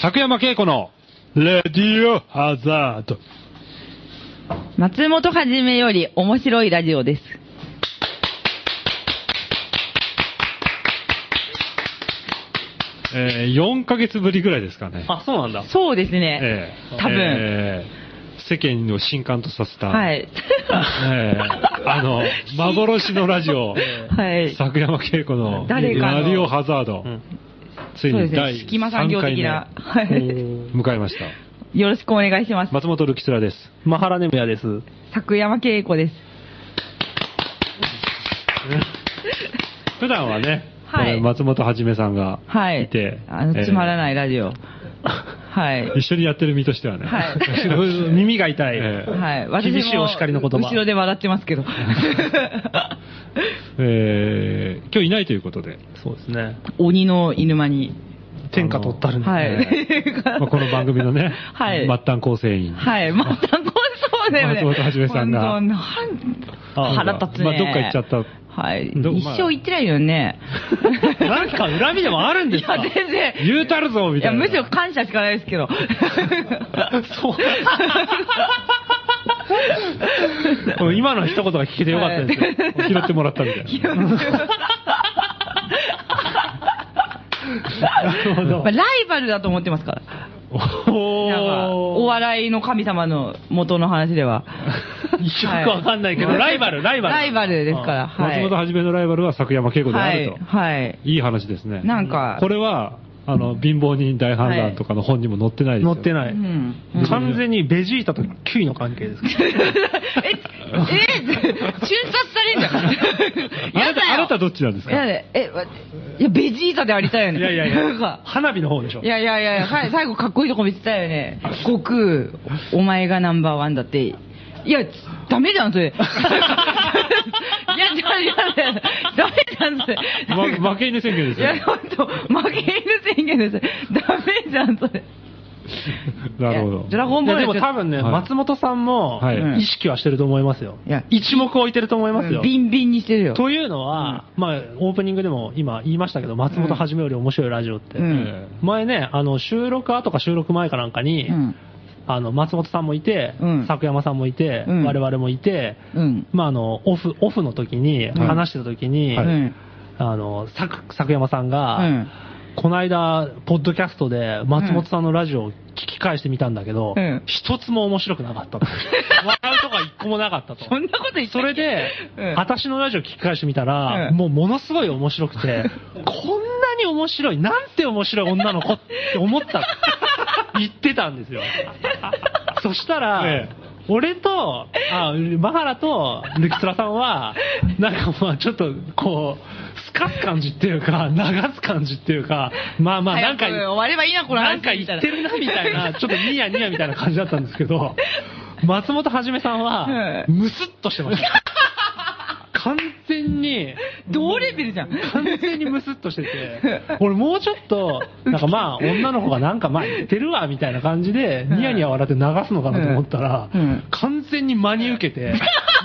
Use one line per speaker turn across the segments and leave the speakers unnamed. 作山恵子の、
レディオハザード。
松本はじめより面白いラジオです。
えー、4ヶ月ぶりぐらいですかね。
あ、そうなんだ。
そうですね。
えー
多分
えー世間の新刊とさせた。
はい。
えーあ の、幻のラジオ、
はい。
作山恵子のラ
誰かの
ディオハザード、
うん
つい
そうで
に
す
第
ね。隙間産業的な。
3
は
お
い。
ー
回目迎えました。
よろしくお願いします。
松本るきつらです。
マハラネムヤです。
作山恵子です。
普段はね、
はい
えー松本はじめさんが
はい。
いて、
あの、つまら
い。
ないラジオ。はい。
一緒にやってる身としてはね。
はい
耳が痛い。
えー
はい。私も
厳しいお叱りの言葉
後ろで笑ってま すけど。
えー今日いないということ で、
そうですね。
鬼の犬間に。
天下取ったるんで、
は
ね。
い。
まあ、この番組のね、
は
末
い
端構成員。
はい。また、そうだよね。
松本はじめさんが
本当なん
あ
腹立つね。
まあどっか行っちゃった
はい。
ど
一
まあ
生行ってないよね。
なんか恨みでもあるんですか
全然。
言うたるぞみ
い
たい
や、
な。
むしろ感謝しかないです けど。
もう今の一言が聞けてよかったですよ。
拾ってもらったみた いな。
なるほど
まあ、ライバルだと思ってますから。
お
なんか、お
わ
笑いの神様の元の話では。
よくわかんないけど、
は
ライバル、ライバル。
ライバルですから。はい。
松本はじめのライバルは作山恵子であると。
はい。はい。
いい話ですね。
なんか
これは、あの、貧乏人大反乱とかの本にも載ってないですよ。
乗ってな
う
い。
ん。
完全にベジータとキュイの関係ですから。
え、え、瞬殺されんじゃん。
あ
や
な
だ
た、
よ。
あなたどっちなんですか
いやだ、え、わいや、ベジータでありたいよね。
いやいやい
なん
や
か、
花火の方でしょ
い。やいやいやいや、さい最後かっこいいとこ見せたよね。悟空、お前がナンバーワンだって。いや、ダメじゃん、そ れ。いや、ダメじゃん、ダメじゃん、それ。
ま負け犬宣言です
い
よ。
や、ほんと、負け犬宣言です。ダメじゃん、それ。
なるほ
い
ど
や。ドラゴン
い
ボー
や
ル
でも多分ね、
はい
松本さんも
はい
意識はしてると思いますよ。
いや
一目置いてると思いますよ。
ビンビンにしてるよ。
というのは、まあ、オープニングでも今言いましたけど、松本はじめより面白いラジオって、
うん
前ね、あの収録後か収録前かなんかに、
うん。
あの松本さんもいて、
うん
作山さんもいて、
うん
我々もいて、
うん。
まあ、あのオフオフの時に、
ん
話してた時に、
はいうん
あの作作山さんが、
うん
この間、ポッドキャストで松本さんのラジオを聞き返してみたんだけど、
うん
一つも面白くなかったと。笑うとか一個もなかった と。
そんなこと言って
それで、
うん
私のラジオ聞き返してみたら、
うん
もうものすごい面白く て、こんなに面白い、なんて面白い女の子って 思った。言ってたんですよ。そしたら、
え
俺と、あ、マハラと、ルキツラさんは、なんかまあちょっと、こう、すかす感じっていうか、流す感じっていうか、まあまあなんか、
早く終わればいいな、この話
なんか言ってるなみたいな、 ちょっと
と
ニヤニヤみたいな感じだったんですけ ど、松本はじめさんは、
う
ムスッとしてました。完全に、
同レベルじゃん。
完全にムスッとして て、俺もうちょっと、なんかまあ女の子がなんかまあ言ってるわみたいな感じで、ニヤニヤ笑って流すのかなと思ったら
うん、
完全に真に受け て、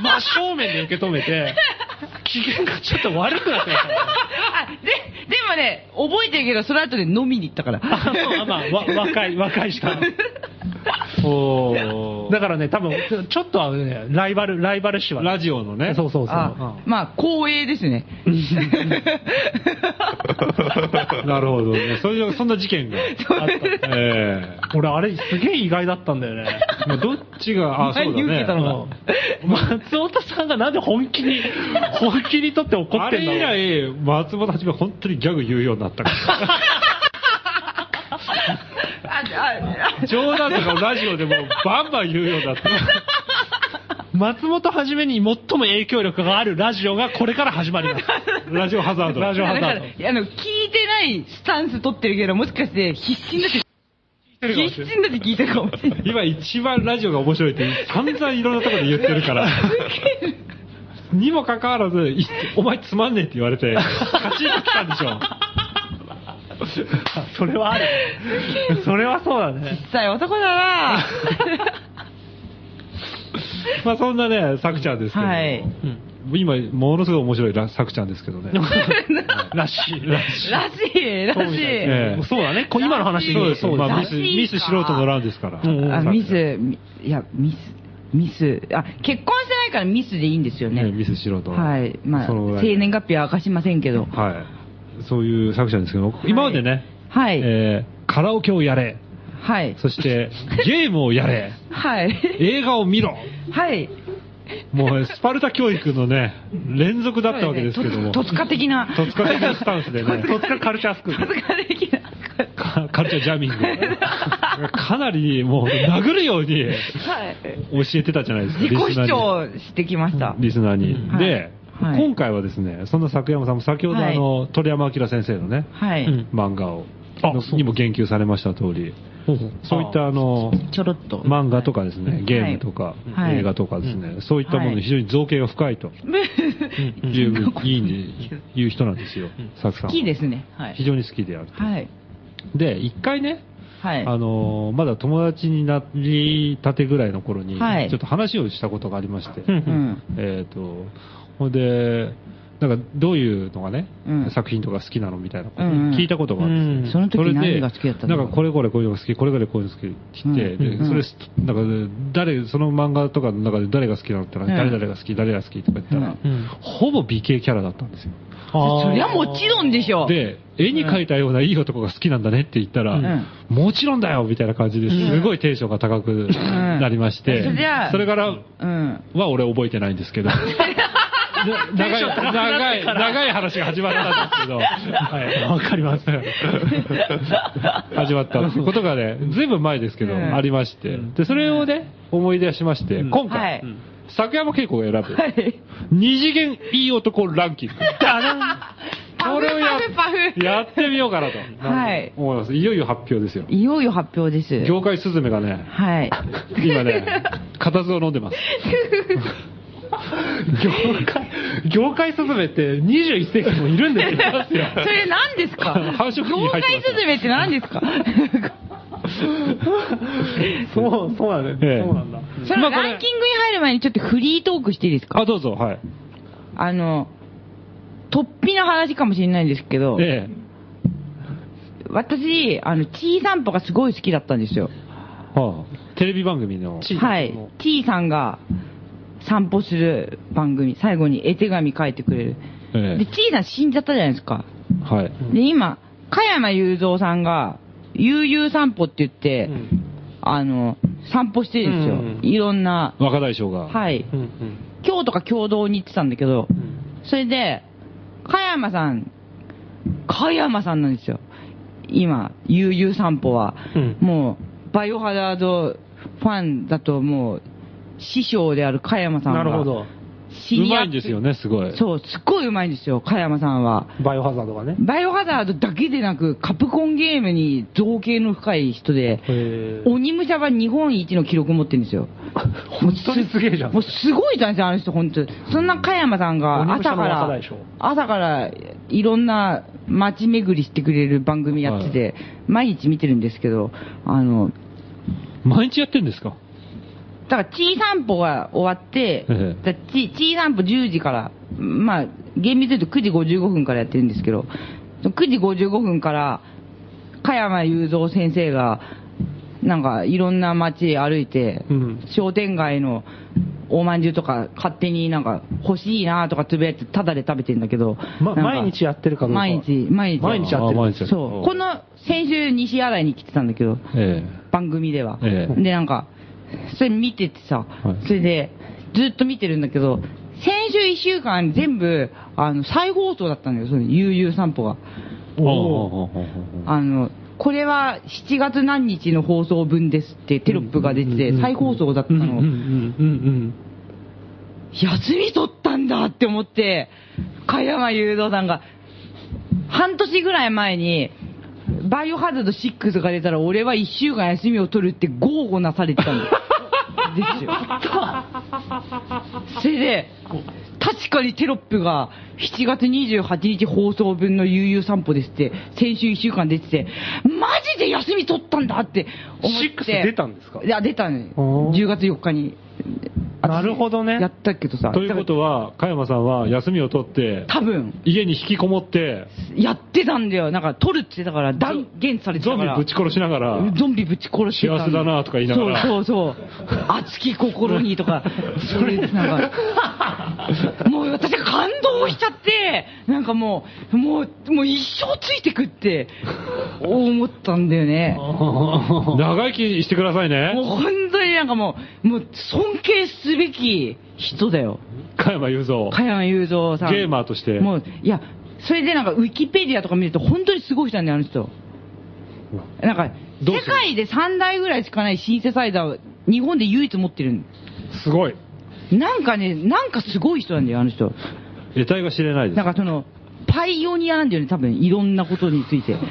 真正面で受け止めて、機嫌がちょっと悪くなってま したね。
あで、でもね、覚えてるけど、その後で飲みに行ったから。
あそうまあ、わ若い、若いした。
おー
だからね、多分ちょっとはね、ライバル、ライバル視は。
ラジオのね。
そうそうそう。
あまあ、光栄ですね。
なるほどね。そういう、そんな事件が。
あった
え
俺、あれ、すげえ意外だったんだよね。
えまあ、どっち が、あ、そうだ
前に受
ね
けた
あ。
の
の松本さんがなんで本 気に、本気にとって怒
あ
ってんだろう
れ以来、松本はじめ本当にギャグ言うようになったから。
あ あ
冗談とかをラジオでもうバンバン言うようになった。
松本はじめに最も影響力があるラジオがこれから始ま ります。
ラジオハザード。
ラジオハ
だ
ザ
か
ー
ら
ド。
あの、聞いてないスタンス取ってるけど、もしかして必死になって、
てるかも
必
しれない
死になって聞いてるかもしれない。
今一番ラジオが面白いって散々いろんなところで言ってるから。にもかかわらず、いお前つまんねえって言われて、カチンと来たんでし ょ。
それはある。 それはそうだね。
実際男だな
まあそんなね、さくちゃんですけども、
はい
うん
今、ものすごい面白いら作ちゃんですけどね。
らしい。らしい。
らしい、らし
そうみたいですね
ええ
もうそうだね。こう今の話
そうです、
そ
そうう
で
ですす。
ね
まあ、ミス、ミス
らしいか
素人の欄ですから。
うんうん
あ、
作
ミ
ちゃん
ス、みいや、ミス、ミス、あ、結婚してないからミスでいいんですよ
ね、
ね。
ミス素人。
はい。まあ、
そのぐらい
生年月日は明かしませんけど。
はい。そういう作者ですけど、今までね、
はい
えーカラオケをやれ、
はい。
そ して、ゲームをやれ、
はい。
映画を見ろ、
はい。
もう、スパルタ教育のね、連続だったわけですけども、
とつ戸塚的な。
戸塚的なスタンスでね、
戸塚カルチャースクー
戸
ル。
塚的な。
かカルチャージャミン グをかなりもう、殴るように
はい。
教えてたじゃないですか、
自己
リスナ
主
ーに。
張してきました。
リスナーに。
うん
で、
はいはい
今回はですね、そんな作山さんも先ほど
は
あ
い
の、鳥山明先生のね、
はい。
うん
漫画を、
あ
の
そう
にも言及されました通り、そういったあの、
ちょろっと。
漫画とかです
は
ね
い、
ゲームとか、
はい
映画とかですね、
う
そういったものに非常に造形が深いと
うん
いう、
うん
い、いに言う人なんですよ
うん、
サクさんは。
好きですね。はい。
非常に好きであると。
はい。
で、一回ね、
はい。
あのーまだ友達になりたてぐらいの頃に、
はい
ちょっと話をしたことがありまして、
うん
うん。
えっ、と、ほんで、なんかどういうのがね、
うん
作品とか好きなのみたいなことを
うんうん
聞いたことがあるんですよ
うん
そ
そ
の時
れ
何
で
が好きだった
な
の
んかこれこれこういうのが好き、これこれこういうの好きって言って、
うんうんう
で
ん
それ、なんか誰、その漫画とかの中で誰が好きなのって言ったら、
うん
誰々が好き、誰々が好きとか言ったら、
うん
ほぼ美形キャラだったんですよ。
そりゃもちろんでしょう。
で、絵に描いたようないい男が好きなんだねって言ったら、
うん
もちろんだよみたいな感じですごいテンションが高くなりまして、
うんそりゃ
それから
うん。
は俺覚えてないんです けど。長い、長い、長い話が始まったんですけど、はい、わかります。始まったってことがね、ずいぶん前ですけど、
うん
ありまして、で、それをね、思い出しまして、
うん
今
は
回
い、
作山恵子が選ぶ、
はい。
二次元いい男ランキング。
パ
こ
フ
れをや
パフパフ
やってみようかなと
はい
思います。いよいよ発表ですよ。
いよいよ発表です。
業界スズメがね、
はい。
今 ね、固唾を飲んでます。
業界、業界スズメって21世紀にもいるんですよ。
それ何ですか
繁殖期に入
業
ってます
界スズメって何ですか
そう、そうなんだ
ええ
ね。そうなんだ。
そのランキングに入る前にちょっとフリートークしていいです か
あ、どうぞ、はい。
あの、突飛な話かもしれないんですけど、
ええ。
私、あの、T 散歩がすごい好きだったんですよ。
はあ、テレビ番組の。
T
はい
も。
T さんが散歩する番組、最後に絵手紙書いてくれる。
え
で、
え
T さん死んじゃったじゃないですか。
はい。
で、今、加山雄三さんが、悠々散歩って言って、
うん
あの、散歩してるんですよ。
うん
いろんな、
若大将が。
はい。
うんうん
今日とか共同に行ってたんだけど
う、ん
それで、加山さん、加山さんなんですよ。今、悠々散歩は。
うん
もう、バイオハザードファンだともう、師匠である加山さんが。
なるほど。
知
う
り合
ま
っ
いんですよね、すごい。
そう、すっごいうまいんですよ、加山さんは。
バイオハザードがね。
バイオハザードだけでなく、カプコンゲームに造形の深い人で、
へえ
鬼武者は日本一の記録を持ってるんですよ。
本当にすげえじゃん
もう。すごいじゃんですよ、あの人、本当にそんな加山さんが
鬼武
朝
者の
か
若
ら
大将、
朝からいろんな街巡りしてくれる番組やってて、毎日見てるんですけど、あの、
毎日やってんですか
だから、ちー散歩が終わって、
ええ
だちちー散歩10時から、まあ、厳密に言うと9時55分からやってるんですけど、その9時55分から、加山雄三先生が、なんか、いろんな街歩いて、
うん
商店街のおまんじゅうとか、勝手になんか、欲しいなとかつぶやいて、ただで食べてんだけど、
ま
なんか
毎日やってるかどうか
毎日、毎日。
毎日やって
あ
る
毎日やってる
そう。この、先週、西新井に来てたんだけど、
え
番組では。
ええ
で、なんか、それ見ててさ、
い
それで、ずっと見てるんだけど、先週1週間全部、あの、再放送だったんだよ、その、悠々散歩が。
え。
お
おー
あの、これは7月何日の放送分ですってテロップが出て
うんうんうんう
て、
ん
再放送だった
うんうんうん
の。
うん
休み取ったんだって思って、加山雄三さんが、半年ぐらい前に、バイオハザード6が出たら俺は1週間休みを取るって豪語なされてたんだですよ。それで、確かにテロップが7月28日放送分の悠々散歩ですって、先週1週間出てて、マジで休み取ったんだって思って。
シックス出たんですか
いや、出たのよ。
おー
10月4日に。
なるほどね
やったけどさ。
ということは、加山さんは休みを取って、
多分、
家に引きこもって、
やってたんだよ。なんか、取るって言ってたから、断言されてた
ゾ
か
ンビ
ら。
ぶち殺しながら、
ゾンビぶち殺してた
幸せだなとか言いながら
そうそうそう。熱き心にと か、それなんか、 もう私が感動しちゃって、なんかもう、もう、もう一生ついてくって、思ったんだよね。
長生きしてください
もう
ね、
本当になんかもう、もう尊敬すべき人だよ。
加山雄三。
加山雄三さん。
ゲーマーとして
もう、いや、それでなんか、ウィキペディアとか見ると、本当にすごい人なんだよ、あの人。なんか、
どう
世
する
界で3台ぐらいしかないシンセサイザーを日本で唯一持ってるん
すごい。
なんかね、なんかすごい人なんだよ、あの人。
得体が知れないです
なん。かその、パイオニアなんだよね、多分、いろんなことについて。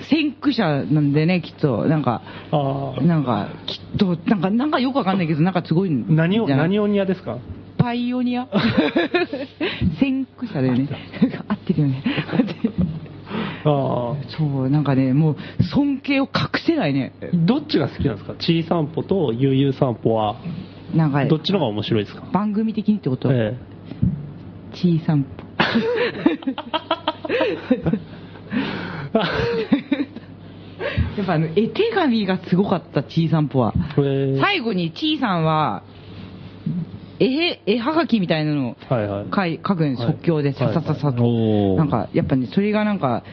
先駆者なんでね、きっと。なんか、
あー
なんか、きっと、なんか、なんかよくわかんないけど、なんかすごいんじゃない
何を、何をニアですか
パイオニ ア先駆者だよね。合ってるよ ね。合ってる
あー
そう、なんかね、もう、尊敬を隠せないね。
どっちが好きなんですかちい散歩とゆうゆう散歩は、
なんか、
どっちの方が面白いですか
番組的にってこと、
え
ちいさ んぽ。やっぱあの、絵手紙がすごかった、ちいさんぽは。
え。これ
最後にちいさんは、絵、絵はがきみたいなのを
はいは
書
い。
い書くんです、
はい
即興で、
はい
ささささと。
おー
なんか、やっぱね、それがなんか、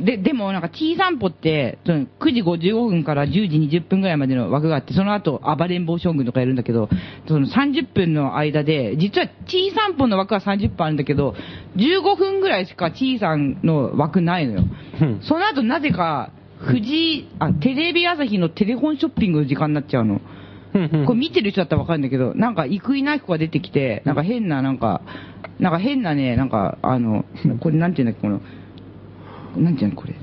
で、でもなんか、ちいさんぽって、その9時55分から10時20分ぐらいまでの枠があって、その後、暴れん坊将軍とかやるんだけど、その30分の間で、実はちいさんぽの枠は30分あるんだけど、15分ぐらいしかちいさんの枠ないのよ。
うん
その後、なぜか、富士、あ、テレビ朝日のテレフォンショッピングの時間になっちゃうの。これ見てる人だったらわかるんだけど、なんか、イクイナイフが出てきて、なんか変な、なんか、なんか変なね、なんか、あの、これなんていうんだっけ、この、なんていうの、これ。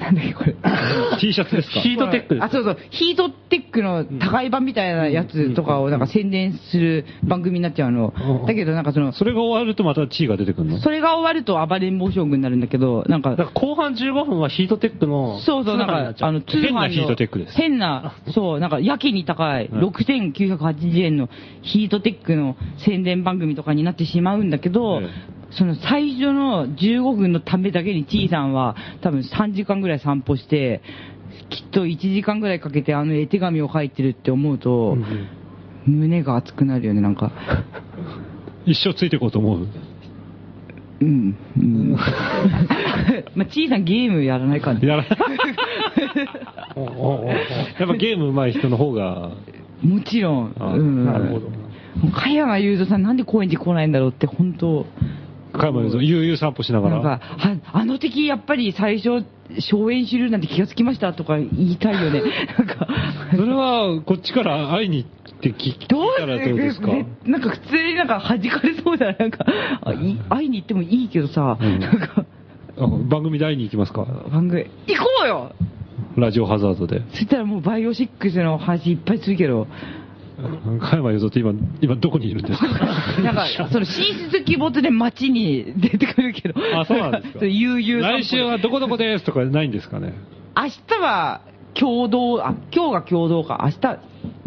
なんだっけ、これ。
T シャツですか
ヒートテックです
あ、そうそう、ヒートテックの高い版みたいなやつとかをなんか宣伝する番組になっちゃうの
うん。
だけど、なんかその、
それが終わるとまた地位が出てくるの
それが終わると暴れん坊将軍になるんだけど、なんか
だ、から後半15分はヒートテックの
そうそう、
つがりに
な
っ
ん
ちゃ
か、あの、通販の
変なヒートテックです
変な、そう、なんか、やけに高い、
はい
6980円のヒートテックの宣伝番組とかになってしまうんだけど、
ええ
その最初の15分のためだけに T さんは、多分3時間ぐらい散歩して、きっと1時間ぐらいかけてあの絵手紙を書いてるって思うと、
うん
胸が熱くなるよね、なんか。
一生ついていこうと思う。
うん。うん、 まあ、T さんゲームやらない感じ。
やら
おうおうおうおう
やっぱゲーム上手い人の方が、
もちろん。
あ
うん。
なるほど。
もう加山雄三さんなんで高円寺来ないんだろうって本当
加山雄三、悠々散歩しなが
なん
ら。
かああの敵やっぱり最初荘園知るなんて気がつきましたとか言いたい よねなんか
それは、こっちから会いに行って聞い
どう
たらどうですか
ねなんか普通になんか弾かれそうだななんかあい会いに行ってもいいけどさ、
うん
なんか
あ番組で会いに行きますか
番組行こうよ
ラジオハザードで。
そしたらもうバイオシックスの話いっぱいするけど
加山雄三って今、今どこにいるんですか
なんかその進出希望ってね街に出てくるけど
あそうなんですか
そう悠々散歩で
来週はどこどこですとかないんですかね
明日は共同、あ、今日が共同か、明日、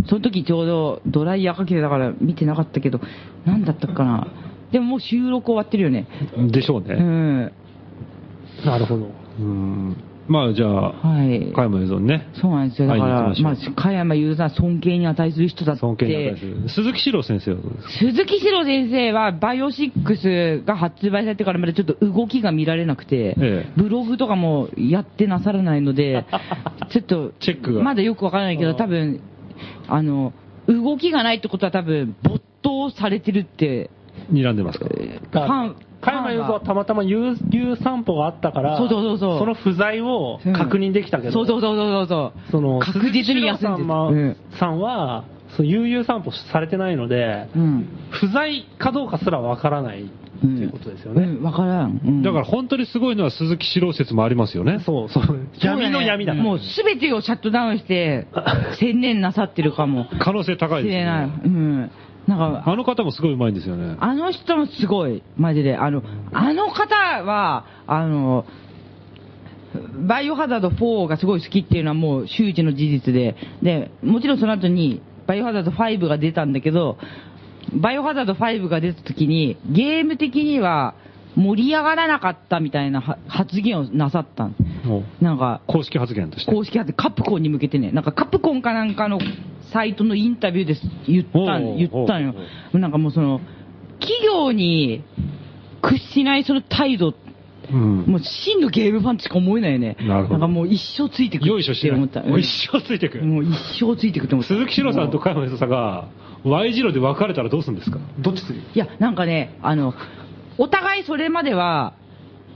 その時ちょうどドライヤーかけてたから見てなかったけど、なんだったかな。でももう収録終わってるよね。
でしょう
う
ね。
ん。
なるほど。
うん。まあじゃあ、
はい。
加山雄三ね。
そうなんですよ。だか
会いに行
ら、
き
ま
ま
あ
しょう、
加山雄三尊敬に値する人だって。
尊敬に値する。鈴木史郎先生はどうですか
鈴木史郎先生は、バイオシックスが発売されてからまだちょっと動きが見られなくて、
ええ
ブログとかもやってなさらないので、 ちょっと、
チェックが
まだよくわからないけど、
あー
多分、あの、動きがないってことは多分、没頭されてるって、
睨んでますか
ファ
加
ン、
山雄三
ファンが
はたまたま悠々散歩があったから、
そうそうそうそう
の不在を確認できたけど、
そうそうそうそうそうそう。
その
確実に休ん
鈴木
でる。
史郎さんは
うん
さんは、そう悠々散歩されてないので、
うん。
不在かどうかすらわからないっていうことですよね。
うんわからん。うん
だから本当にすごいのは鈴木史郎説もありますよね。
そうそう。闇の闇だから
もうすべてをシャットダウンして、 専念なさってるかも。
可能性高い
知
です
れ
よ
ない。
ね。
うん。なんか、
あの方もすごい上手いんですよね。
あの人もすごい、マジで。あの、あの方は、あの、バイオハザード4がすごい好きっていうのはもう周知の事実で、で、もちろんその後に、バイオハザード5が出たんだけど、バイオハザード5が出た時に、ゲーム的には盛り上がらなかったみたいなは発言をなさったの
お
なんか、
公式発言として。
公式発言、カプコンに向けてね、なんかカプコンかなんかのサイトのインタビューです言った
お
ん
う
言ったん
おう
よ。なんかもうその、企業に屈しないその態度、
うん。
もう真のゲームファンとしか思えないよね。
なるほど
んかもう一生ついてく
よいしょしててない
思った。
もう一生ついてく
うん。もう一生ついてくって思った。
鈴木史郎さんと加山雄三が Y 字路で別れたらどうするんですか
どっちする
いや、なんかね、あの、お互いそれまでは、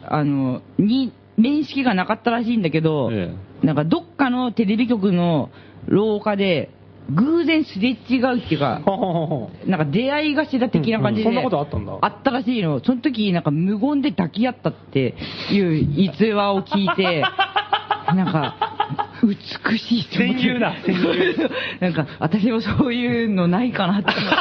あの、に、面識がなかったらしいんだけど、
え
なんかどっかのテレビ局の廊下で、偶然すれ違うっていうか、
ほうほうほうほう
なんか出会い頭的な感じで、
うんうんそんなことあったんだ
あったらしいの。その時、なんか無言で抱き合ったっていう逸話を聞 いて、なんか、美しいと思って
戦友だ戦
なんか、私もそういうのないかなって思って。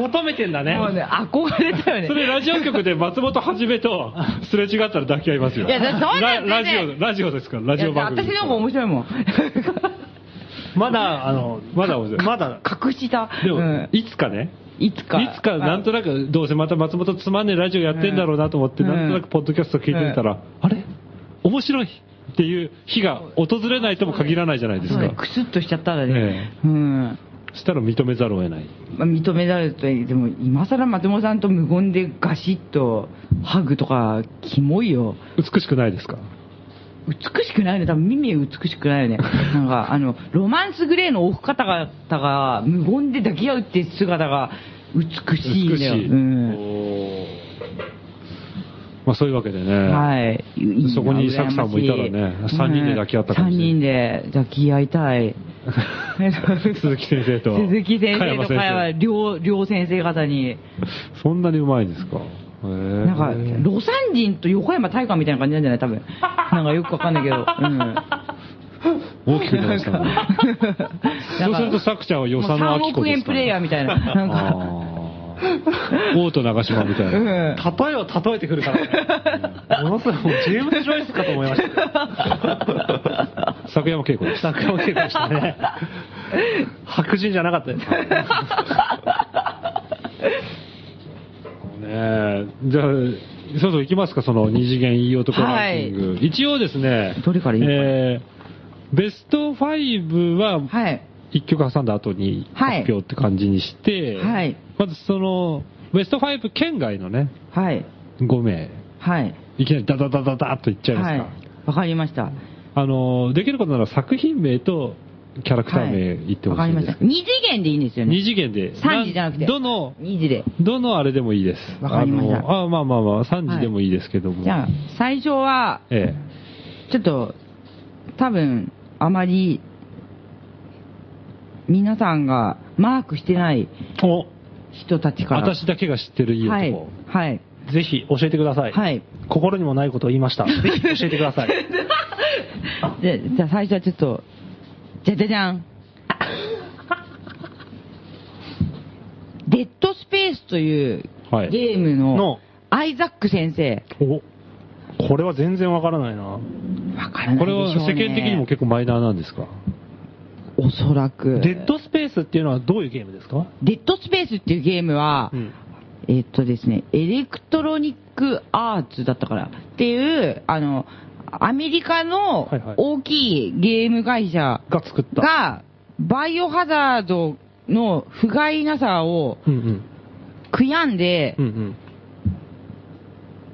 求めてんだね
もうね、憧れたよね。
それラジオ局で松本はじめとすれ違ったら抱き合いますよ。
いやだそんな
ラ
の
ラ
全
ジ
然
オ、ラジオですから、ラジオ番組。
いや私の方が面白いも ん。
まだあの
まだ面白い。
まだ
隠した。
でも、
うん
いつかね、
いつか。
いつかなんとなく、どうせまた松本つまんねえラジオやってんだろうなと思って、
うん
なんとなくポッドキャスト聞いてたら、あれ面白いっていう日が訪れないとも限らないじゃないです
そう
か。
ねクスッとしちゃったら
え
ね。うん。
そしたら認めざるを得ない。
まあ、認められるといい。でも、今更松本さんと無言でガシッとハグとか、キモいよ。
美しくないですか
美しくないよね。多分耳美しくないよ ね。なんか、あの、ロマンスグレーのお二方々が無言で抱き合うって姿が美しいん
美し
だよ。
い。
うん。
おーまあそういうわけでね。
はい。いいな
そこにサクさんもいたらね
羨ましい
三人で抱き合ったかもしれない
うん三人で抱き合いたい。
鈴木先生と
鈴木先
加
生
山
と
先生
かは両、両先生方に、
そんなにうまいんですかへー
なんか、魯山人と横山大観みたいな感じなんじゃない 多分。なんかよくわかんないけど。うん。
大きくなりましたね。そうすると、さくちゃんは予算の
もう
秋
3
子
億
で
円
すか
プ
ら
レイヤーみたいな。なんか、
あ ー王と長島みたいな。
うん。
例えを例えてく るからねものすごいもうジェームズ・ジョイスかと思いましたよ
作山恵子です。
作家も結構した ね白人じゃなかったです
ねえじゃあ、そろそろ行きますか、その二次元いい男ランキング。一応ですね、
どれからいいのかな
えーベスト5は
はい。
1曲挟んだ後に
はい
発表って感じにして、
はい
まずその、ベスト5圏外のね、
はい。
5名、
はい。
いきなりダダダダダっといっちゃいますか。
はい。わかりました。
あの、できることなら作品名とキャラクター名言って
わ
ほ
か
しい
り
ん
ま
で
した
す。けど。
二次元でいいんですよね。
二次元で。
三次じゃなくて
どの、
二次で。
どのあれでもいいです。
わかりました
あのあまあまあまあ、3時でもいいですけども。
じゃあ、最初は、
え
ちょっと、多分、あまり、皆さんがマークしてない
ねお
人たち
え。
から。
私だけが知ってるいい男。
はい。はい。
ぜひ教えてください、
はい
心にもないことを言いましたぜひ教えてください
でじゃあ最初はちょっと、じゃじゃじ ゃん。デッドスペースという
はい
ゲームの
の
アイザック先生。
おこれは全然わからないな
わからないでしょうね。
これは世間的にも結構マイナーなんですか
おそらく。
デッドスペースっていうのはどういうゲームですか
デッドスペースっていうゲームは、
うん
えっとですね、エレクトロニックアーツだったからっていう、あの、アメリカの
はいはい
大きいゲーム会社
が作った
が、バイオハザードの不甲斐なさを
うんうん
悔やんで
う、ん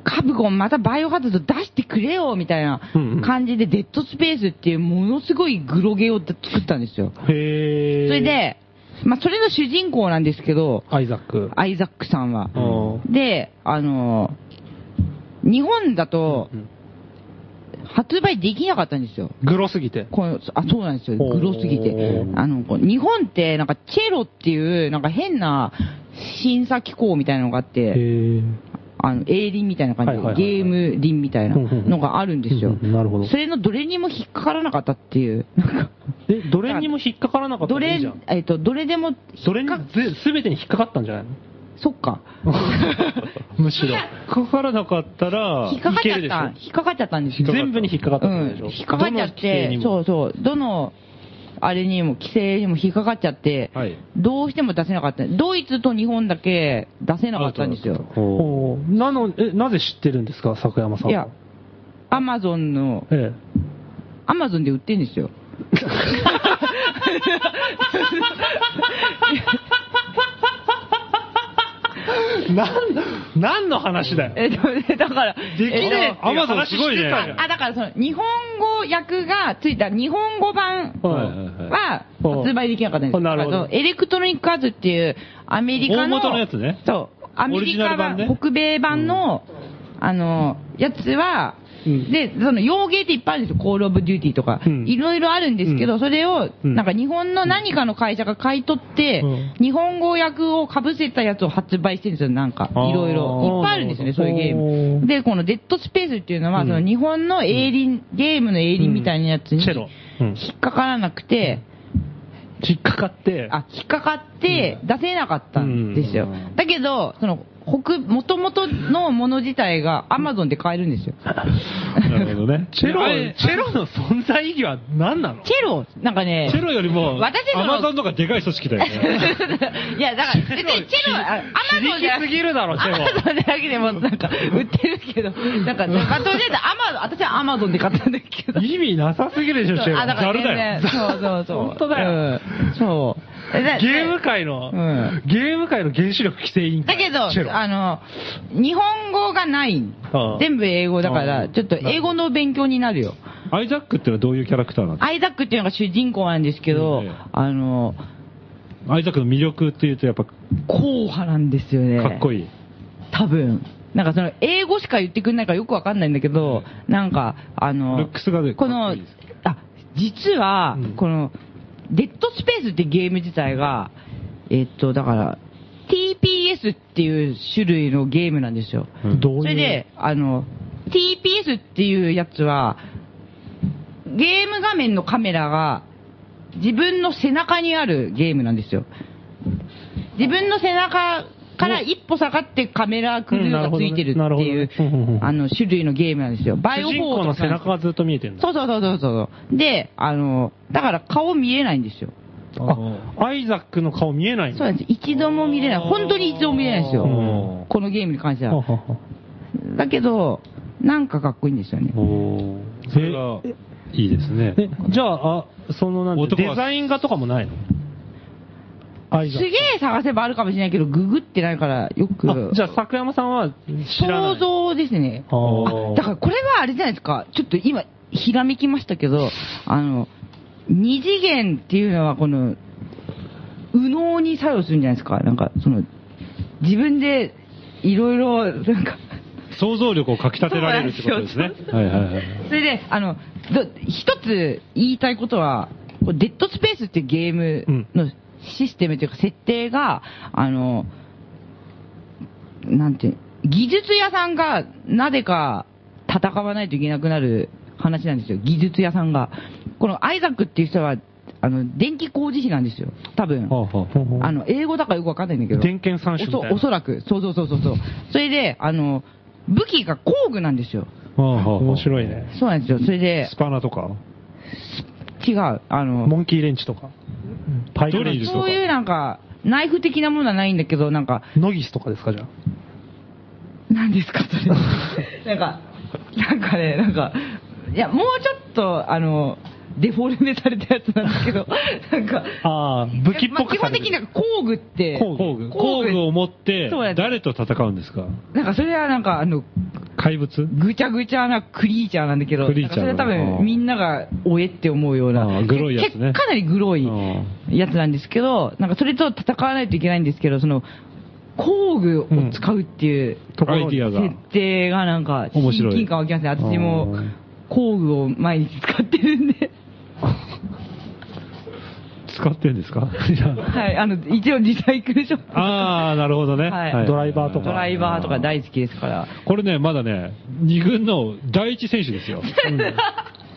カプコンまたバイオハザード出してくれよみたいな
うんうん
感じで、デッドスペースっていうものすごいグロゲーを作ったんですよ。
うんへえ
それで、まあ、それの主人公なんですけど、
アイザック
アイザックさんは。
うん
で、あの、日本だと
うん
発売できなかったんですよ。
グロすぎて
このあそうなんですよ、
ほう
グロすぎて。あのこう日本って、なんかチェロっていう、なんか変な審査機構みたいなのがあっ
へ
て、
え
あの、A 輪みたいな感じで、
はいはいはいはい
ゲーム輪みたいなのがあるんですよ。
うんうんうんなるほど
それのどれにも引っかからなかったっていう、なんか
えどれにも引っかからなかった
ど
らい
れ
いじゃん、
えっと、どれでも、
どれにぜ全てに引っかかったんじゃないの
そっか。
むしろ
かからなかったら
引っ、かかっちゃ
いける
っ
でしたょ。
引っかかっちゃったんですよ。
全部に引っかかった
うん
でしょ、
ん、引っかかっちゃっ
どの規定に
て、
も
そうそう、どの、あれにも、規制にも引っかかっちゃって、
はい
どうしても出せなかった。ドイツと日本だけ出せなかったんですよ。
ほ
おーなの、え、なぜ知ってるんですか、坂山さんは。
いや、アマゾンの、
え
アマゾンで売ってんですよ。
え。 なん、何の話だよ。
えっと、だから、
できねえ
え
っ
ってと
アマゾンすごいね
話してたじゃん
あ、だからその、日本語訳がついた日本語版
う
はい
はいはい
は
うん
発売できなかったんです
あなるほど
あのエレクトロニックアーツっていうアメリカの。
大元のやつね
そう。アメ
オリ
リ
ジナ
カ
ル版ね
版、北米版の、あの、やつは、
うん
で、その、洋芸っていっぱいあるんですよ。コールオブデューティーとか。
うん
いろいろあるんですけど、
うん
それを、
うん
なんか日本の何かの会社が買い取って、
うん
日本語訳を被せたやつを発売してるんですよ、なんか。い
あー
ろいろ。いっぱいあるんですよね、そういうゲー
おー
ム。で、このデッドスペースっていうのは、
うん
その日本の営林、ゲームの営林みたいなやつに、
チェロ。うん。
引っかからなくて、
引っかかって、
あ、引っかかって出せなかったんですよ。
うん
だけど、その、北、元々のもの自体が Amazon で買えるんですよ。
う。なるほどね。
チェロ、
あれ
チェロの存在意義は何なの
チェロ、なんかね
チ、ェロよりも、
私そ
ア
の
マゾンとかでかい組織だよね。
いや、だから、別にチェロ、あ Amazon じゃ
響きすぎるだろ、チェロ。
Amazon だけでもなんか売ってるけ ど、なんか、まあとりあえず Amazon、私は Amazon で買ったんだけど。
意味なさすぎるでしょ、チェロ。
あ、だから全然、そうそうそう。
本当だよ
うんそう。ゲ
ゲーム界の、
うん
ゲーム界の原子力規制委員
だ
会。
け
チェロ
ど、あの、日本語がない
ああ。
全部英語だか
ああ
ら、ちょっと英語の勉強になるよ。
アイザックってのはどういうキャラクターなんで
アイザックっていうのが主人公なんですけど
ええ、
あの、
すかアイザックの魅力っていうと、やっぱ、か
硬派なんですよね。
っこ
いい。
いい。
多分。なんかその、英語しか言ってくれないからよくわかんないんだけど、なんか、あの、
ルックスがね
こ
かっ
の
こいいです、
あ、実は
うん、
この、デッドスペースってゲーム自体が、えっと、だから、TPS っていう種類のゲームなんですよ。
うん
どういう
それで、あの、TPS っていうやつは、ゲーム画面のカメラが自分の背中にあるゲームなんですよ。自分の背中から一歩下がってカメラクルーがついてるって
うんなるほどね
い
なるほどねうんうんう、
うんあの、種類のゲームなんですよ。バイ
主
オ4
人公の背中がずっと見えてるんだ。
そうそうそうそうそう。で、あの、だから顔見えないんですよ。
あ、アイザックの顔見えない
そ
ん
う
だ
なんです。一度も見れない。本当に一度も見れないんです
う
よ。
ん
このゲームに関して
は
は。
はは
だけど、なんかかっこいいんですよね。
おーそれが、いいですね。
え、じゃあ、あそのなんて、
男
デ
は
ザイン画とかもないのアイ
す
ザ
げ
ッ
え探せばあるかもしれないけど、ググってないから、よく。
ク。あじゃあ、作山さんは知らない。
想像ですね。
あー
あ、だからこれはあれじゃないですか。ちょっと今、ひらめきましたけど、あの、二次元っていうのはこの、右脳に作用するんじゃないですか。なんか、その、自分で、いろいろ、なんか、
想像力をかき立てられるってことですね。はいはいはい。
それで、あの、ど一つ言いたいことは、こうデッドスペースってゲームのシステムというか設定が、あの、なんていう、技術屋さんがなぜか戦わないといけなくなる話なんですよ。技術屋さんが。このアイザックっていう人は、あの、電気工事費なんですよ。多分。
はあはあ
ほうほう
あの、英語だからよくわかんないんだけど。
電検三種みたいな
おそおそらく。そうそうそうそうそう。それで、あの、武器が工具なんですよ。
面
面白い。
白いね。
そうなんですよ。それで、
スパナとか
違う。あの、
モンキーレンチとか、パイルレンチと
そ
か
う、いうなんか、ナイフ的なものはないんだけど、なんか、
ノギスとかですか、じゃあ。
何ですか、そ れ。なんか、なんかね、なんか、いや、もうちょっと、あの、デフォルメされたやつなんですけ ど、なんか、
ああ、武器っぽ
ま
くさ
あ基本
れ
的に
てる
なんか工具って、
工
工具。
工
工
具
具を持って
そうや、
誰と戦うんですか
なんかそれはなんか、あの、
怪物
ぐちゃぐちゃなクリーチャーなんだけど、
クリーチャー
なんかそれは多
あー
分みんながおえって思うよう
あ
な、
ーグロいやつね
けかなりグロい
あ
やつなんですけど、なんかそれと戦わないといけないんですけど、その、工具を使うっていう、
とこ
ア
ろ
イディアが。
設定がなんか、
面白い
親近感湧きますね。私も
うん
工具を毎日使ってるんで。
使ってんですかいや
はい、あの、一応リサイクルショップ。
あー、なるほどね。
はい
ドライバーとか
ドライバーとか大好きですから。
これね、まだね、二軍の第一選手ですよ。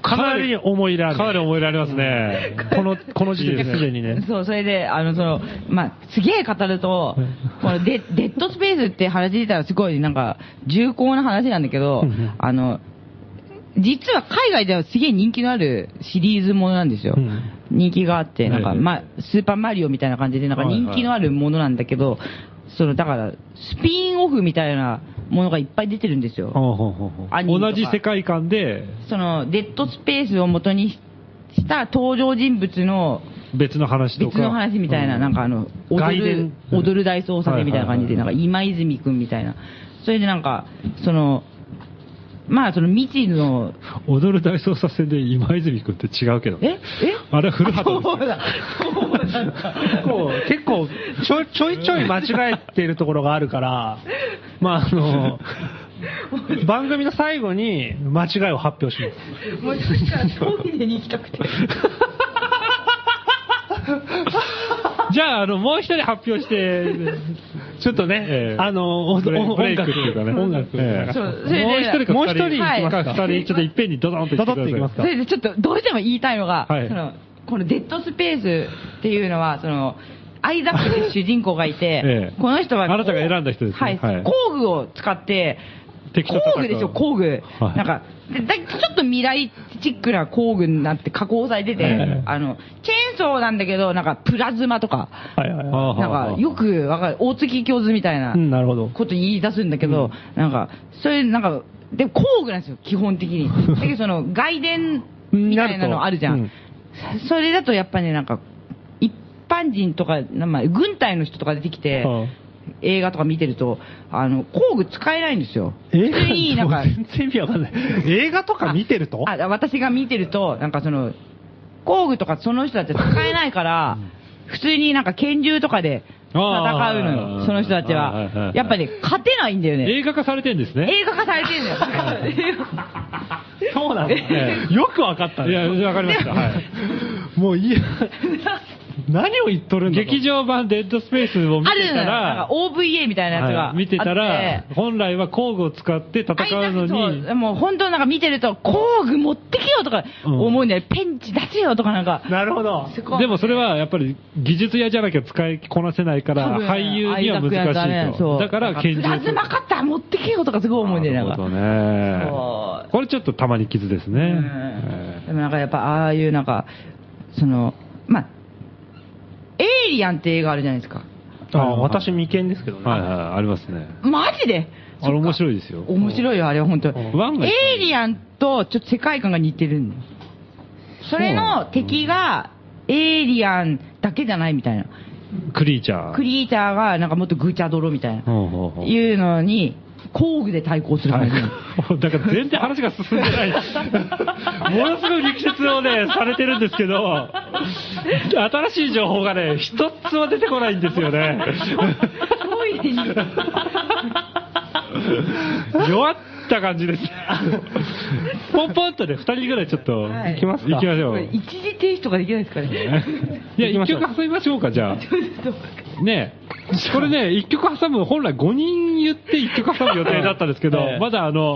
かなり思い入れある。
かなり思い入れありますね。
この、この時点ですでにね。
そう、それで、あの、その、まあ、すげえ語ると、このデデッドスペースって話自体はすごい、なんか、重厚な話なんだけど
うんうん、
あの、実は海外ではすげえ人気のあるシリーズものなんですよ。
うん
人気があって、なんか、
はい
まあ、スーパーマリオみたいな感じで、なんか
はいはい
人気のあるものなんだけど、その、だから、スピンオフみたいなものがいっぱい出てるんですよ。
ほうほうほうほう
アニメとか
同じ世界観で
その、デッドスペースを元にした登場人物の
別の話とか。
別の話みたいな、なんかあの、踊
外
る
伝、
踊る大捜査線みたいな感じで、
は
ないん
は
か今泉くんみたいな。それでなんか、その、まあその未知の、
踊る大捜査線で今泉君って違うけど。
ええ
あれは古畑です
そうだ、そうだった。
結構、結構ちょいちょいちょい間違えてるところがあるから、まああの、番組の最後に間違いを発表します。
もうそしたらトイレに行きたくて。
じゃあ、あの、もう一人発表して、
ちょっとね、
ええ
あの、おお
ブレブレイ
音
クって
楽
いうかね。
音楽、
ええ
そうそれで
もう一人か
もう一人
二
はい
行きますか二人、ちょっといっぺんにドドンと行ってください。
ドドンと行きます
それでちょっとどうしても言いたいのが、
はい、
そのこのデッドスペースっていうのは、そのアイザックという主人公がいて
ええ
この人は
あなたが選んだ人ですね
はい、
はい
工具を使って、
敵と戦う
工具ですよ、工具。
はい
なんかでだ、ちょっと未来チックな工具になって加工されてて、
ええ
あの、チェーンソーなんだけど、なんかプラズマとか、
はいはい
あ
は
はは
なんかよくわかる、大月教授みたいな。
い。うん、なるほど。
こと言い出すんだけど、なんか、それなんか、でも工具なんですよ、基本的に。だけどその、外伝みたいなのあるじゃん。
うん
それだとやっぱね、なんか、一般人とか、まあ、軍隊の人とか出てきて、
うん
映画とか見てると、あの、工具使えないんですよ。
映
普通になん
画
か
もう、全然意味わかんない。映画とか見てると
あ、私が見てると、なんかその、工具とかその人たちは使えないから、普通になんか拳銃とかで戦うの
あ
よ、
ー
その人たち
はいはいはいは
は。
い
やっぱね、勝てないんだよね。
映画化されてんですね。
映画化されてるんだよ。
そうなんだ。
え
よくわかった
いや、
ね。
わかりました。はい。
もういいや。何を言っとるんだと
劇場版デッドスペース を見
あ
て
る
た
のよ。
ら
なんか、OVA みたいなやつがあっ
は
て。
い見てたら、本来は工具を使って戦うの
あい
に
つ、そうもう本当なんか見てると、工具持ってけよとか思うんだよ。ペンチ出せよとかなんか。
なるほど。
すごい
でもそれはやっぱり技術屋じゃなきゃ使いこなせないか
多
ら、
分
俳優には難
あいつやつね
しい
そ
と。
う
だから拳銃
プラズマかったら持ってけよとかすごい思うんだよ。
な
なん
る
か
ほどね
そう。
これちょっとたまに傷ですね。
うん
え
でもなんかやっぱああいうなんか、その、まあ、エイリアンって映画あるじゃないですか。
あ私未見ですけど
え
ね。
はいはい、ありますね。
マジで
あれ面白いですよ。
面白いよ、あれは本当。
ん
ワンが一番
エイリアンとちょっと世界観が似てるんだよそれの敵がエイリアンだけじゃないみたいな。
クリーチャー。
クリーチャーがなんかもっとぐちゃ泥みたいな。
ほうほうほう
いうのに、工具で対抗する感じ。
だから全然話が進んで ない。ものすごい力説をね、されてるんですけど、新しい情報がね、一つも出てこないんですよね。
トイレに。
弱った感じです。ポンポンとね、二人ぐらいちょっと、
はい
行きますか。行きましょ
こ
う
れ。一時停止とかできないですかね。
いや、
行
一
きましょう
曲挟みましょうか、じゃあ。ねえこれね、一曲挟む、本来5人言って一曲挟む予定だったんですけど、
ええ
まだあの、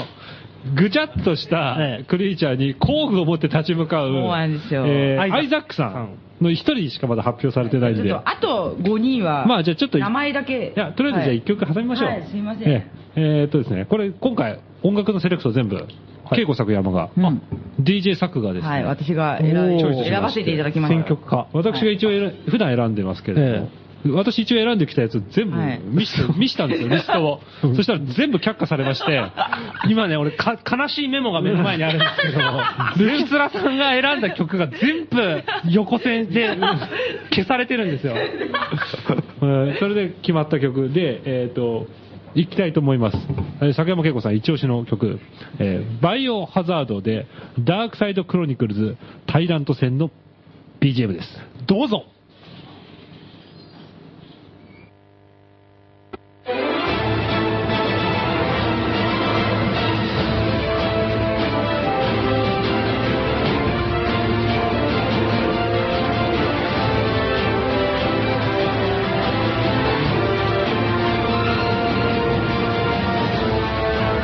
ぐちゃっとした
ええ
クリーチャーに工具を持って立ち向かう、
そうなんですよ
えーア
ア
イ
イ
ザ
ザ
ッ
ッ
ク
ク
さ
さん
んの一人しかまだ発表されてない
ち
ん
ょっ
で。
と、あと5人は、
まあじゃあちょっと
名前だけ。
いや、とりあえずじゃあ
はい
一曲挟みましょう。
はいすいません
えええーっとですね、これ今回音楽のセレクト全部、
い
稽古作山が、
うん
あ DJ 作がですね、
はい、私が
おー
選
チョイスしまして
選ばせていただきました。
選曲家。
私が一応選、普段選んでますけれども、
え
私一応選んできたやつ全部
はい
見 せ、見したんですよ、リストを。そしたら全部却下されまして、
今ね、俺か、悲しいメモが目の前にあるんですけ ど、ルキツラさんが選んだ曲が全部横線で消されてるんですよ。
えーそれで決まった曲で、えっ、と、行きたいと思います。えー坂山恵子さん一押しの曲、えーバイオハザードで、ダークサイドクロニクルズ、タイラント戦の BGM です。
どうぞ
「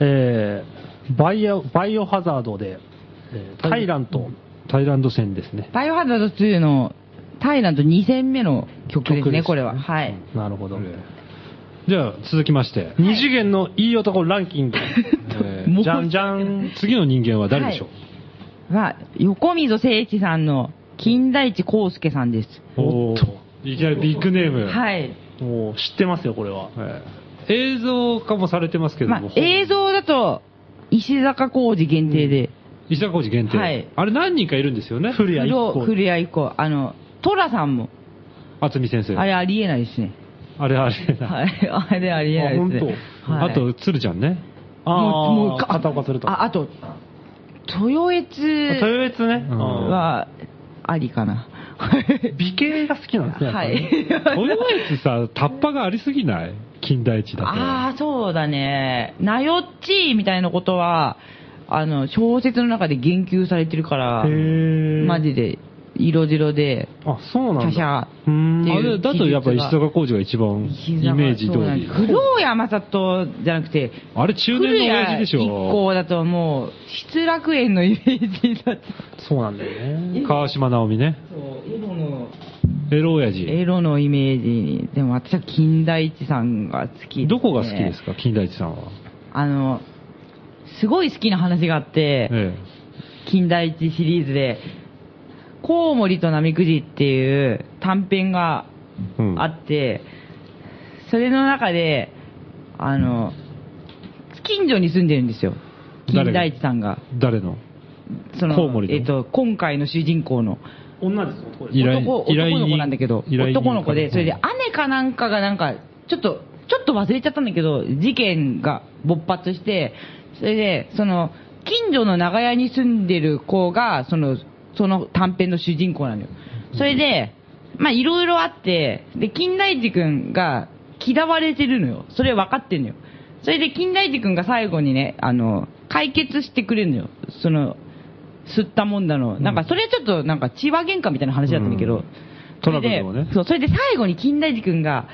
え
バイオバイオハザードで、えー
ー
タイラント、
タイランド戦ですね。
バイオハザード2のタイランド2戦目の曲ですね、
曲ですね
これは。はい。
なるほど、
じゃあ、続きま して。
二次元のいい男ランキング、
え
も
ー
う
じゃんじゃん、
次の人間は誰でしょう、
は、横溝誠一さんの金田一耕介さんです。
おーいきなりビッグネーム。
はい。
もう知ってますよ、これは。
えー映像化もされてますけど
まあ
も、、
映像だと、石坂浩二限定で、
石田浩二限定、
はい
あれ何人かいるんですよね。
古谷一
不
行
古谷以降、あの、寅さんも、
渥美先生。
あれありえないですね。
あれあれ。
はい、あれありえないですね。
あ
はい
と、鶴ちゃんね。
あー
か
片岡鶴太郎
あ、あと、豊悦
豊悦ね、
うん
あ
は、ありかな。
ー美形が好きなんですね、やっ
は
ぱりね
い。
豊越さ、タッパがありすぎない近代一だと。
ああ、そうだね。なよっちーみたいなことは、あの、小説の中で言及されてるから、
へー
マジで、色白で、
あ、そうなん
他
だ。
者
うーん
っていう
あれだとやっぱ石坂浩二が一番
膝
イ
が
メージ通
そうなん
り
です。工藤山里じゃなくて、
あれ中年の親父でし
古谷一
ょ。
行だともう、失楽園のイメージだった。
そうなんだよね。
川島直美ね。
エロの。
エロ親父。
イメージに、でも私は金田一さんが好き、
どこが好きですか、金田一さんは。
あの、すごい好きな話があって、
え
近代一シリーズで、コウモリとナミクジっていう短編が
えうん
あって、それの中で、あの、近所に住んでるんですよ。
誰
金
が
田一さんが。
誰の
その、
コウモリの
えっと、今回の主人公の
女ですよ、これ。
依頼
男、
依頼人
男の子なんだけど、
依頼人
男の子
う
で、
ん
それで姉かなんかがなんか、ちょっと、ちょっと忘れちゃったんだけど、事件が勃発して、それで、その、近所の長屋に住んでる子が、その、その短編の主人公なのよ。それで、まあ、いろいろあって、で、金田一くんが嫌われてるのよ。それ分かってんのよ。それで、金田一くんが最後にね、あの、解決してくれるのよ。その、吸ったもんだの。なんか、それちょっと、なんか、千葉喧嘩みたいな話だったんだけ
う
ど、
んトラブルをね
それでそう、それで最後に金田一くんが、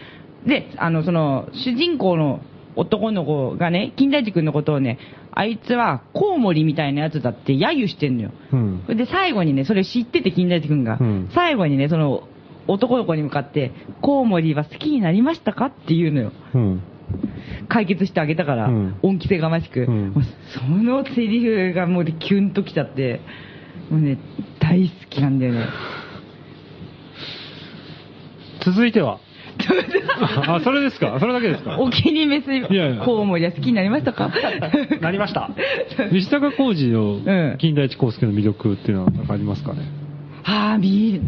で、あの、その、主人公の男の子がね、金田一くんのことをね、あいつはコウモリみたいなやつだって揶揄してんのよ。
うん
それで最後にね、それ知ってて金田一くんが、
うん
最後にね、その、男の子に向かって、コウモリは好きになりましたかって言うのよ。
うん。
解決してあげたから、
うん
恩着せがましく、
うん
もうそのセリフがもうねキュンときちゃって、もうね、大好きなんだよね。
続いて は、
あ、それですかそれだけですか
お気に召す
いやいや
コウモリは好きになりましたか
なりました。
石坂浩二
う
の
ん
金田一耕助の魅力っていうのは何かありますかね
はあ、み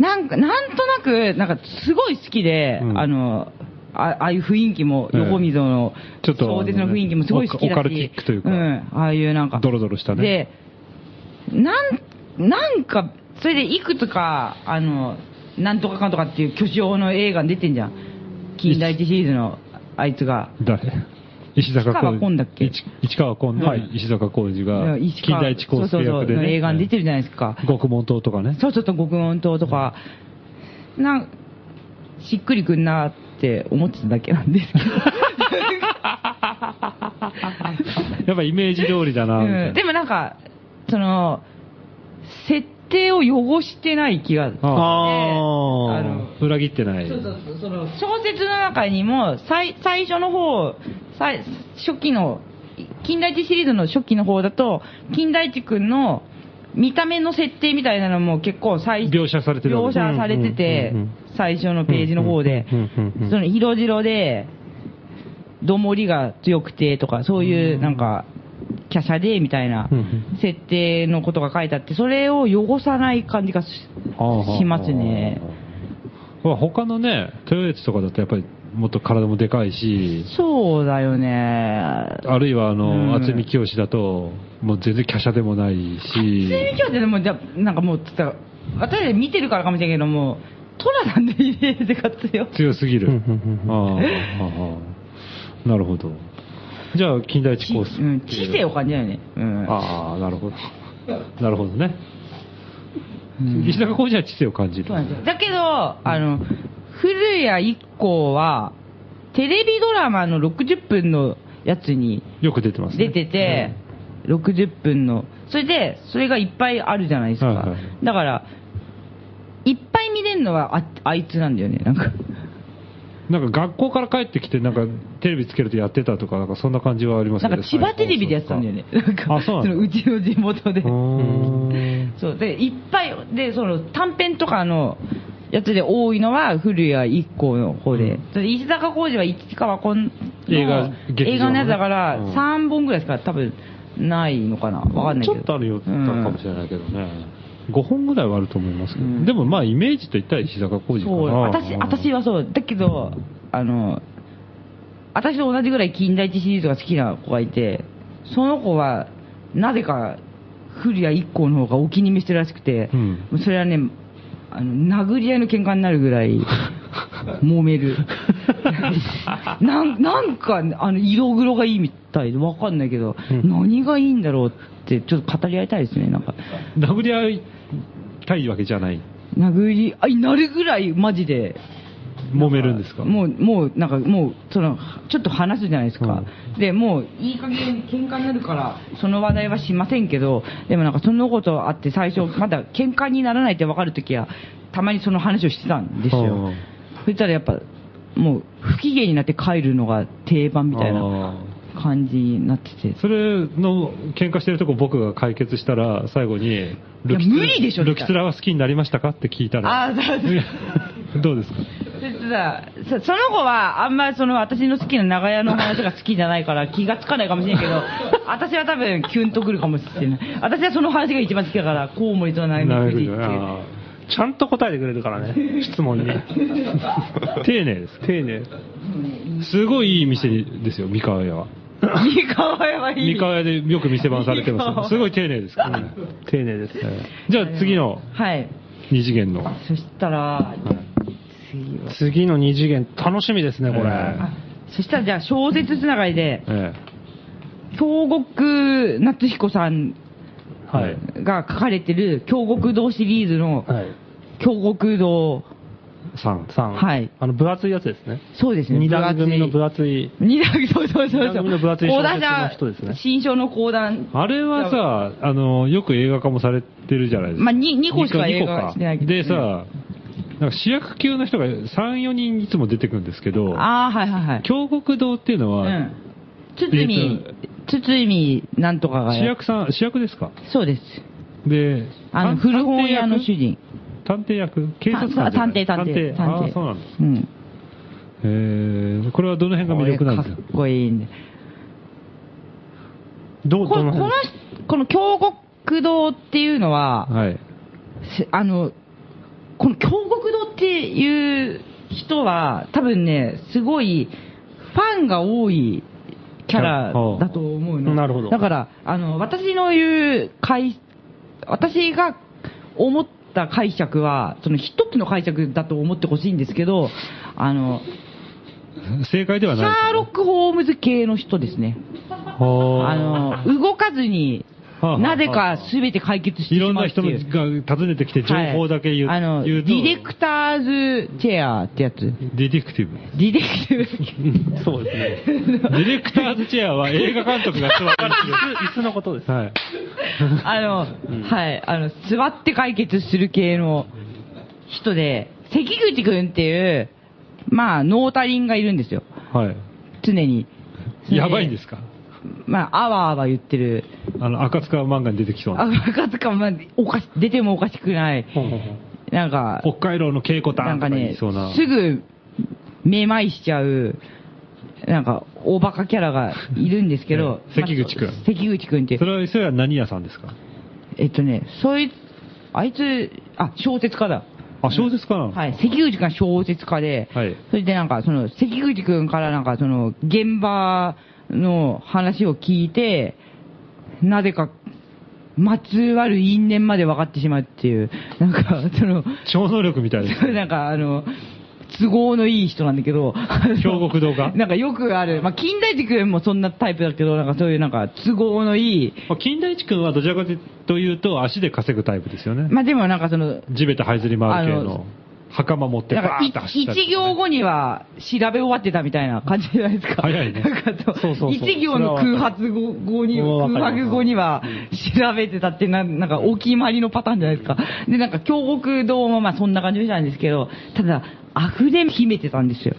なんか、なんとなく、なんか、すごい好きで、
うん
あの、あああいう雰囲気も、
ええ
横溝の、
ちょっと
小説の雰囲気もすごい好きだし、
オカオカルティックというか
ん、ああいうなんか、
ドロドロしたね
で、なん、なんか、それでいくつか、あの、なんとかかんとかっていう巨匠の映画に出てんじゃん。近代一シリーズの、あいつが。
誰石坂
市川
浩
紺
二
だっけ
市市川紺の
はい
石坂浩二が
石
金
川
田一耕助
そう
役
そうそ
で
う、
ね
映画に出てるじゃないですか。
獄門島とかね
そうちょっと極音島とか、なんしっくりくんなって思ってただけなんですけど、
やっぱイメージ通りだなみた
う
い
ん
な
でもなんか、その、設定を汚してない気が。
あ
あ
あ
ー
の
裏切ってない
そうそうそうその小説の中にも最最初の方最初期の金田一シリーズの初期の方だと金田一くんの見た目の設定みたいなのも結構最
描写されてるわ
描
けね
写されてて
うんうんうん
最初のページの方で
うんうんうんうん
その色白でどもりが強くてとかそういうなんか華奢でみたいな
うんうん
設定のことが書いてあってそれを汚さない感じがししますね。
まあ他のね豊悦とかだとやっぱりもっと体もでかいし
そうだよね。
あるいはあ
うん
の、渥美清だと、もう全然華奢でもないし、
睡眠教ってでもじゃなんかもうつったら私たち見てるからかもしれんけどもトラさんのイメージが強い
強すぎる。
う
あ
んうんうん
あああああなるほど。じゃあ、金田一
知
コース。
うん知性を感じないよねうん
ああ、なるほ ど。なるほどね。
うん
石坂浩二は知性を感じる
そう。なんですよだけどあの古谷一行はテレビドラマの60分のやつに
よく出てますね。
出てて、60分の、それで、それがいっぱいあるじゃないですか。
はいは
だから、いっぱい見れるのはああいつなんだよね、なんか。
なんか学校から帰ってきて、なんかテレビつけるとやってたとか、なんかそんな感じはあります
な
よ
ん
ね。
か千葉テレビでやってたんだよね。なんか、
あそうなんだ
のうちの地元で
う。ーん
そう、で、いっぱい、で、その短編とかのやつで多いのは古谷一行の方で、それ石坂浩二は市川こんの
映画劇場のね
映画のやつだから、
うん
3本ぐらいしか多分ないのかな。わかんない
ち
け
ょ
ど。
っとあるよったかもし
ない。
れないけどね。5本ぐらいはあると思いますけど、
うん
でもまあイメージと言ったら石坂浩二か
そう、私、
な。
私はそう。だけど、あの、私と同じぐらい近代一シリーズが好きな子がいて、その子は、なぜか、古谷一行の方がお気に召してるらしくて、
うん
それはね、あの、殴り合いの喧嘩になるぐ らい、揉める。なんなんか、あの、色黒がいいみたいで、わかんないけど、
うん
何がいいんだろうって、ちょっと語り合いたいですね、なんか。
殴り合いたいわけじゃない。
殴り合いになるぐらい、マジで、
揉めるんですか
もう、もう、なんか、もう、その、ちょっと話すじゃないですか。で、もう、いい加減喧嘩になるから、その話題はしませんけど、でもなんか、そんなことあって、最初、まだ喧嘩にならないって分かるときは、たまにその話をしてたんです
う
よ
ん。
そしたらやっぱ、もう、不機嫌になって帰るのが定番みたいな
あー
感じになってて。
それの喧嘩してるとこ僕が解決したら最後にルキ
いや無理でしょ
ルキツラは好きになりましたかって聞いたら
あーそうそ う
どうですか
そしたらそその子はあんまりその私の好きな長屋の話が好きじゃないから気がつかないかもしれない けど私は多分キュンとくるかもしれない私はその話が一番好きだからコウモリとナイ
な
の
る
富
ほ
士ってい
ど
う
あ
ちゃんと答えてくれるから ね、質問に。
ー丁寧です
丁寧。
すごいいい店ですよ三河屋は
三河屋はい
三
い
河屋でよく店番されて
いい
ま
よ
すすごい丁寧です からね
丁寧ですね。
じゃあ次の
はい
二次元の
そしたら次は
次の二次元、楽しみですね、これ。
え
あそしたらじゃあ小説つながりで
え
京極夏彦さん
えは
はいい。
が書かれてる京極堂シリーズの
はい。
京極堂
三
3。
はい
あの、分厚いやつですね。
そうですね
二段組の
分厚い
分厚い。
二段、そうそうそうそう。
二段組の分厚い小説の人ですね
講談社新書の講談。
あれはさ、あの、よく映画化もされてるじゃないですか。
まあに二個しか
二
映画化してないけど
でさ、なんか主役級の人が3、4人いつも出てくるんですけど、
ああ、はいはいはい。
京極堂っていうの
う
は、
ん。堤
え、
堤なんとかが
主
や。
役さん、主役ですか
そうです。
で、
あの、
探
古本屋の主。人。
探偵役探偵役警察官じゃな
探
い
偵、探偵、探
あ
偵。
あ、そうなんだ。
うん。
えー、これはどの辺が魅力なんです
こ
か
れかっこいいんで。
ど
こ
う、ど
こ
の
の
辺、
この京極堂っていうのは、
はい。
せあの、この京極堂っていう人は、多分ね、すごい、ファンが多いキャラだと思うの。
あなるほど
だから、あの、私の言う解、私が思った解釈は、その一つの解釈だと思ってほしいんですけど、あの、
正解で
シ
はない。
ャーロック・ホームズ系の人ですね。
はあ
あの、動かずに
はあはあ、
なぜか全て解決して
い
し
ろん
まう
な
って
人
いう。
が訪ねてきて情報だけ言う。
はいあの、デ
言うと
ィレクターズチェアってやつ。
デ
デ
ィテクティブ。
ィレク ティ
そうですね。
ディレクターズチェアは映画監督が座る
椅子のことです。
はい。
ブ。あの、はい、あの、座って解決する系の人で、関口くんっていう、まあ、ノータリンがいるんですよ。
はい。
常に。
やばいんですか
まあ、あわあわ言ってる。
あの、赤塚漫画に出てきそう
あ
な。
わかつか、まあ、おかし、出てもおかしくない。
ほうほうほう
なんか、
北海道の稽古
な
団
ん
とか
か
言
ね
い、そうな。
すぐ、めまいしちゃう、なんか、大バカキャラがいるんです けど
ね、関口くん
まあ関口くんって
そ、れは、それは何屋さんですか
えっとね、そいつ、あいつ、あ、小説家だ。
あ、小説かな。
はいい、関口くんは小説家で、
はい
それでなんか、その、関口くんからなんか、その、現場の話を聞いて、なぜか、まつわる因縁まで分かってしまうっていう、なんか、その、
超能力みたいです。
なんかあの、都合のいい人なんだけど、あの
京極堂が
なんかよくある、まあ、近代塾もそんなタイプだけど、なんかそういうなんか都合のいい、
まあ金田一君はどちらかというと、足で稼ぐタイプですよね。
まあ、でもなんかその、
地べた這いずり回る系
あ
の
の。
袴持って
なん
バ
か
ーッと走ったり
1行後には調べ終わってたみたいな感じじゃないですか。
早いね
なんかと
そうそうそう
1行の空白後に、
それはわかる
空白後には調べてたってな、なんかお決まりのパターンじゃないですか。で、なんか京極堂もまあそんな感じなんですけど、ただ、溢れ秘めてたんですよ。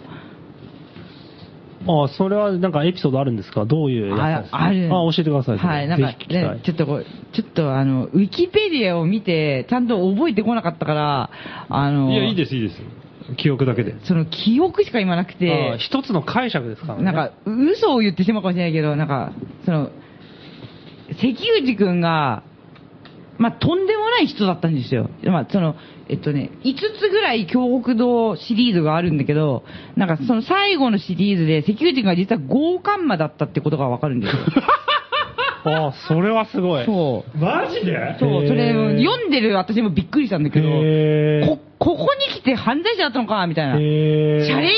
ああ、それはなんかエピソードあるんですかどういうやつですか
あある
あ教えてください。
はい、なんか、
ぜひ聞きた
ね
い。
ちょっとこう、ちょっとあの、ウィキペディアを見て、ちゃんと覚えてこなかったから、あの、
いや、いいです、いいです。記憶だけで。
その記憶しか今なく
ああ
て、
一つの解釈ですからね。
なんか、嘘を言ってしまうかもしれないけど、なんか、その、関口くんが、まあ、とんでもない人だったんですよ。まあ、その、えっとね、5つぐらい京北堂シリーズがあるんだけど、なんかその最後のシリーズで、関口くんが実は豪冠魔だったってことがわかるんですよ。
ああ、それはすごい。
そう。
マジで
そう、それ
へー
読んでる私もびっくりしたんだけど、
へー
こ、ここに来て犯罪者だったのか、みたいな。シ
へ
ャレに、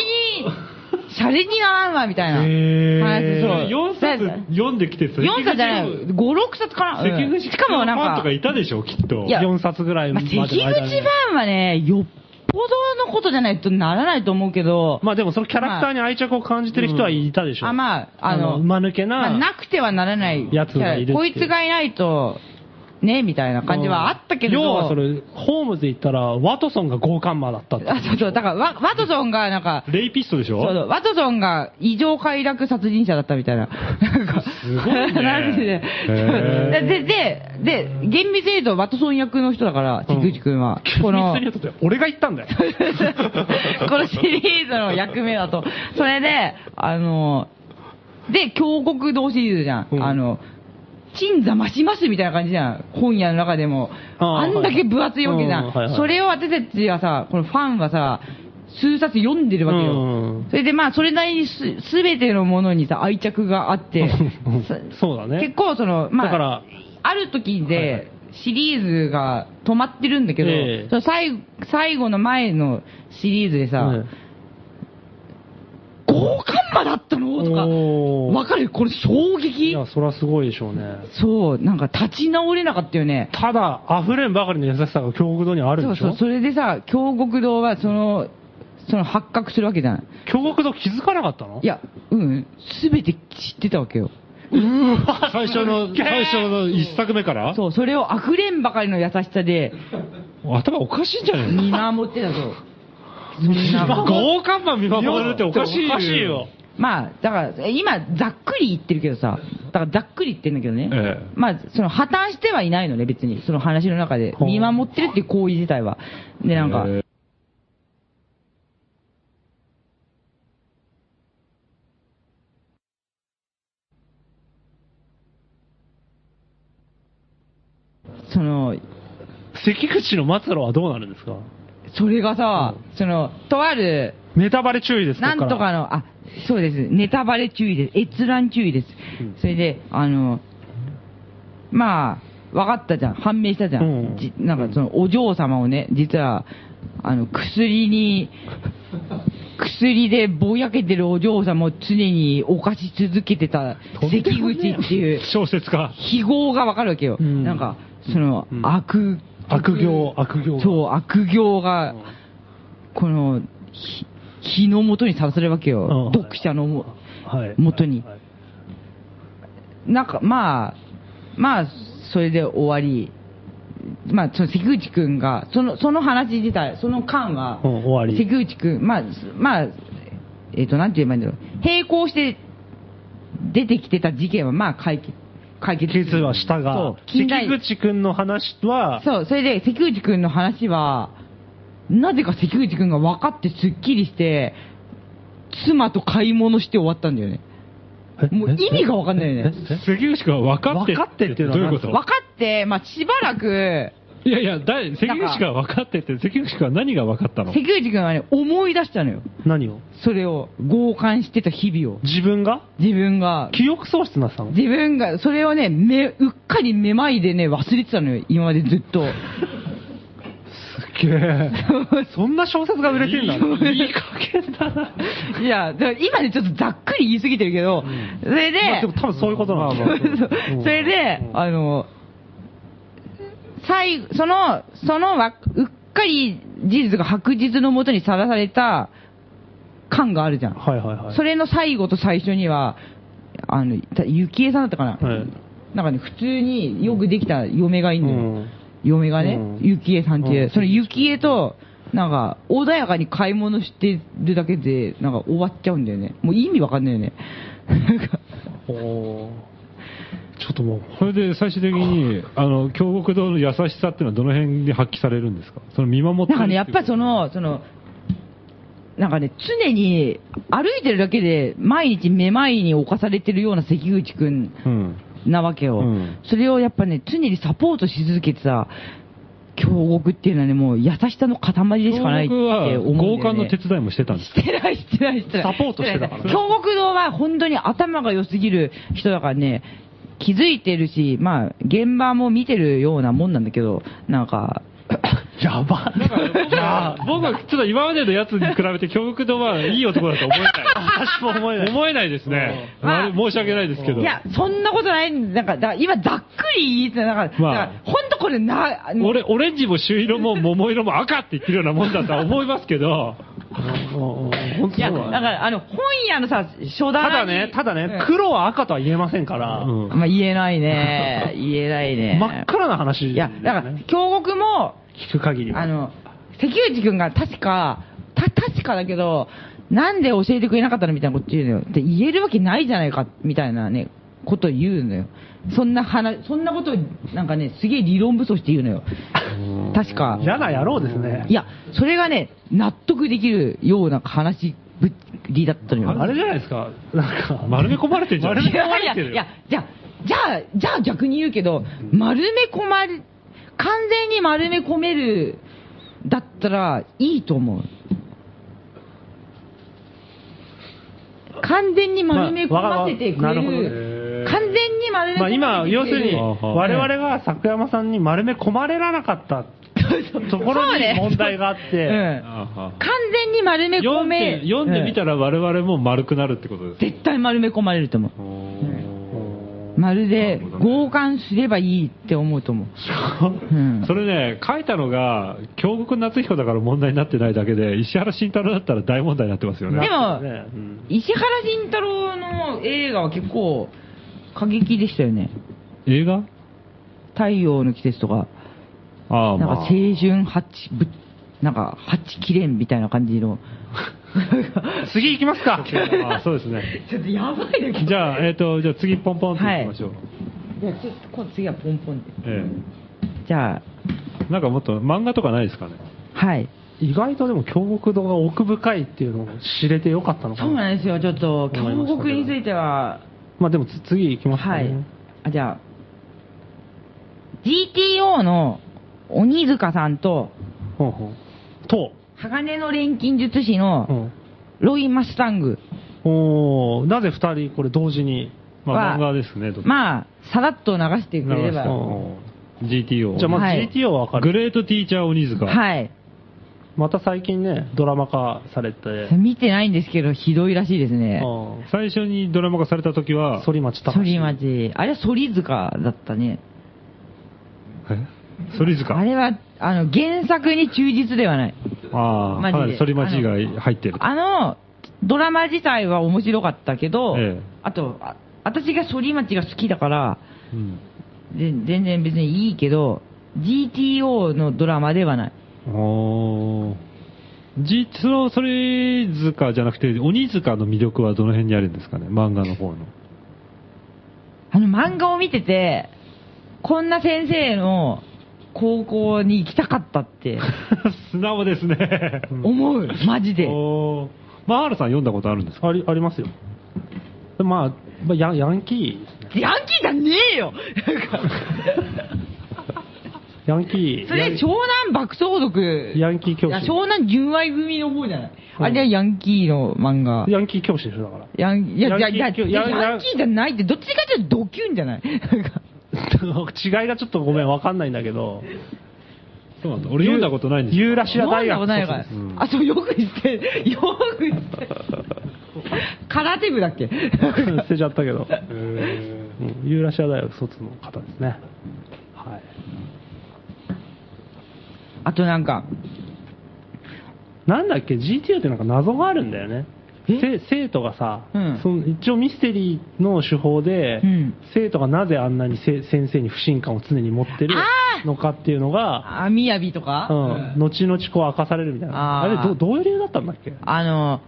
シャレにならんわ、みたいな。話そう。
4冊
だ
読んできて、
四冊じゃない、5、6冊かな。
関
うん
口
しかもなん
ファン
か
とか、いたでしょ、きっと。
いや
4冊ぐらい
ま
ま
あ
で
関
の
口フ
間
ァ
に
ンはね、よっぽどのことじゃないとならないと思うけど、
まあでもそのキャラクターに愛着を感じてる人はいたでしょ。
あ、まあ、あの、
馬抜け
まあ
な。
なくてはならない。
やつがいるっていう
こいつがいないと、ね、みたいな感じはあったけれど。
要はそれ、ホームズ行ったら、ワトソンが強姦魔だったって。
あ、そうそう、だからワ、ワトソンがなんか、
レイピストでしょ
そうそう、ワトソンが異常快楽殺人者だったみたいな。なんか、
すごい ね
話で
へー
で。で、で、厳密に言うとワトソン役の人だから、関口くんは。この、
密に言うと俺が言ったんだよ。
このシリーズの役目だと。それで、あの、で、峡谷道シリーズじゃん。
うん
あの、鎮座増しますみたいな感じじゃん。本屋の中でも。
あ
あ
あ
んだけ分厚いわけじゃん。
はいうんはいはい
それを私たちはさ、このファンはさ、数冊読んでるわけよ。
うん
それでまあ、それなりにす、すべてのものにさ、愛着があって。
そうだね
結構その、まあ、
だから
ある時
はいはい
で、シリーズが止まってるんだけど、
ええ
その最後最後の前のシリーズでさ、
うん
豪華魔だったのとか、
おー
わかるこれ衝
い
撃
や、そりゃすごいでしょうね。
そう、なんか立ち直れなかったよね。
ただ、溢れんばかりの優しさが京極堂にはあるん
そう
でし
そ
ょ
う、それでさ、京極堂はその、その発覚するわけじゃない。
京極堂気づかなかったの
いや、うん、すべて知ってたわけよ。
最初 の、最初の1作目から
そう、それを溢れんばかりの優しさで
頭おかしいんじゃないの
見守ってたぞ。見 守って
豪華版見守るっておかしい
おかしいよ。
まあ、だから、え今、ざっくり言ってるけどさ、だからざっくり言ってんだけどね、
ええ
まあ、その破綻してはいないのね、別に、その話の中で、
ほう
見守ってるっていう行為自体は。で、なんか、
え
その、
関口の末路はどうなるんですか
それがさ、その、とある、
ネタバレ注意です
なんとか
の。
の、あ、そうです。ネタバレ注意です。閲覧注意です。
うん
それで、あの、まあ、分かったじゃん。判明したじゃん。
うん
じなんかその、お嬢様をね、実は、あの、薬に、薬でぼやけてるお嬢様を常に犯し続けてた関口っていう
小説家。
非業が分かるわけよ。
うん
なんか、その、
うん
悪、
悪行、悪行。
そう、悪行が、
ん
この、ひ火の元にさらされるわけよ。
うん
読者のも、
はい。
元に
はい
なんか、まあ、まあ、それで終わり。まあ、その関口くんが、その、その話自体、その間は、
うん終わり
関口くん、まあ、すまあ、えっ、と、なんて言えばいいんだろう。並行して出てきてた事件は、まあ、解決、解決。
実は下
そ
が
う、近代
関口くんの話は、
そう、それで関口くんの話は、なぜか関口くんが分かってすっきりして、妻と買い物して終わったんだよね。
え
もう意味が分かんないよね。
えええ
関口君は分かって。
分かってっていうのは
どういうこ
え
と
分かって、まあ、しばらく、
いやいや、だい関口君は分かってって、関口君は何が分かったの
関口くんはね、思い出したのよ。
何を
それを、強姦してた日々を。
自分が
自分が、
記憶喪失になっ てたの
自分が、それをね、め、うっかりめまいでね、忘れてたのよ、今までずっと。
すげえ。 そんな小説が売れてんだ。いい加減だな。
いや、だから今ね、ちょっとざっくり言い過ぎてるけど、それで、
まあでも多分そういうことなんだ。
それで、あの、最後、その、そのわ、うっかり事実が白日のもとにさらされた感があるじゃん。
はいはいはい。
それの最後と最初には、あの、た幸恵さんだったかな、
はい
なんかね、普通によくできた嫁がいいんだよ。
うん
嫁がね、
うん
幸恵さんっていう。
うん
その幸恵と、なんか、穏やかに買い物してるだけで、なんか終わっちゃうんだよね。もう意味わかんないよね。なんか
おーちょっともう、
それで最終的に、あの、京極堂の優しさっていうのはどの辺で発揮されるんですかその見守ってるて
なんか
いう
ね、やっぱりそ、の、その、なんかね、常に歩いてるだけで、毎日めまいに侵されてるような関口くん
うん。
なわけよ、
うん
それをやっぱね、常にサポートし続けてた、京極っていうのはね、もう優しさの塊でしかないって
京極は
思うんだよ、ね。
強姦の手伝いもしてたんです
してない、してない、してない。
サポートしてたからね
京極堂は本当に頭が良すぎる人だからね、気づいてるし、まあ、現場も見てるようなもんなんだけど、なんか、
やば。いや
僕はちょっと今までのやつに比べて京極堂はいい男だと思えない。
私も思えない。
思えないですね。
うん
あれ申し訳ないですけど。
いや、そんなことない、なんか、だ今ざっくり言いつつ、なんか、
まあ
なんかほんとこれな、あの
俺、オレンジも朱色も桃色も赤って言ってるようなもんだとは思いますけど、
うんうん本当
いや、
そう
だか
だね
ら、あの、本屋のさ、初
た
段
だね、ただね、
うん
黒は赤とは言えませんから、
うん
まあ、言えない ね。言えないね。
真っ暗な話、
いや、だから、京極も、
聞く限りは
あの、関口くんが確か、た、確かだけど、なんで教えてくれなかったのみたいなこと言うのよ。で、言えるわけないじゃないか、みたいなね、ことを言うのよ。そんな話、そんなことを、なんかね、すげえ理論武装して言うのよ。確か。
嫌な野郎ですね。
いや、それがね、納得できるような話ぶりだったのよ。
あれじゃないですか、なんか、
丸め込まれてるじゃん。
丸め
いや
込ま
い
れ
や
てる
いや、じゃあ、じゃあ、じゃあ逆に言うけど、丸め込まれ、完全に丸め込める、だったらいいと思う。完全に丸め込ませてく
まあわ
れ
かなるほど
る。
ね
完全に丸め
まあ
込ま
今、
せて
要
く
す
れる。
るに、
あは
我々が作山さんに丸め込まれらなかったところ
そう
に
ね
問題があっ
う
て、
ん
あは
完全に丸め込
読ん
め。
で、読んでみたら我々も丸くなるってことですか
絶対丸め込まれると思う。まるで強姦すればいいって思うと思う。うん
それね、書いたのが、京極夏彦だから問題になってないだけで、石原慎太郎だったら大問題になってますよね。
でも
ねうん
石原慎太郎の映画は結構過激でしたよね。
映画
太陽の季節とか、
あ
な
あ、
んか
まあ。
青春八ぶ、なんか八切れんみたいな感じ の。
次行きますか。
ああそうですね。
ちょっとやばいね。
じゃあ、えっ、と、じゃあ次ポンポンっていきましょう。
じゃあちょっと今度次はポンポンで。
え
じゃあ、
えなんかもっと漫画とかないですかね。
はい。
意外とでも、京極堂が奥深いっていうのを知れてよかったのか
そう
な。
なんですよ、ちょっと、京極については、
まあでもつ次行きますか
はい
ね。。
あ、じゃあ、GTO の鬼塚さんと、
ほうほうと、
鋼の錬金術師の
うん
ロイ・マスタング
おーなぜ2人これ同時に
まあ
は、
漫画ですね、どっち
まあ、さらっと流してくれれ
流して
ば。
うん
GTO。
じゃあまず
はい
GTO は分かる、
グレートティーチャー鬼塚。
はい。
また最近ねドラマ化されて
見てないんですけど、ひどいらしいですね。
うん
最初にドラマ化された時は、
反町隆
反町。あれは反塚だったね。
え反塚。
あれは、あの、原作に忠実ではない。
ああ、
マジで
かなり反町が入ってる。
あの、ドラマ自体は面白かったけど、
ええ
あと、あ私が反町が好きだから、
うん
ぜ全然別にいいけど、GTO のドラマではない。
おー。じ、その、それ塚じゃなくて、鬼塚の魅力はどの辺にあるんですかね漫画の方の。
あの漫画を見てて、こんな先生の高校に行きたかったって
素直ですね。
思う、マジで。
おー。まあ、R さん読んだことあるんですか
ありありますよでまあ、まあヤンヤンキーですね
ヤンキーじゃねえよなんか
ヤンキー
それ、
ヤン
湘南爆走族。
ヤンキー教師
いや湘南純愛組の方じゃない。あれはヤンキーの漫画。
ヤンキー教師でしょだから
ヤンいや、いや、いや、
ヤンキー
いや
ヤン
ヤンキーじゃないって、どっちかっていうとドキュンじゃないなんか
違いがちょっとごめん分かんないんだけど
そうなんだ。俺読んだことないんですよ
ユーラシア大
飲んだこと
学
ないから
卒。
うん
あ、そう、よく言って、よく言って。空手部だっ け
です 捨てちゃったけど、うんユーラシア大学卒の方ですねはい
あとなんか、
なんだっけ、GTA ってなんか謎があるんだよね。せ生徒がさ、
うん
その一応ミステリーの手法で、
うん
生徒がなぜあんなにせ先生に不信感を常に持ってる
あー
のかっていうのが、
あ、みやびとか、
うん、後々こう明かされるみたいな。
あ
あ
ー
れど、どういう理由だったんだっけ
あの、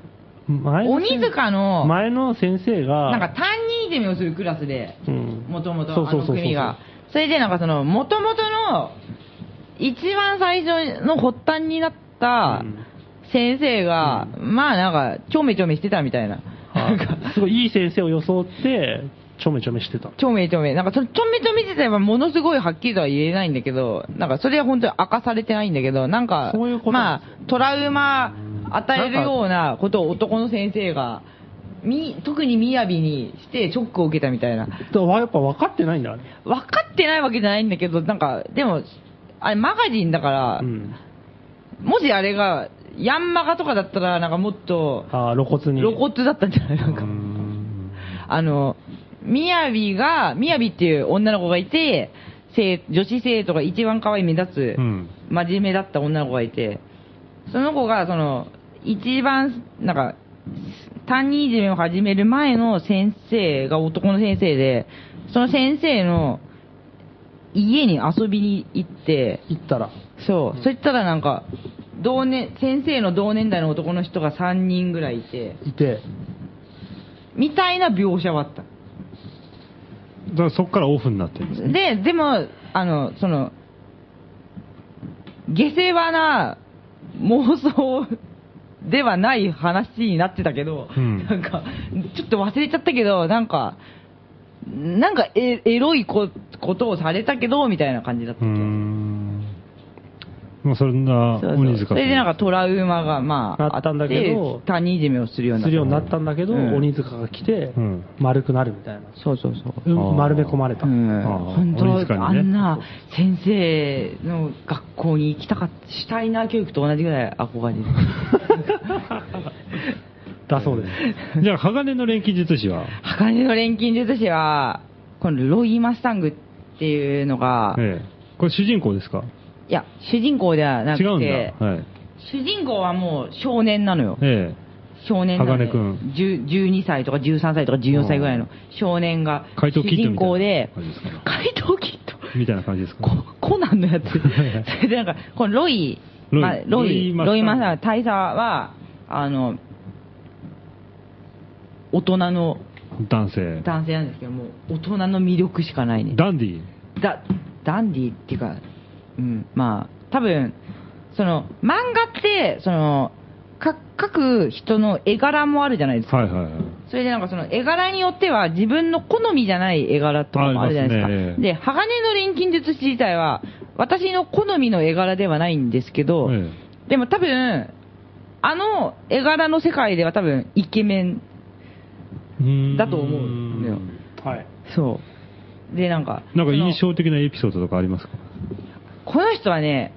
前の先
鬼塚の
前の先生が、
なんか担任いじめをするクラスで、
うん
もともと
そう
あ
そうそう
の
そう
組が。それでなんかその、もともとの、一番最初の発端になった
うん
先生が、まあなんか、ちょめちょめしてたみたいな。
はいすごいいい先生を装って、ちょめちょめしてた。
ちょめちょめ。なんかその、ちょめちょめ自体はものすごいはっきりとは言えないんだけど、なんかそれは本当に明かされてないんだけど、なんか、
そういうこと
まあ、トラウマ与えるようなことを男の先生が、み、特に雅にしてショックを受けたみたいな。
だからやっぱ分かってないんだ、あれ。
分かってないわけじゃないんだけど、なんか、でも、あれマガジンだから、
うん。
もしあれが、ヤンマガとかだったら、なんかもっと、
あー露骨に。
露骨だったんじゃないなん
う
か。
ん
あの、みやびが、みやびっていう女の子がいて、生女子生徒が一番可愛い目立つ、
うん
真面目だった女の子がいて、その子が、その、一番、なんか、担任いじめを始める前の先生が男の先生で、その先生の家に遊びに行って、
行ったら。
そう、そしたらなんか、同年、先生の同年代の男の人が3人ぐらいいて、
いて、
みたいな描写はあった。
だからそこからオフになってるんですね。
で、でも、あの、その、下世話な妄想ではない話になってたけど、
うん
なんか、ちょっと忘れちゃったけど、なんか、なんかエエロいこことをされたけど、みたいな感じだった
うー
っけ
ん。まあ、そんな、
そうそう
鬼塚
それでなんかトラウマが、まあ、
あったんだけど
あって他人いじめをするように
す
なった。
るようになったんだけど、
うん
鬼塚が来て、
うん
丸くなるみたいな。
そうそうそう。
うん
あー
丸め込まれた。
うん、
ああ
本
鬼塚
当、
にね
あんな先生の学校に行きたかった、シュタイナー教育と同じぐらい憧れる。
だそうで す。
じゃあ、鋼の錬金術師は、
鋼の錬金術師は、このロイ・マスタングっていうのが、
ええ、これ主人公ですか
いや、主人公ではなく
違
て、
うんだ。はい。
主人公はもう少年なのよ。
え
少年なので
鋼くん
10 12歳とか13歳とか14歳ぐらいの少年が
怪
主
盗キッド
人
みたいな
公で
感じですかね、
怪盗キッド
え、みたいな感じですか
ココナンのや つ。
いはい
それでなんか、このロイ、
ロイ
まあロイ、
ロ
ロ
イ
イ
マ
マ
ス
ス
タ
ター、大佐は、あの、大人の
男性。
男性なんですけども、大人の魅力しかないね。
ダンディ。
だ、ダンディっていうか、うん、まあ、多分、その、漫画って、その、か、各人の絵柄もあるじゃないですか。
はいはいはい。
それでなんかその絵柄によっては自分の好みじゃない絵柄とかもあるじゃないですか。
ありますね
で、鋼の錬金術師自体は私の好みの絵柄ではないんですけど、
え
でも多分、あの絵柄の世界では多分イケメン
えうーん
だと思うのよ。
はい。
そう。で、なんか、
なんか
その
印象的なエピソードとかありますか
この人はね、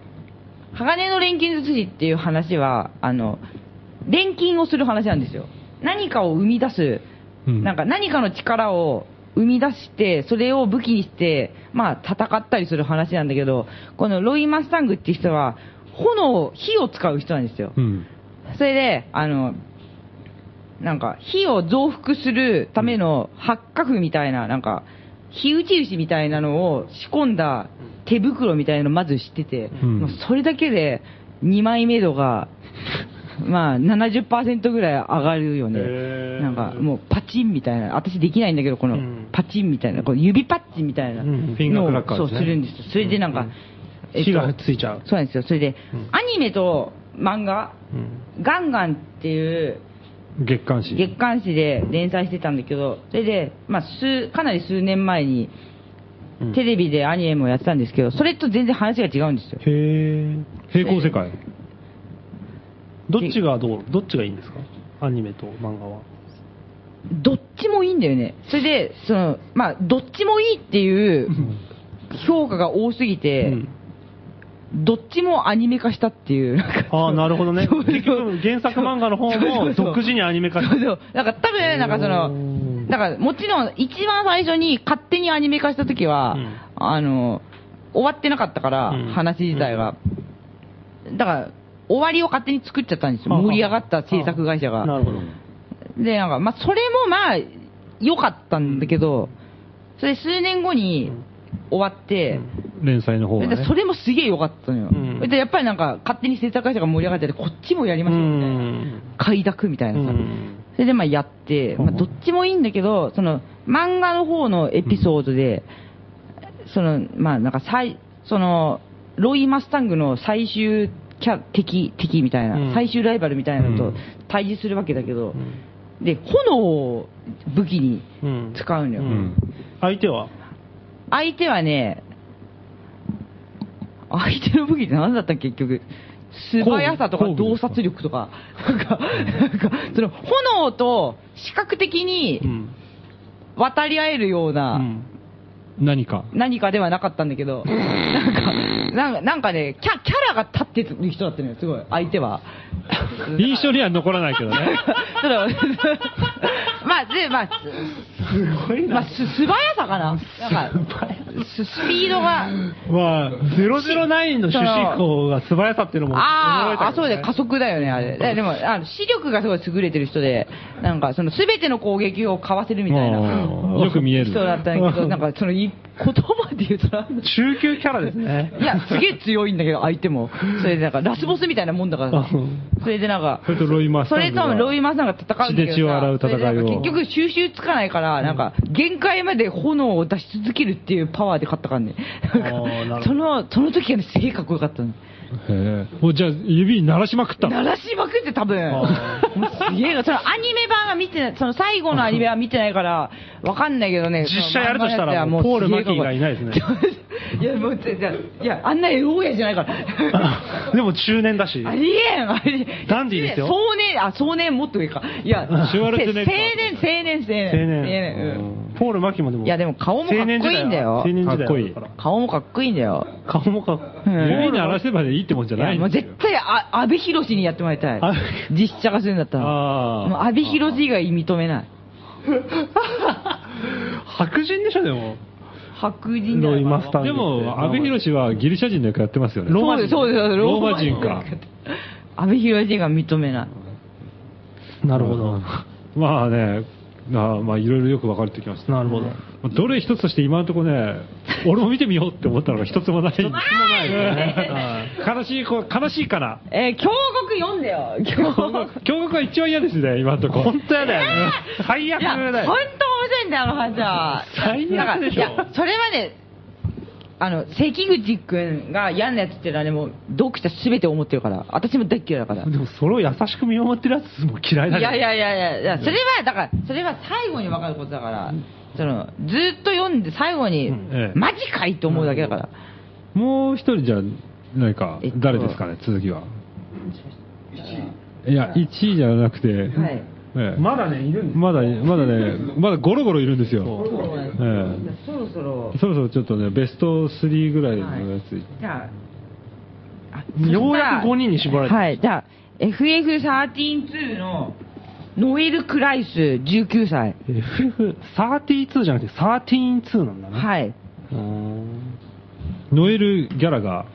鋼の錬金術師っていう話は、あの、錬金をする話なんですよ。何かを生み出す、
うん
なんか何かの力を生み出して、それを武器にして、まあ戦ったりする話なんだけど、このロイ・マスタングっていう人は、炎を、火を使う人なんですよ。
うん。
それで、あの、なんか、火を増幅するための発火符みたいな、なんか、火打ち石みたいなのを仕込んだ手袋みたいなのまずしてて、
うん
もうそれだけで2枚目度が、まあ70%ぐらい上がるよね。
へー
なんか、もうパチンみたいな、私できないんだけど、この
うん
パチンみたいな、この指パッチンみたいな
うんフ
ィンガ
の
ー
を
クラッカー
そ
で
う
す
す
ね
るんですよ。それでなんか、えっと
火がついちゃう。
そうなんですよ。それで
うん、
アニメと漫画、
うん
ガンガンっていう
月刊誌。
月刊誌で連載してたんだけど、それで、まあ、数、かなり数年前に
うん、
テレビでアニメもやってたんですけど、それと全然話が違うんですよ。
へえ。
平行世界。
どっちがどう、どっちがいいんですかアニメと漫画は。
どっちもいいんだよね。それで、その、まあ、どっちもいいっていう評価が多すぎて、
うん
どっちもアニメ化したっていう、なんか
ああ、なるほどね。
そうそう
結局、原作漫画の方
そうそ
も
うそう
独自にアニメ化し
そうそう。なんか多分、なんかそ
お
の、
ー
だからもちろん一番最初に勝手にアニメ化した時は、
うん
あの、終わってなかったから、
うん
話自体が。だから、終わりを勝手に作っちゃったんですよ。
はあはあ
盛り上がった制作会社
な
が。
るほど。
で、なんか、まあ、それもまあ、良かったんだけど、それ数年後に終わって、
連載の方は、
で
ね。
それもすげえ良かったのよ。
うん
で、やっぱりなんか、勝手に制作会社が盛り上がってて、こっちもやり
う
ましょうみたいな。
ん。
快諾みたいなさ。
うん
それでまあやって、まあ、
うん
どっちもいいんだけど、その漫画の方のエピソードで、そのまあなんか最そのロイ・マスタングの最終キャ敵敵みたいな、
うん
最終ライバルみたいなの
う
と
ん
対峙するわけだけど、で炎を武器に
うん
使うのよ、
うん
相手は
相手はね、相手の武器って何だったっけ、結局。素早さとか
工具
洞察力とか、なんか、なんか、その、炎と視覚的
う
に
ん
渡り合えるよう
う
なん
何か。
何かではなかったんだけど、なんか、なんかなんかね、キャキャラが立ってる人だったのよ、すごい、相手は。
印象には残らないけど ね。
その まあ、で、まあ、
すごい
まあ、
な。
す素早さかな。なんか、ススピードが、
まあ、009の主人公が素早さっていうのも
ああ、あ、そう
驚い
で、加
たけどね
速だよね、あれ。ででも、あの視力がすごい優れてる人で、なんか、その、すべての攻撃をかわせるみたいな
うんよく見える。
人だったんだけ ど、なんか、その、い言葉で言うとなんだ
中級キャラですね。
いや、すげえ強いんだけど、相手も。それで、なんか、ラスボスみたいなもんだから
う。ん
それで、なんか
そ、れとロイマスタ
そ
ングが
れとロイマスさんが戦うんだけど
血で血を洗う戦いを
それでなんか結局収集つかないから、なんか、限界まで炎を出し続けるっていうパワーで勝ったからね。
ーなるほど
その、その時がね、すげえかっこよかったの。
へえもうじゃあ、指鳴らしまくったの
鳴らしまくって多分。
あ
もうすげえなそのアニメ版は見てない、その最後のアニメは見てないから、わかんないけどね。
実写やるとしたら、もうポール・マキーがいないですね。
い。いや、もう、じゃあいや、あんなエロ親じゃないから。
でも中年だし。
ありえん、ありえん。
ダンディーですよ
壮年、あ、壮年もっと上か。いや、
シュワルツェネッガー
青年、青年、青年。
青年。
うん
ポール・マキーもでも。
いやでも顔もかっこいいんだよ
青年時代は
かっこいい
青年時代だら
顔もかっこいいんだよ。
顔もかっこいい
うん
指鳴らせばいいってもんじゃ
い
な
や、
いん
もう
です
絶
よ
対、あ、安倍博士にやってもらいたい
あ。
実写化するんだったら。
あー
もう安倍博士以外認めない。
白人でしょ、でも。
白人じゃないか
ロイ
な
マスター
でも、阿部寛はギリシャ人の役やってますよね。
ローマ人
そうです、そうです、
ローマ人か。
安倍博士が認めない。
なるほど。
まあね、あーまあいろいろよく分かれてきました。
なるほど。
どれ一つとして今のところね、俺も見てみようって思ったのが一つもない。一つもないい。悲しい、こう悲しいから。
えー、京極読んだよ、京極。
京極が一番嫌ですね、今のところ。本当やだよ。
最悪
いや、本
だ
当
よ。
面白いんだよ、あの話は。
最悪でしょ
なんかいや、それはね、あの、関口くんが嫌なやつっていうのはね、もう、読者すべて思ってるから。私も大っ嫌いだから。
でも、それを優しく見守ってるやつも嫌いだ
い
けど
やいやいやいやいや、それは、だから、それは最後に分かることだから、その、ずーっと読んで最後に、
ん
ええ
マジかいと思うだけだから。
もう一人じゃ、何か
えっと、
誰ですかね、続きは。いや、1位じゃなくて、
はい。
ええ
まだね、いるんです
まだ、まだね、まだゴロゴロいるんですよ。ええ
そろそろ、
そろそろちょっとね、ベスト3ぐらいのやつ、
じゃあ、あ
ようやく5人に絞られた。
はい、じゃあ、FF132 のノエル・クライス、19歳。
FF32 じゃなくて132なんだね。
はい。
うーん
ノエル・ギャラが、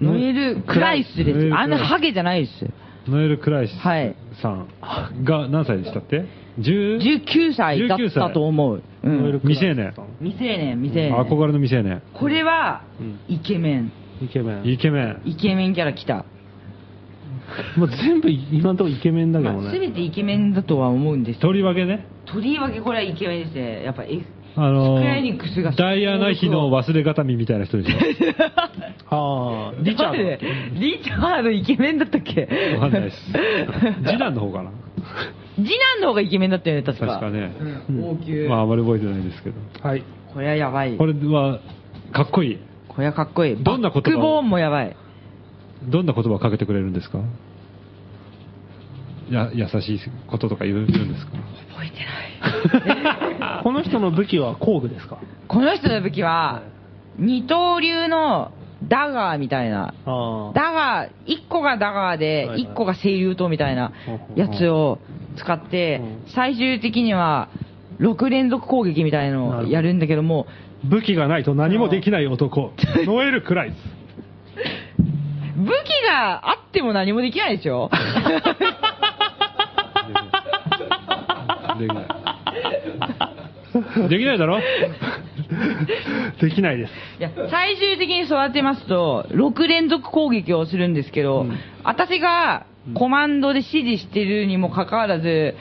ノエル・クライスで
ノエルクラ
す。
イス
あんなハゲじゃないです。
ノエル・クライス
はい
さんが何歳でしたって10
19歳だっ
19
たと思う。う
ノエル
ん、
クライス
未成年。
未成年、未成年。
憧れの未成年。
これは
うん、
イケメン。
イケメン。
イケメン。
イケメンキャラ来た。
もう全部今のところイケメンだけど
まあ、
ね。
全てイケメンだとは思うんですけど
とりわけね。
とりわけこれはイケメンですね。やっぱ F、
あの
スクエアエニックスが
ダイアナ妃の忘れ形見みたいな人でしょ。
ああ、リチャ
誰
ード。
リチャードイケメンだったっけ
わかんない です。次男の方かな。
次男の方がイケメンだったよね、確か。
確かね
うん。王宮
まあ、あまり覚えてないですけど。
はい。
これはやばい。
こ
こ
れは、かっこいい。
れはかっこいい。
どんな言葉を
バックボーンもやば い。
どんな言葉をかけてくれるんですかや優しいこととか言うんですか
覚えてない。
この人の武器は工具ですか
この人の武器は、二刀流のダガーみたいな。
あ
ダガー、一個がダガー
はい
で
は、い
一個が青流刀みたいなやつを使って
うん、
最終的には6連続攻撃みたいのをやるんだけども、
武器がないと何もできない男、ノエル・クライス。
武武器があっても何もできないでし ょ
できない。できないだろ
できないです。
いや最終的に育てますと6連続攻撃をするんですけど、私がコマンドで指示してるにもかかわらず、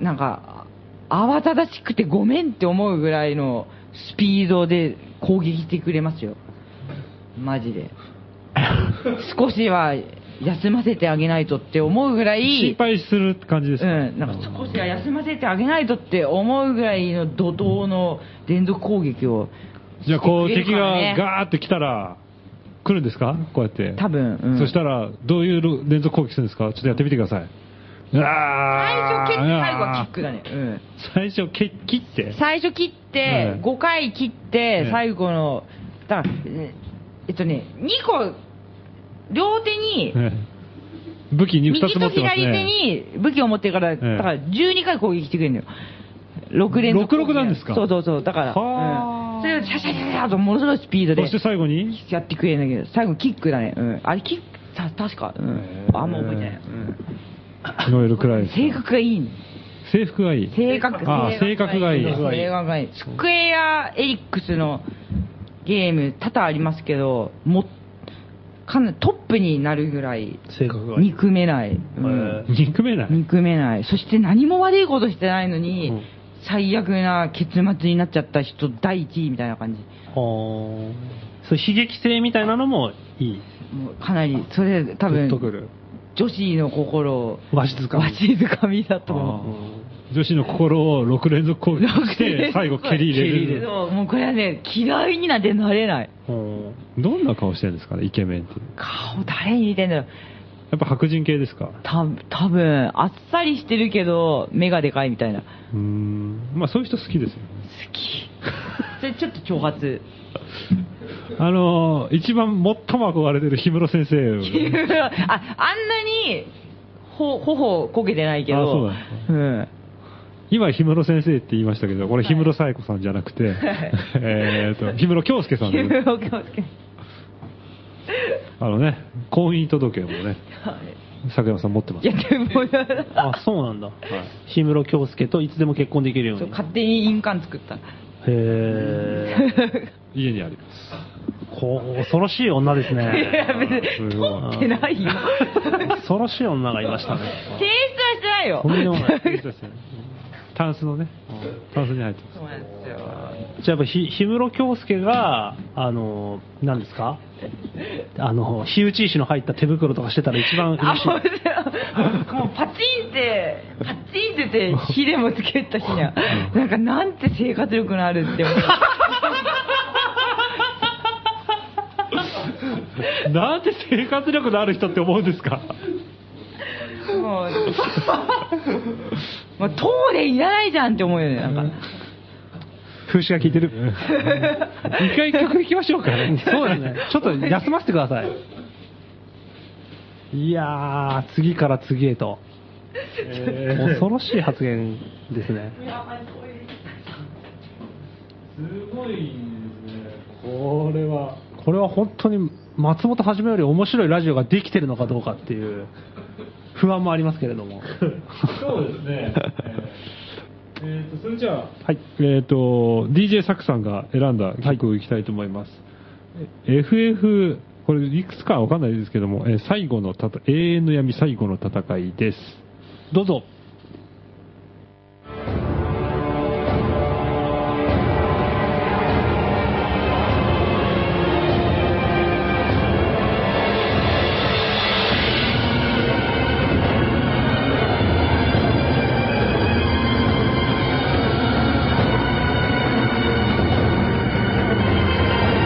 なんか慌ただしくてごめんって思うぐらいのスピードで攻撃してくれますよマジ で少しは休ませてあげないとって思うぐらい
心配する感じです
う
か、
ん、なんか少しは休ませてあげないとって思うぐらいの怒涛の連続攻撃を、
じゃあこう
してく
敵
れるから
が
ね
ガーって来たら、来るんですかこうやって。
多分、うん
そしたら、どういう連続攻撃するんですかちょっとやってみてください。最
最初蹴って最後はキックだね、うん、
最初蹴切って
最初切って
う、ん
5回切っ
う
て
ん、
最後の、だから、ええっとね、2個、両手に、
ええ武器に2
右
つ持
と
ってます
左手
ね。
に武器を持ってるから、だから12回攻撃してくれるのよ。6連続
六
攻撃。
六なんですか
そうそうそう、だから、
はあ
うんそれをシャシャシャシャとものすごいスピードで。
そして最後に、
やってくれないけど、最後キックだね。うん。あれ、キック、た、確か。うん。あんま覚えてない。
ノエルくらい。
性格がいいね。
制服がいい。
性格、
あー性格がいい
性格がいい。スクエア・エリックスのゲーム、多々ありますけど、も、かなりトップになるぐらい、
性格がいい。
憎めない。
え
うん。
憎めない。
憎めない。そして何も悪いことしてないのに、
うん
最悪な結末になっちゃった人第一位みたいな感じ。
ほーそう悲劇性みたいなのもいい。
もうかなり、それ多
グ
分
ッと、くる。
女子の心を、
わしづかみ
わしづかみだと
あ
思う。
ー女子の心を6連続攻撃して、最後蹴り入れ
蹴り入れ
る
る。
そうもうこれはね、嫌いになんてなれない。
ほー
どんな顔してるんですかね、イケメンって。
顔誰に似てんだろう。
やっぱ白人系ですか
た多分あっさりしてるけど、目がでかいみたいな。好
うーん。まあそういう人好きですよね。
き。それちょっと挑発。
あのー、一番最も憧れてる氷室先生を。
あ、あんなに、ほ、頬こけてないけど。
あそうなんです
うん。
今、氷室先生って言いましたけど、これ、氷室冴子さんじゃなくて、えっと、氷室京介さん
気
で、
をつけ
あのね、婚姻届もね、佐久山さん持ってます
い。や、でも、
あ、そうなんだ。氷室京介といつでも結婚できるよう
そう
に。
勝手に印鑑作った。
へ
家にあります。
ー。こう、恐ろしい女で す
い
ね。
や、別に、
す
取
ご
ってないよ。
恐ろしい女がいましたね。
提出はしてないよ。
とんでもない。
い。タンスのね、タンスに入ってます。
そうなんですよ。
じゃあやっぱひ、氷室京介が、あの、何ですかあの、火打ち石の入った手袋とかしてたら一番
あ、
嬉し
も
い。
う、もうパチンって、パチンってて、火でもつけた日には、なんかなんて生活力のあるって思う。
なんて生活力のある人って思うんですか
もう、もう、東電いらないじゃんって思うよね、なんか。
風刺が効いてる。
一回曲行きましょうかね。
そうですね。ちょっと休ませてください。いやー、次から次へと。恐ろしい発言ですね。
すごいですね。これは。
これは本当に松本はじめより面白いラジオができてるのかどうかっていう不安もありますけれども。
そうですね。えーえーと、それじゃあ、
はい。
えっ、と、DJ サクさんが選んだ曲をいきたいと思います。え FF、これいくつかわかんないですけども、えー最後のたた、永遠の闇最後の戦いです。
どうぞ。
「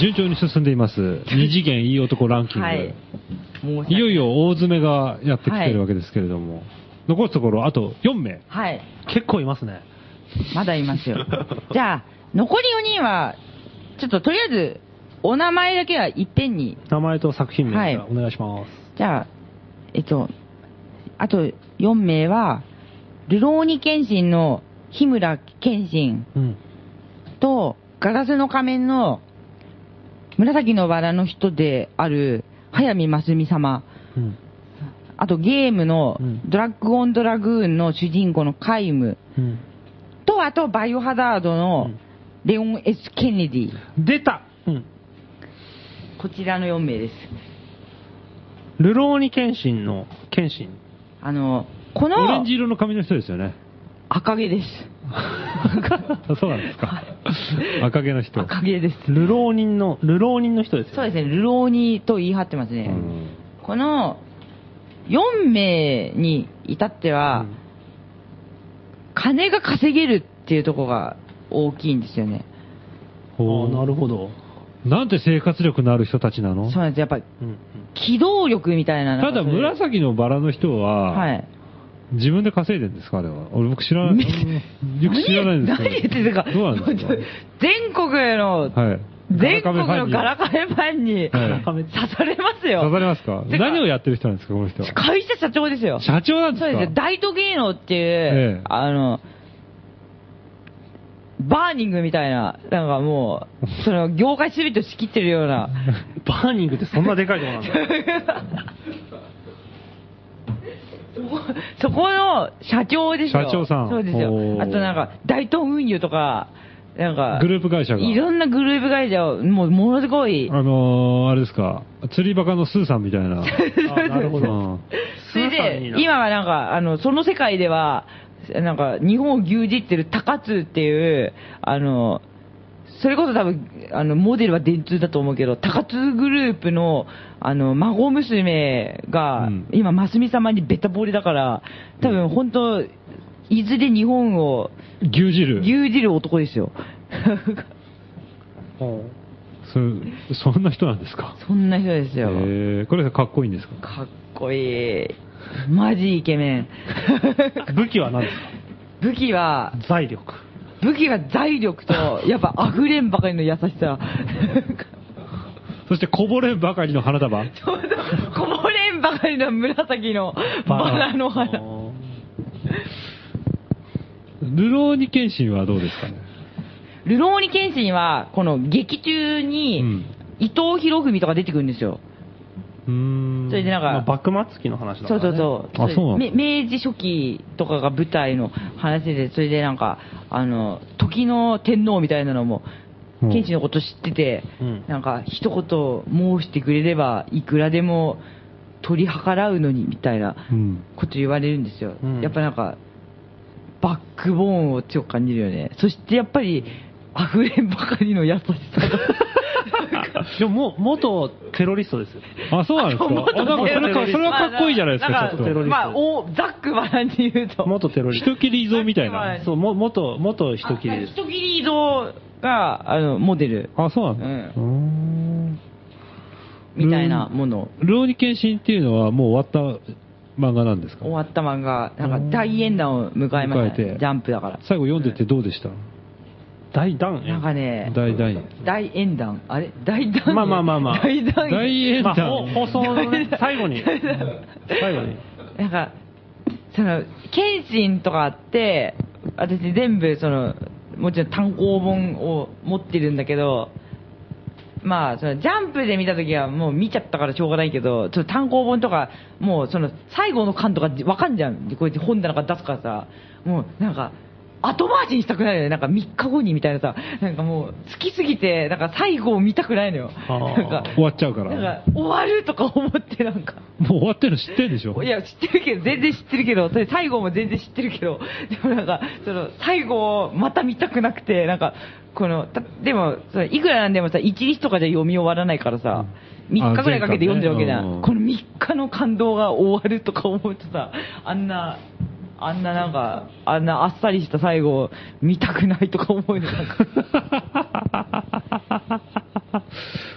順調に進んでいます。二次元いい男ランキング。
はい。もう
いよいよ大詰めがやってきてるわけですけれども、残すところあと4名。
はい。
結構いますね。
まだいますよ。じゃあ、残り4人は、ちょっととりあえず、お名前だけは一遍に。
名前と作品名
はい
お願いします。
じゃあ、えっと、あと4名は、ルローニケンシンの日村健信
うん。
と、ガラスの仮面の紫のバラの人である、早見真澄様。
うん。
あとゲームの
うん
ドラッグオンドラグーンの主人公のカイム
うん。
と、あとバイオハザードの
うん
レオン・ S ・ケネディ。
出た、うん、
こちらの4名です。
ルローニケンシンのケンシン。
あの、こ
オレ
の
ンジ色の髪の人ですよね。
赤毛です。
そうなんですか。赤毛の人。
赤毛です。
ルローニンの、ルローニンの人ですよ。
そうですね、ルローニーと言い張ってますね。
うん
この4名に至っては、
うん
金が稼げるっていうところが大きいんですよね。
あ
ほう
あなるほど。
なんて生活力のある人たちな
そ
の
うなんです。やっぱ、
うんうん
機動力みたいな。なん
ただ
かそういう
紫のバラの人は、
はい。
自分で稼いでるんですかあれは。俺僕知らな
め
い。よく知らないんですけど。
何言ってるか。
どうなんですか
全国への、
はい。
全国のガラカメファンに
はい
ガラカメ
刺されますよ。
刺されますか
てか
何をやってる人なんですかこの人は。
会社社長ですよ。
社長なんです
そ
か
うですよ。大都芸能っていう、
ええ
あの、バーニングみたいな、なんかもう、その業界全てを仕切ってるような、
バーニングってそんなでかいとこなんだ。
そこの社長ですよ。
社長さん
そうですよ
お。ー
あとなんか、大東運輸とか、なんか、
グループ会社が
いろんなグループ会社を、もう、ものすごい、
あのー、あれですか、釣りバカのスーさんみたいな。
あなるほ
うん
ど。
それ
スーさんい
で、
いな
今はなんか、あの、その世界では、なんか、日本を牛耳ってる高津っていう、あの、それこそ多分、あの、モデルは電通だと思うけど、高津グループの、あの、孫娘が、
うん
今、真澄様にべたぼりだから、多分、本当いずれ日本を
牛
牛
汁。
耳る男ですよ。
ほう
そそんな人なんですか。
そんな人ですよ。
えー、これかっこいいんですか
かっこいい。マジイケメン。
武器は何で
武器は、
すか財力。
武器が財力と、やっぱ溢れんばかりの優しさ。
そしてこぼれんばかりの花 束。
ちょうど、こぼれんばかりの紫のバラの
あ
花。
ー
ルローニケンシンはどうですかね。
ルローニケンシンは、この劇中
う
に
ん、
伊藤博文とか出てくるんですよ。
うーん。
それでなん
まあ
か、
幕末期の話だか
そ
ら
う
ね。
そうそう。
あそうなんだ
め明治初期とかが舞台の話で、それでなんか、あの、時の天皇みたいなのも、
うん
ケンシンのこと知ってて、
うん
なんか、一言申してくれれば、いくらでも取り計らうのに、みたいな
うん。
こと言われるんですよ。
うん
やっぱなんか、バックボーンを強く感じるよね。そしてやっぱり、溢れんばかりの優しさ が。
でももう、元テロリストですよ。
あ、そうなんですか。
あもっと
あなんかそれかそれはかっこいいじゃないです
まあ
か、ち
んか
ょっ
テロリスト
まあ、おざっくばらんに言うと。
元テロ
と。
リスト
人。切り像みたいな。
そう、も元、元人切りです。
人切り像が、あの、モデル
あ、そうなんだ。うーん。
みたいなもの。
ルローニケンシンっていうのはもう終わった漫画なんですか
終わった漫画、なんか大演談を迎えました、
迎え
ね
て、
ジャンプだから。
最後読んでてどうでした、
大団円
なんかね、
大大
大演談あれ大団円
まあまあまあまあ
大団円
大演
まあ、
談
ほ放送のね、 最後に、 最後に。
なんか、その、謙信とかあって、私全部その、もちろん単行本を持ってるんだけど、まあ、そのジャンプで見たときはもう見ちゃったからしょうがないけど、ちょっと単行本とか、もうその最後の巻とかわかんじゃん。こうやって本棚から出すからさ、もうなんか、後回しにしたくないのよね。なんか3日後にみたいなさ、なんかもう好きすぎて、なんか最後を見たくないのよ。
あー
なんか、
終わっちゃうから。
なんか終わるとか思ってなんか。
もう終わってるの知ってるでしょ
いや、知ってるけど、全然知ってるけど、それ最後も全然知ってるけど、でもなんか、その、最後をまた見たくなくて、なんか、この、たでも、そのいくらなんでもさ、1日とかじゃ読み終わらないからさ、
うん
3日ぐらいかけて読んでるわけじゃ
あ前回ねうん
ん。この3日の感動が終わるとか思うとさ、あんな、あんななんか、あんなあっさりした 最後、見たくないとか思うよ、なんか。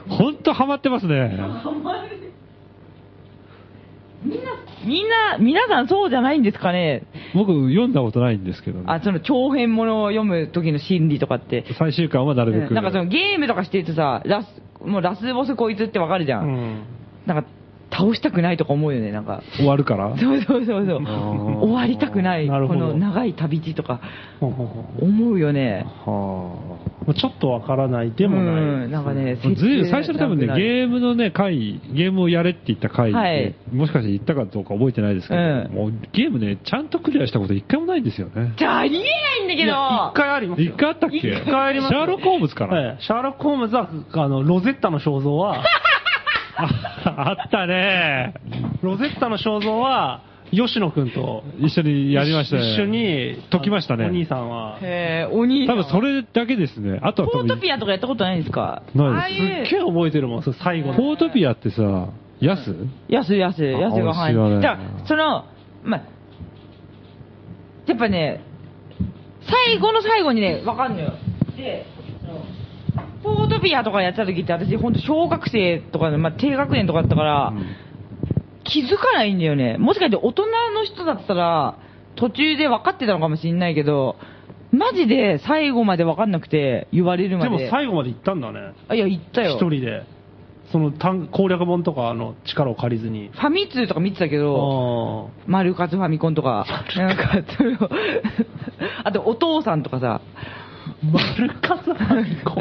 ほんとハマってますね。
みんな、皆さんそうじゃないんですかね
僕、読んだことないんですけどね、
あ、その長編ものを読む時の心理とかって。
最終巻はなるべく。
なんかそのゲームとかしてるとさ、ラス、もうラスボスこいつってわかるじゃ。
うんん。
なんか、倒したくないとか思うよね、なんか。
終わるから。
そうそうそうそう。
ー
終わりたくない、こ
なるほど
の長い旅路とか、
ほんほんほん
思うよね。
はあ。
まあちょっとわからないでもない。
うん、なんかね、
ずいぶん最初の多分ね、
切なくなる
ゲームのね、回、ゲームをやれって言った回で、
はい
もしかして言ったかどうか覚えてないですけど、
うん
もうゲームね、ちゃんとクリアしたこと一回もないんですよね。
じゃあ、ありえないんだけ
い
ど
や一回ありますよ。
一回あったっけ
一回あります
シ
よ
ャーロック・ホームズから。
はいシャーロック・ホームズは、あの、ロゼッタの肖像は、
ああったね。
ロゼッタの肖像は、吉野くんと、
一緒にやりましたね。
一緒。に、
解きましたね
お兄さんは。
へえ、お兄さ
多
んは
分それだけですね。あとは
ポ
多
ー
分
トピアとかやったことないんですか
ないです
すっげえ覚えてるもん、それ最後の。
ポートピアってさ、ヤス、
やすやす、やすが
あ
入
知らな
る。
い
だから、その、まあ、やっぱね、最後の最後にね、わかんのよ。で、そのポートピアとかやってた時って私、ほんと小学生とかの、まあ、低学年とかだったから、気づかないんだよね。もしかして大人の人だったら、途中で分かってたのかもしれないけど、マジで最後まで分かんなくて、言われるま
で
で。
も最後まで行ったんだね。
あ、いや、言ったよ。
一人で。その単攻略本とかの力を借りずに。
ファミ通とか見てたけ
あ
ど、
ー
マルカツファミコンとか、なんか、それをあとお父さんとかさ、
マルカツファミコ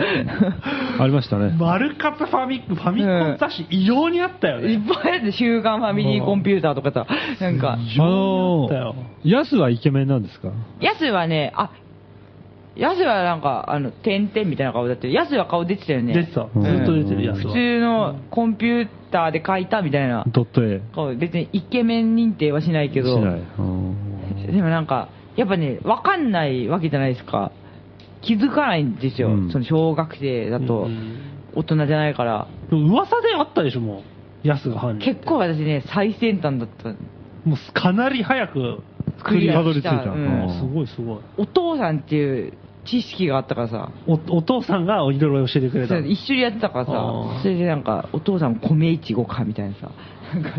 ありましたね
ン。。マルカツファミファミコン雑誌、異様にあったよ
い
ね。
っぱいあって、週刊ファミリーコンピューターとかさ、なんか、
あの
だよ
ー、ヤスはイケメンなんですか
ヤスはね、あ、ヤスはなんか、あの、点々みたいな顔だって、ヤスは顔出てたよね。
出てた。ず
うん
っと出てるやつ
普
は。
通のコンピューターで描いたみたいな
ドット A。
顔、別にイケメン認定はしないけど、
しない。うん
でもなんか、やっぱね、わかんないわけじゃないですか。気づかないんですよ、
うん
その小学生だと、
うん
大人じゃないから。
でも噂であったでしょ、もう。ヤスが犯人。
結構私ね、最先端だった。
もうかなり早く、
クリアたどり着いた
クリアし
うん
すごいすごい。
お父さんっていう知識があったからさ、
おお父さんがいろいろ教えてくれた。
一緒にやってたから
あ
さ
ー、
それでなんか、お父さんも米いちごかみたいなさ、なんか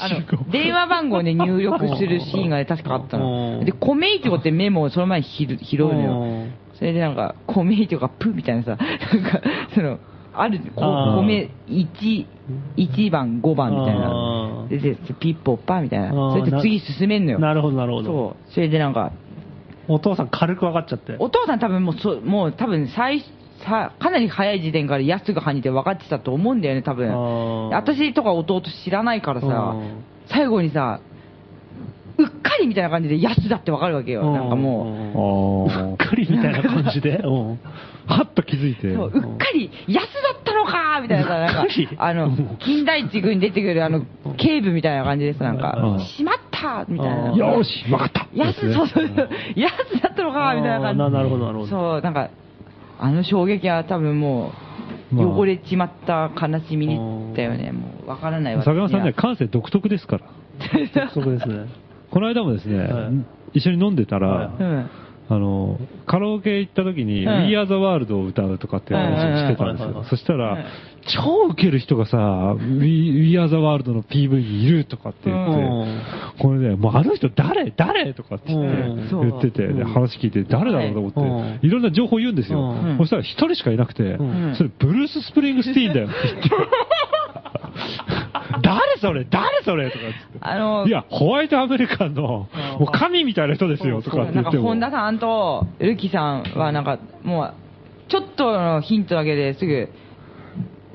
あの電話番号で入力するシーンがね、確かあった
うん
の。で、米いちごってメモをその前に拾拾うのよ。それでなんか、米いちごがプーみたいなさ、なんか、その、ある、
あー
こ米1、1番、5番みたい
あ
な。で、
ー
でピッポッパーみたいな。
あー
それで次進めんのよ。
なるほど、なるほど。
そう。それでなんか、
お父さん軽く分かっちゃって。
お父さん多分もうそ、もう多分最、さかなり早い時点から安が犯人って分かってたと思うんだよね、多
あ
分。
ー
私とか弟知らないからさ
うん、
最後にさ、うっかりみたいな感じで安だって分かるわけよ。なんかも、
あ
う
ー
ん。うっかりみたいな感じで。うん
はっと気づいうて。
そううっかり安だったのかみたいなさ、なん
うっ
か
かり、
あの、金田一軍に出てくるあの、警部みたいな感じです、なん
うん
か、しまったみたいな。
よーし、わかった
安、
ですね
そうそうそう、安だったのかみたいな感じ
あーななるほど、なるほど。
そう、なんか、あの衝撃は多分もう、
まあ
汚れちまった悲しみにだよね、もう、わからないわ
坂山さんね、
いや
感性独特ですから。
そこですね。
この間もですね、
はい
一緒に飲んでたら、
は
う
い
ん。
あの、カラオケ行った時に、
うん
We Are the World を歌うとかって話をしてたんです
うんうんう
よ
ん。
そしたら、
うん
超ウケる人がさ、We, We Are the World の PV にいるとかって言って、
うん
これね、もうあの人誰誰とかって言って,、
うん
そう
言ってて、で
うん
話聞いて誰だろうと思って、
うん
いろんな情報言うんですよ。
うん
そしたら一人しかいなくて、
ん
それブルース・スプリングスティーンだよって言って。誰それ誰それとかって言って
あの
い、や、ホワイトアメリカンの、もう神みたいな人ですよ、とかって言
な
っ
んか、
ても。
本田さんとルキさんは、なんか、もう、ちょっとのヒントだけですぐ、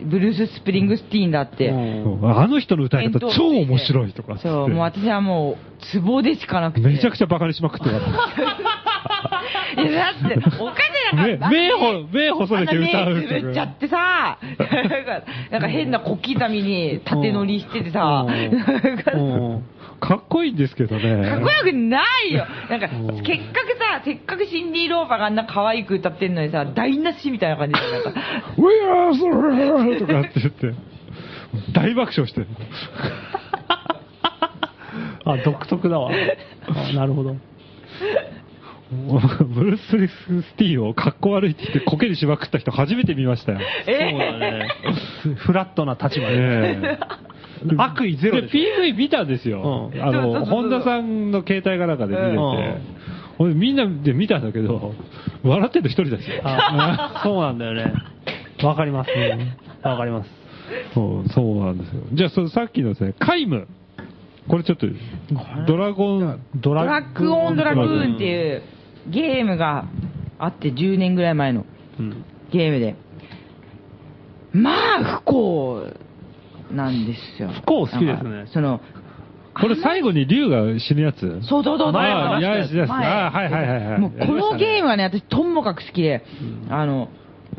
ブルース・スプリングスティーンだって、
うん
うんあの人の歌い
返
方
答
超面白いとかっつって
そう、もう私はもう、ツボでしかなくて。
めちゃく
ち
ちゃバカにしまくってたから。
ゃ。いや、だって、お金
目、
なかった。
目ほ、目細
あ
め
んな
て歌う
目つぶっちゃ
とか。
ってさ、なんかなんか変な小刻みに縦乗りしててさ、
うん
なんか
うん
かっこいいんですけどね。
かっこよくないよ。なんか、結局さ、せっかくシンディ・ローパーがあんな可愛く歌ってんのにさ、台無しみたいな感じで、なんか、
We are the world! とかって言って、大爆笑してる。
あ、独特だわ。あなるほど。
ブルース・リスティーンをかっこ悪いって言ってこけにしまくった人初めて見ましたよ。
ええ
そうだね。フラットな立場で。
ええ
悪意ゼロ
で
で
PV 見たんですよ。
うん
あ
そうそうそうそ
の、
う
本田さんの携帯かなんかで見れて、
うん
ほんでみんなで見たんだけど、笑ってるの一人ですよ。
あそうなんだよね。わかりますね。わかります。
そうそうなんですよ。じゃあ、そのさっきのですね、カイム。これちょっと、ドラゴン、
ド
ド
ラ
ラ
ッ
ッ
グ
グ
オ
オ
ン
ン
ド
ド
ラ
ラ
グ
グ
ー
ーン
ンっ
ってて
い
いうゲームがあって10年ぐらい前の
うん
ゲームで。まあ、不幸なんですよ。
不幸好きですね
なんかその、
これ最後に竜が死ぬやつ
そうそうそう。
前
ああ、
話した
や
や
つ
つ
です。
前
ああ、はいはいはいはい。
もうこのゲームはね、私ともかく好きで、あの、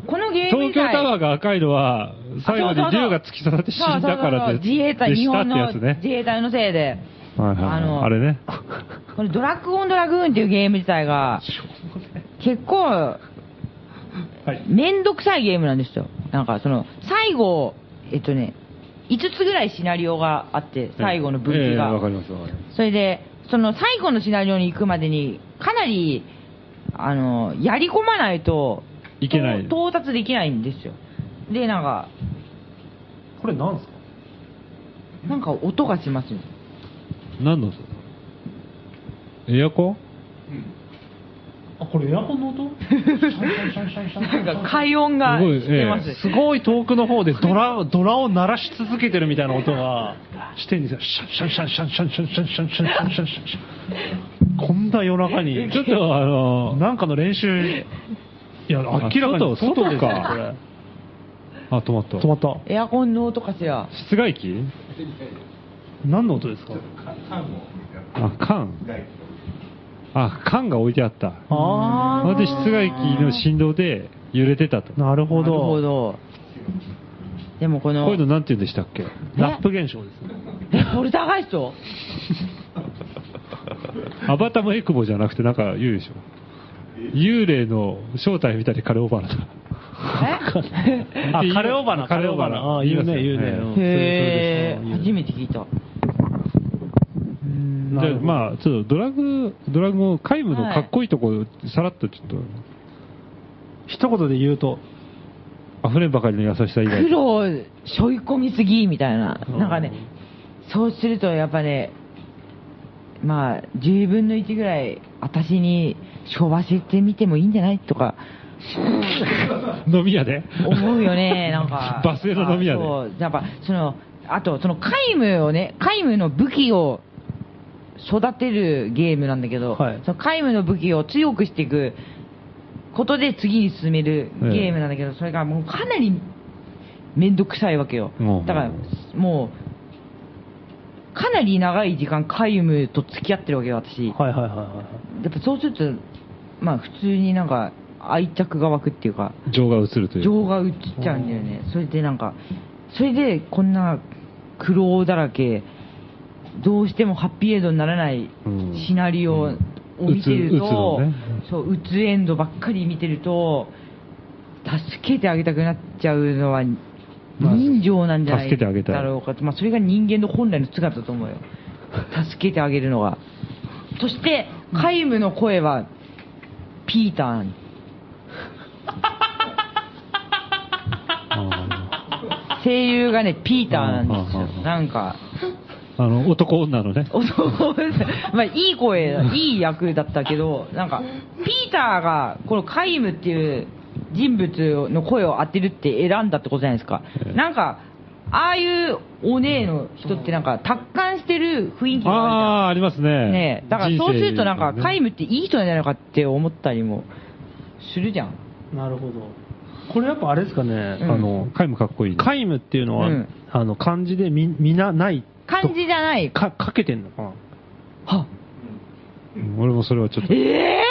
このゲーム
東
以
京
外
タワーが赤いのは、最後に
そうそうそう
竜が突き刺さって死んだから
そうそうそう
で、
自衛隊、
で
日
したっ
本
て
の
やつ
自
ね。
衛隊のせいで、
はいはいはい
あの
あれね。
このドラッグオンドラグーンっていうゲーム自体が、結構、
はい
めんどくさいゲームなんですよ。なんかその、最後、えっとね、5つぐらいシナリオがあって、最後の分岐
ええ
が。
わかりますわかります。
それで、その最後のシナリオに行くまでに、かなり、あの、やり込まないと、
いけない
到達できないんですよ。で、なんか、
これなんですか
なんか音がしますよ。
何の音エアコン
あ、これエアコンの音
なんか、快音がしてます。
す
すごい遠くの方でドラ、ドラを鳴らし続けてるみたいな音がしてんですよ。シャンシャンシャンシャンシャンシャンシャンシャンシャンシャンシャンシャン。こんな夜中に。
ちょっとあの、
なんかの練習、いや、
あ
明らかに
外
外ですよ、
外か
これ。
あ、止まった。
止まった。
エアコンの音かしら。
室外機
何の音ですか
あ、缶あ、缶が置いてあった。
あ
それで室外機の振動で揺れてたと。
あ、なるほ
なるほ
ど。
ど。でもこの、
こういうのなんて言うんでしたっけ
ラップ現象ですね。
え、ポルターガイスト
アバタもエクボじゃなくてなんか言うでしょ。幽霊の正体みたいにカレオバナだ。
え
あ、カレオバナ、カレオバナ。あ、言うね、言うね。うん
へ
そ
ー、
うですそうです
初めて聞いた。うーん
な
で
るほど
まあ、ちょっとドラグ、ドラグも皆無のかっこいいとこ、さらっとちょっと、
一言で言うと、
溢れんばかりの優しさ以外
苦。労を背負い込みすぎみたいな、
うん
なんかね、そうするとやっぱね、まあ、10分の1ぐらい、私にしょばせてみてもいいんじゃないとか
飲み屋で。
思うよね、なんか
バス停の飲み屋で
あそう、やっぱ、その、あと、その、皆無をね、皆無の武器を育てるゲームなんだけど、
はい
その皆無の武器を強くしていくことで次に進めるゲームなんだけど、それがもうかなりめんどくさいわけよ
うん。
だから、もう、かなり長い時間、皆無と付き合ってるわけよ、私。
はいはいはいはい。
やっぱそうすると、まあ普通になんか愛着が湧くっていうか、
情が映るという。
情が移っちゃうんだよね、それでなんか、それでこんな苦労だらけ、どうしてもハッピーエンドにならない
うん
シナリオを見てると、
うんうつうつのね
そううつエンドばっかり見てると、助けてあげたくなっちゃうのは、
まあ
人情なんじゃな
助けてあげ
い
たい
だろうかと、まあ、それが人間の本来の姿だと思うよ、助けてあげるのが。そして、皆無の声は、ピーターに。
あ
声優がね、ピーターなんです
うんうんうんうん
よ。なんか、
ーあの、男女のね。
男、 まあ、いい声、いい役だったけど、なんか、ピーターが、このカイムっていう人物の声を当てるって選んだってことじゃないですか
ええ。
なんか、ああいうお姉の人ってなんか、達観してる雰囲気
あ
がある
あ、あります
じゃ
ね。
ん。ねえだからそうするとなんか、
人生
カイムっていい人なんじゃないかって思ったりもするじゃん。
なるほど。これやっぱあれですかね、
うん
あ
あ
の
の、、カイムかっこいいね。
皆無っていうのは、
うん
あの、漢字でみ、みな、ないと。
漢字じゃない。
か、かけてんのかな
は
うん俺もそれはちょっと。
ええ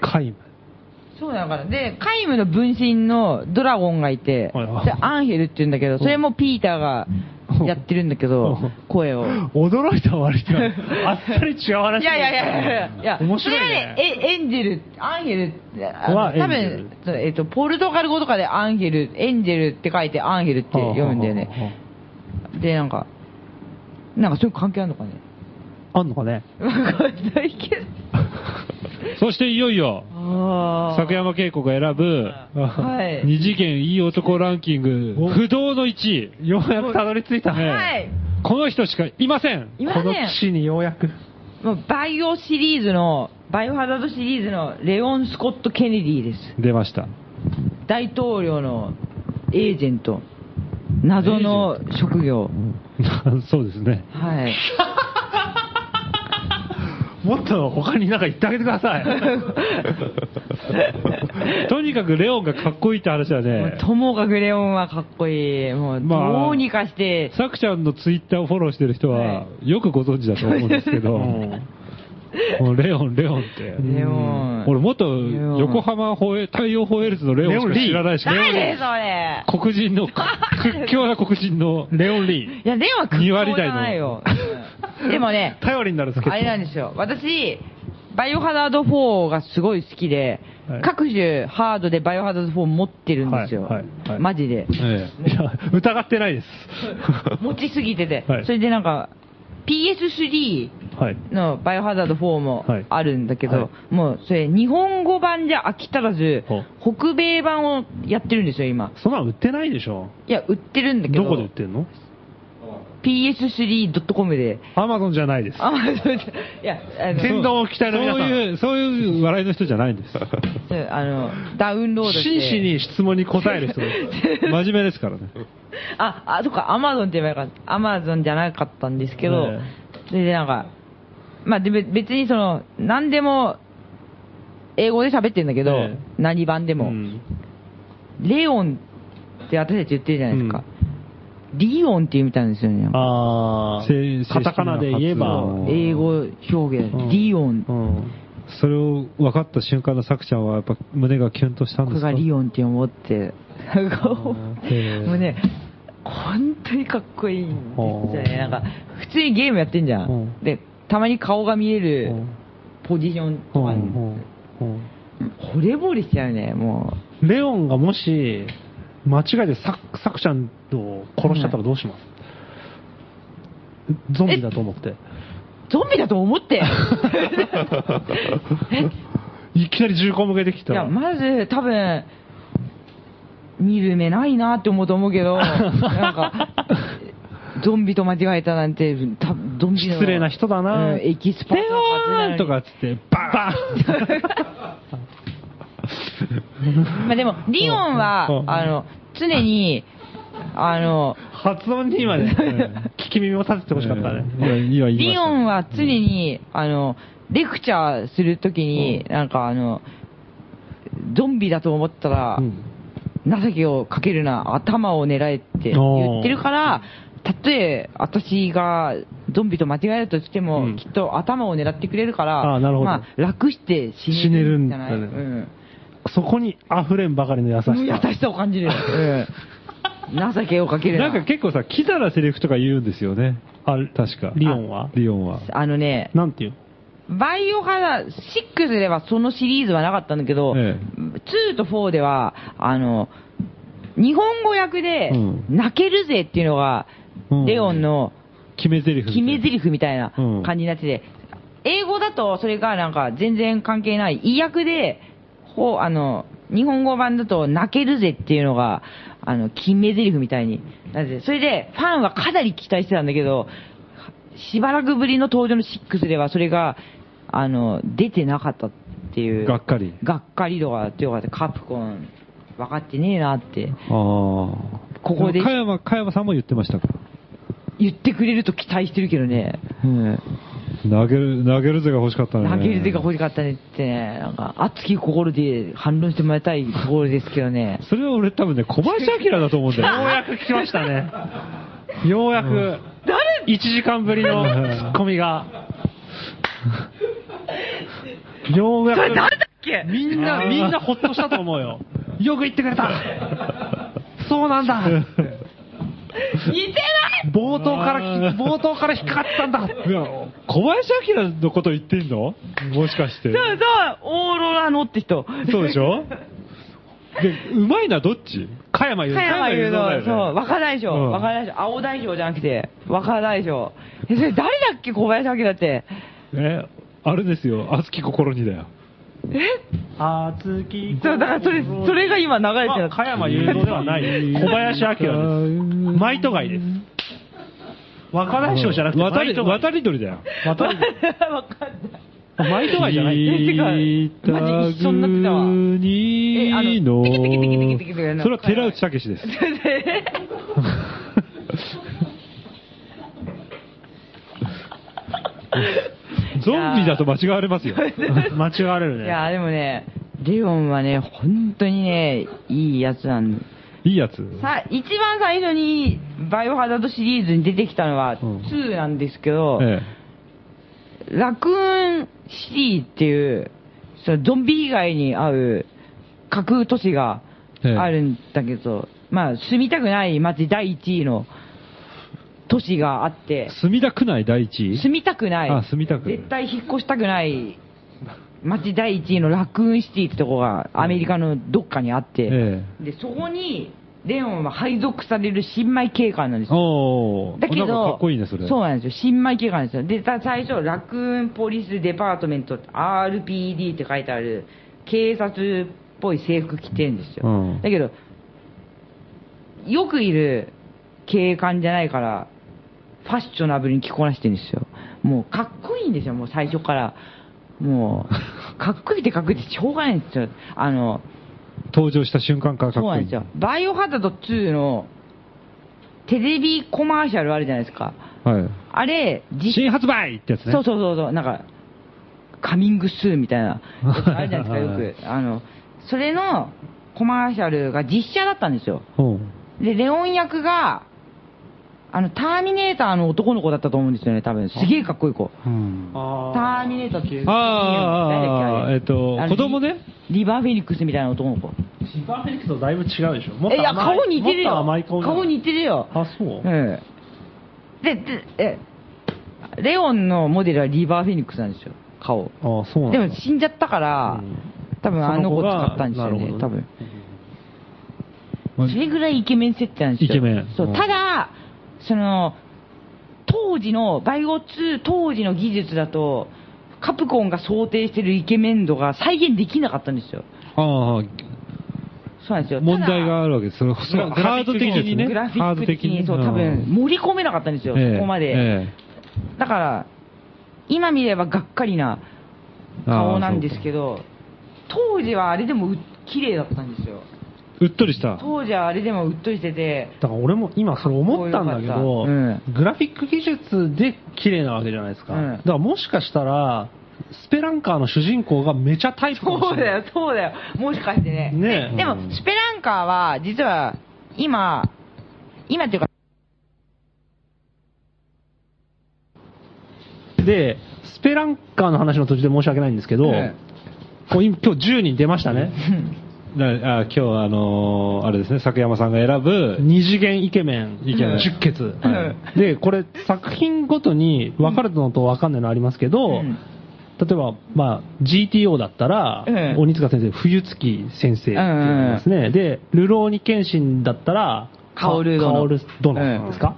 皆
そうだから。で、カイムの分身のドラゴンがいて、
はいはい
でアンヘルって言うんだけど、それもピーターがやってるんだけど
うん、
声を。
無。驚いた割 には、あっさり違う話。
いやいやいやいやいや、
面白い
それはね、。
ね
えエンジェル、アンヘルあ
は
の、
エ
多
ンジェル
分、そうえっと、ポルトガル語とかでアンヘル、エンジェルって書いてアンヘルって読むんだよ
はあはあは
ね。で、なんか、 なんかそういう関係あるのかね。
あはああんのかね
わかんないけど。
そしていよいよ、
あー
作山恵子が選ぶ、
はい
二次元いい男ランキング
お、
不動の1位。
ようやくたどり着いた。
ね
はい。
この人しかいません。
いませ
こ
ん
の騎士にようやく。
もうバイオシリーズの、バイオハザードシリーズのレオン・スコット・ケネディです。
出ま した。
大統領のエージェント。謎の職業。
そうですね。
はい。
もっと他になんか言ってあげてください。
とにかくレオンがかっこいいって話は
も
ね
う、ともかくレオンはかっこいい。もう、
まあ
どうにかして、
さくちゃんのツイッターをフォローしてる人は
は、
よくご存知だと思うんですけ ど、もうレオン、レオンって。
レオン。
俺、元
レオン
横浜ホエ、太陽ホエールズのレオンしか知らないし、
誰
レ
それ
オン黒人の、 屈強な黒人のレオン・リー。
いや、レオンは
二割
屈
台
強じ
の
ゃないよ。うんでもね、
頼りになるんですけど
あ。れなんですよ。私、バイオハザード4がすごい好きで、
はい
各種ハードでバイオハザード4持ってるんですよ。
はいはいはい
マジで。
え
いや、疑ってないです。
持ちすぎてて。
はい
それでなんか、PS3
はい。
のバイオハザード4も
はい
あるんだけど、
はい
もうそれ日本語版じゃ飽き足らず
ほう、
北米版をやってるんですよ、今。
そんなの売ってないでしょ。
いや、売ってるんだけど、
どこで売ってんの
PS3.com で。
アマゾンじゃないです。
あ、そうですいや、あの、
天丼を期
え
待の皆
そう
さん。
いう、そういう笑いの人じゃないんです。
そうあの、ダウンロードして。
真摯に質問に答える人です。
真面目ですからね。
あ、あ、そっか、アマゾンって言えばよかった。アマゾンじゃなかったんですけど、
え
それでなんか、まあでべ別にその、何でも、英語で喋ってるんだけど、
え
何版でも、
うん
レオンって私たち言ってるじゃないですか。リオンっていうみたいなんですよね。
あ
正
あ、カタカナで言え
正
ば、
式な発音
英語表現、
うん
リオン。
うん
それを分かった瞬間のさくちゃんは、やっぱ胸がキュンとしたん
こ
で
れ
すか
がリオンって思って、
へえ
もうね、本当にかっこいいんですよね。
ほ
な
うん
か、普通にゲームやってんじゃ
うんん。
で、たまに顔が見える
うん
ポジションとかに、
うん
惚れ惚れしちゃうね、も
レオンがもし、間違えてサクサクちゃんを殺しちゃったらどうします、ゾンビだと思って。
う。ゾンビだと思 って。
いきなり銃口向けてき
い
たら。
や、まず、多分、見る目ないなって思うと思うけ ど、なんか、ゾンビと間違えたなんて、多分ゾンビの
失礼な人だな
うんエキスパートのはずなの
レオ
に
ンとかっつって、バーン
まあでも、リオンは
うんう、ん
あの、常に、あの、
発音にまで、聞き耳を立ててほしかったね。
ね。いや、
リオン
は、
は常に、あの、レクチャーするときに、なんかあの、ゾンビだと思ったら、情けをかけるな、頭を狙えって言ってるから、たとえ私がゾンビと間違えるとしても、
うん
きっと頭を狙ってくれるから、
あーなるほど
まあ、楽して死ねるんじゃない
死ねるんだね
うん
そこに溢れんばかりの優しさ。
優しさを感じる。 うん情けをかける
な
な。
んか結構さ、キザなセリフとか言うんですよね。
あ
確か。
リオンは
リオンは。
あのね、
なんていう
バイオハザード、6ではそのシリーズはなかったんだけど、
え
2と4では、あの、日本語訳で
うん、
泣けるぜっていうのが、
うん
レオンの
決め台詞。
決め
詞。
台詞みたいな
うん
感じになってて、英語だとそれがなんか全然関係ない、意訳で、ほう、あの、日本語版だと泣けるぜっていうのが、あの、決め台詞みたいになっててそれでファンはかなり期待してたんだけど、しばらくぶりの登場の6ではそれが、あの、出てなかったっていう。
がっかり。
がっかり度が強かった。カプコン、分かってねえなって。
ああ。こ
ここで
加山、加山さんも言ってましたか
言ってくれると期待してるけどね。うん。
投げる、投げるぜが欲しかったね。
投げる手が
し
欲しかったねってね、なんか、熱き心で反論してもらいたいところですけど ね。
それは俺多分ね、小林明だと思うんだ
よう
よ。
やく聞きましたね。ようやく、1時間ぶりのツッコミが。ようや
誰だっ
く、
け
みんな、みんなほっとしたと思うよ。よく言ってくれたそうなんだ
似てない
冒頭からき、冒頭から引っかかったんだ
いや、小林明のこと言ってんのもしかして。
そうそう、オーロラのって人。
そうでしょで、うまいな、どっち
加山雄
加山雄
だよ
の、
ね
そう、若大将、
うん
若大将、青大将じゃなくて、若大将。え、それ誰だっけ、小林明だって。
え、あれですよ、熱き心にだよ。
あつき
そうだからそれ、それが今流れて
ま
る
あ。加山雄三ではない。 小林明です。マイトガイです。若大将じゃなくて、
渡
マ
り
イトガイ。
渡り鳥だよ。
渡
わかんない。
りマイトガイじゃない。
えてかマジ一緒になってたわえあの
国の
テキテキテキテキテキテキの
それは寺内武です。ゾンビだと間違われますよ。
間違われる
い
ね。
や、でもね、レオンはね、本当にね、いいやつなんだ。
いいやつ。
さ、一番最初に、バイオハザードシリーズに出てきたのは、
ん
2なんですけど、
え
ラクーンシティっていう、そのゾンビ以外に合う架空都市が
ええ
あるんだけど、まあ住みたくない街第一位の都市があっ
え
て、
墨田区内第一位
住みたくない。
あ住みたくない
絶対引っ越したくない街第一位のラクーンシティってとこがアメリカのどっかにあって、
え
で、そこにレオンは配属される新米警官なんですよ
おー
だけ
な
ど、
んかかっこいいね、それ。
うなんですよ。新米警官ですよ。で、た最初、ラクーンポリスデパートメント、RPD って書いてある、警察っぽい制服着てんですよ。
うん
だけど、よくいる警官じゃないから、ファッショナブルに着こなしてるんですよ。もう、かっこいいんですよ、もう最初から。も う、かっこいいってかっこいいってしょうがないんですよ。あの、
登場した瞬間からかっ
そう
こ
なん
いい
です。よ。バイオハザード2のテレビコマーシャルあるじゃないですか。
は
あれ、
い。
実
新発売ってやつね。
そうそうそうそう、なんか、カミングスーみたいなやつあるじゃないですか、よく。あの、それのコマーシャルが実写だったんですよ。
うん。
で、レオン役が、あの、ターミネーターの男の子だったと思うんですよね、多分。すげえかっこいい子。
うん
あ
ターミネーターっていう。
ああ
誰だ
ああ
け
えっと
あの
子供ね
リリバーフェニックスみたいな男の子。
シバフェニックスとだいぶ違うでしょ。もっ
え、い
と
や、
甘い
顔似てるよ。
もっと甘い顔じゃん
顔似てるよ。
あ、そう
ええ。で、で、え、レオンのモデルはリバーフェニックスなんですよ、顔。
あ、そうなん
で
だ
も死んじゃったから、
うん
多分あの子
その子が
使ったんですよ
なる
ね、
ほど
多
ね
分。それぐらいイケメン設定なんですよ。
イケメン
そうう、
ん
ただ、その、当時の、バイオ2当時の技術だと、カプコンが想定してるイケメン度が再現できなかったんですよ。
ああ
そうなんですよ。
問題
ただ
があるわけですそれそれ
グラフ
ハ
ィ
ー
ッ
ド
ク
的にね
グラフィ
ハー
ッ
ド
ク的
的
に、
に
そう、多分、盛り込めなかったんですよ、
ええ
そこまで。
え
だから、今見ればがっかりな顔なんですけど、当時はあれでもう綺麗だったんですよ。
えうっとりした
当時はあれでもうっとりしてて、
だから俺も今それ思ったんだけ
かっこ
ど、
よかった
グラフィック技術で綺麗なわけじゃないですか。
うん
だからもしかしたら、スペランカーの主人公がめちゃタイプかも
そ
し
う
れ
だ
ない。
よ、そうだよ。もしかしてね。
ねえ
でも
うん、
スペランカーは、実は、今、今っていうか、
で、スペランカーの話の途中で申し訳ないんですけど、
え
こう今今日10人出ましたね。
だあ今日はあのーあれですね作山さんが選ぶ
二次元イケメン
イケメン
10決、
は
でこれ作品ごとに分かるのと分かんないのありますけど、
うん
例えば、まあ、GTO だったら、
ええ
鬼塚先生冬月先生って言いますね、でルローニケンシンだったら
薫殿
カオル殿さんですか、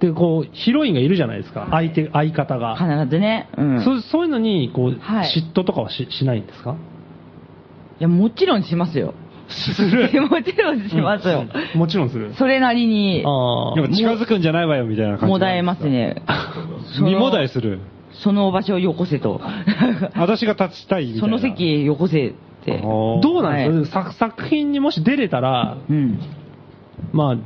でこうヒロインがいるじゃないですか相手相方が、
必ずね、うん。
そ
いう
そういうのにこう、
はい
嫉妬とかはししないんですか
や、もちろんしますよ。
する
もちろんしますよ。
もちろんする
それなりに、
あ
でも近づくんじゃないわよみたいな感じ
もだえますね。
にもだえする
その場所をよこせと。
私が立ちたいみたいな
その席へよこせって。
あ
どうなんですか、作作品にもし出れたら、
うん。
まあ、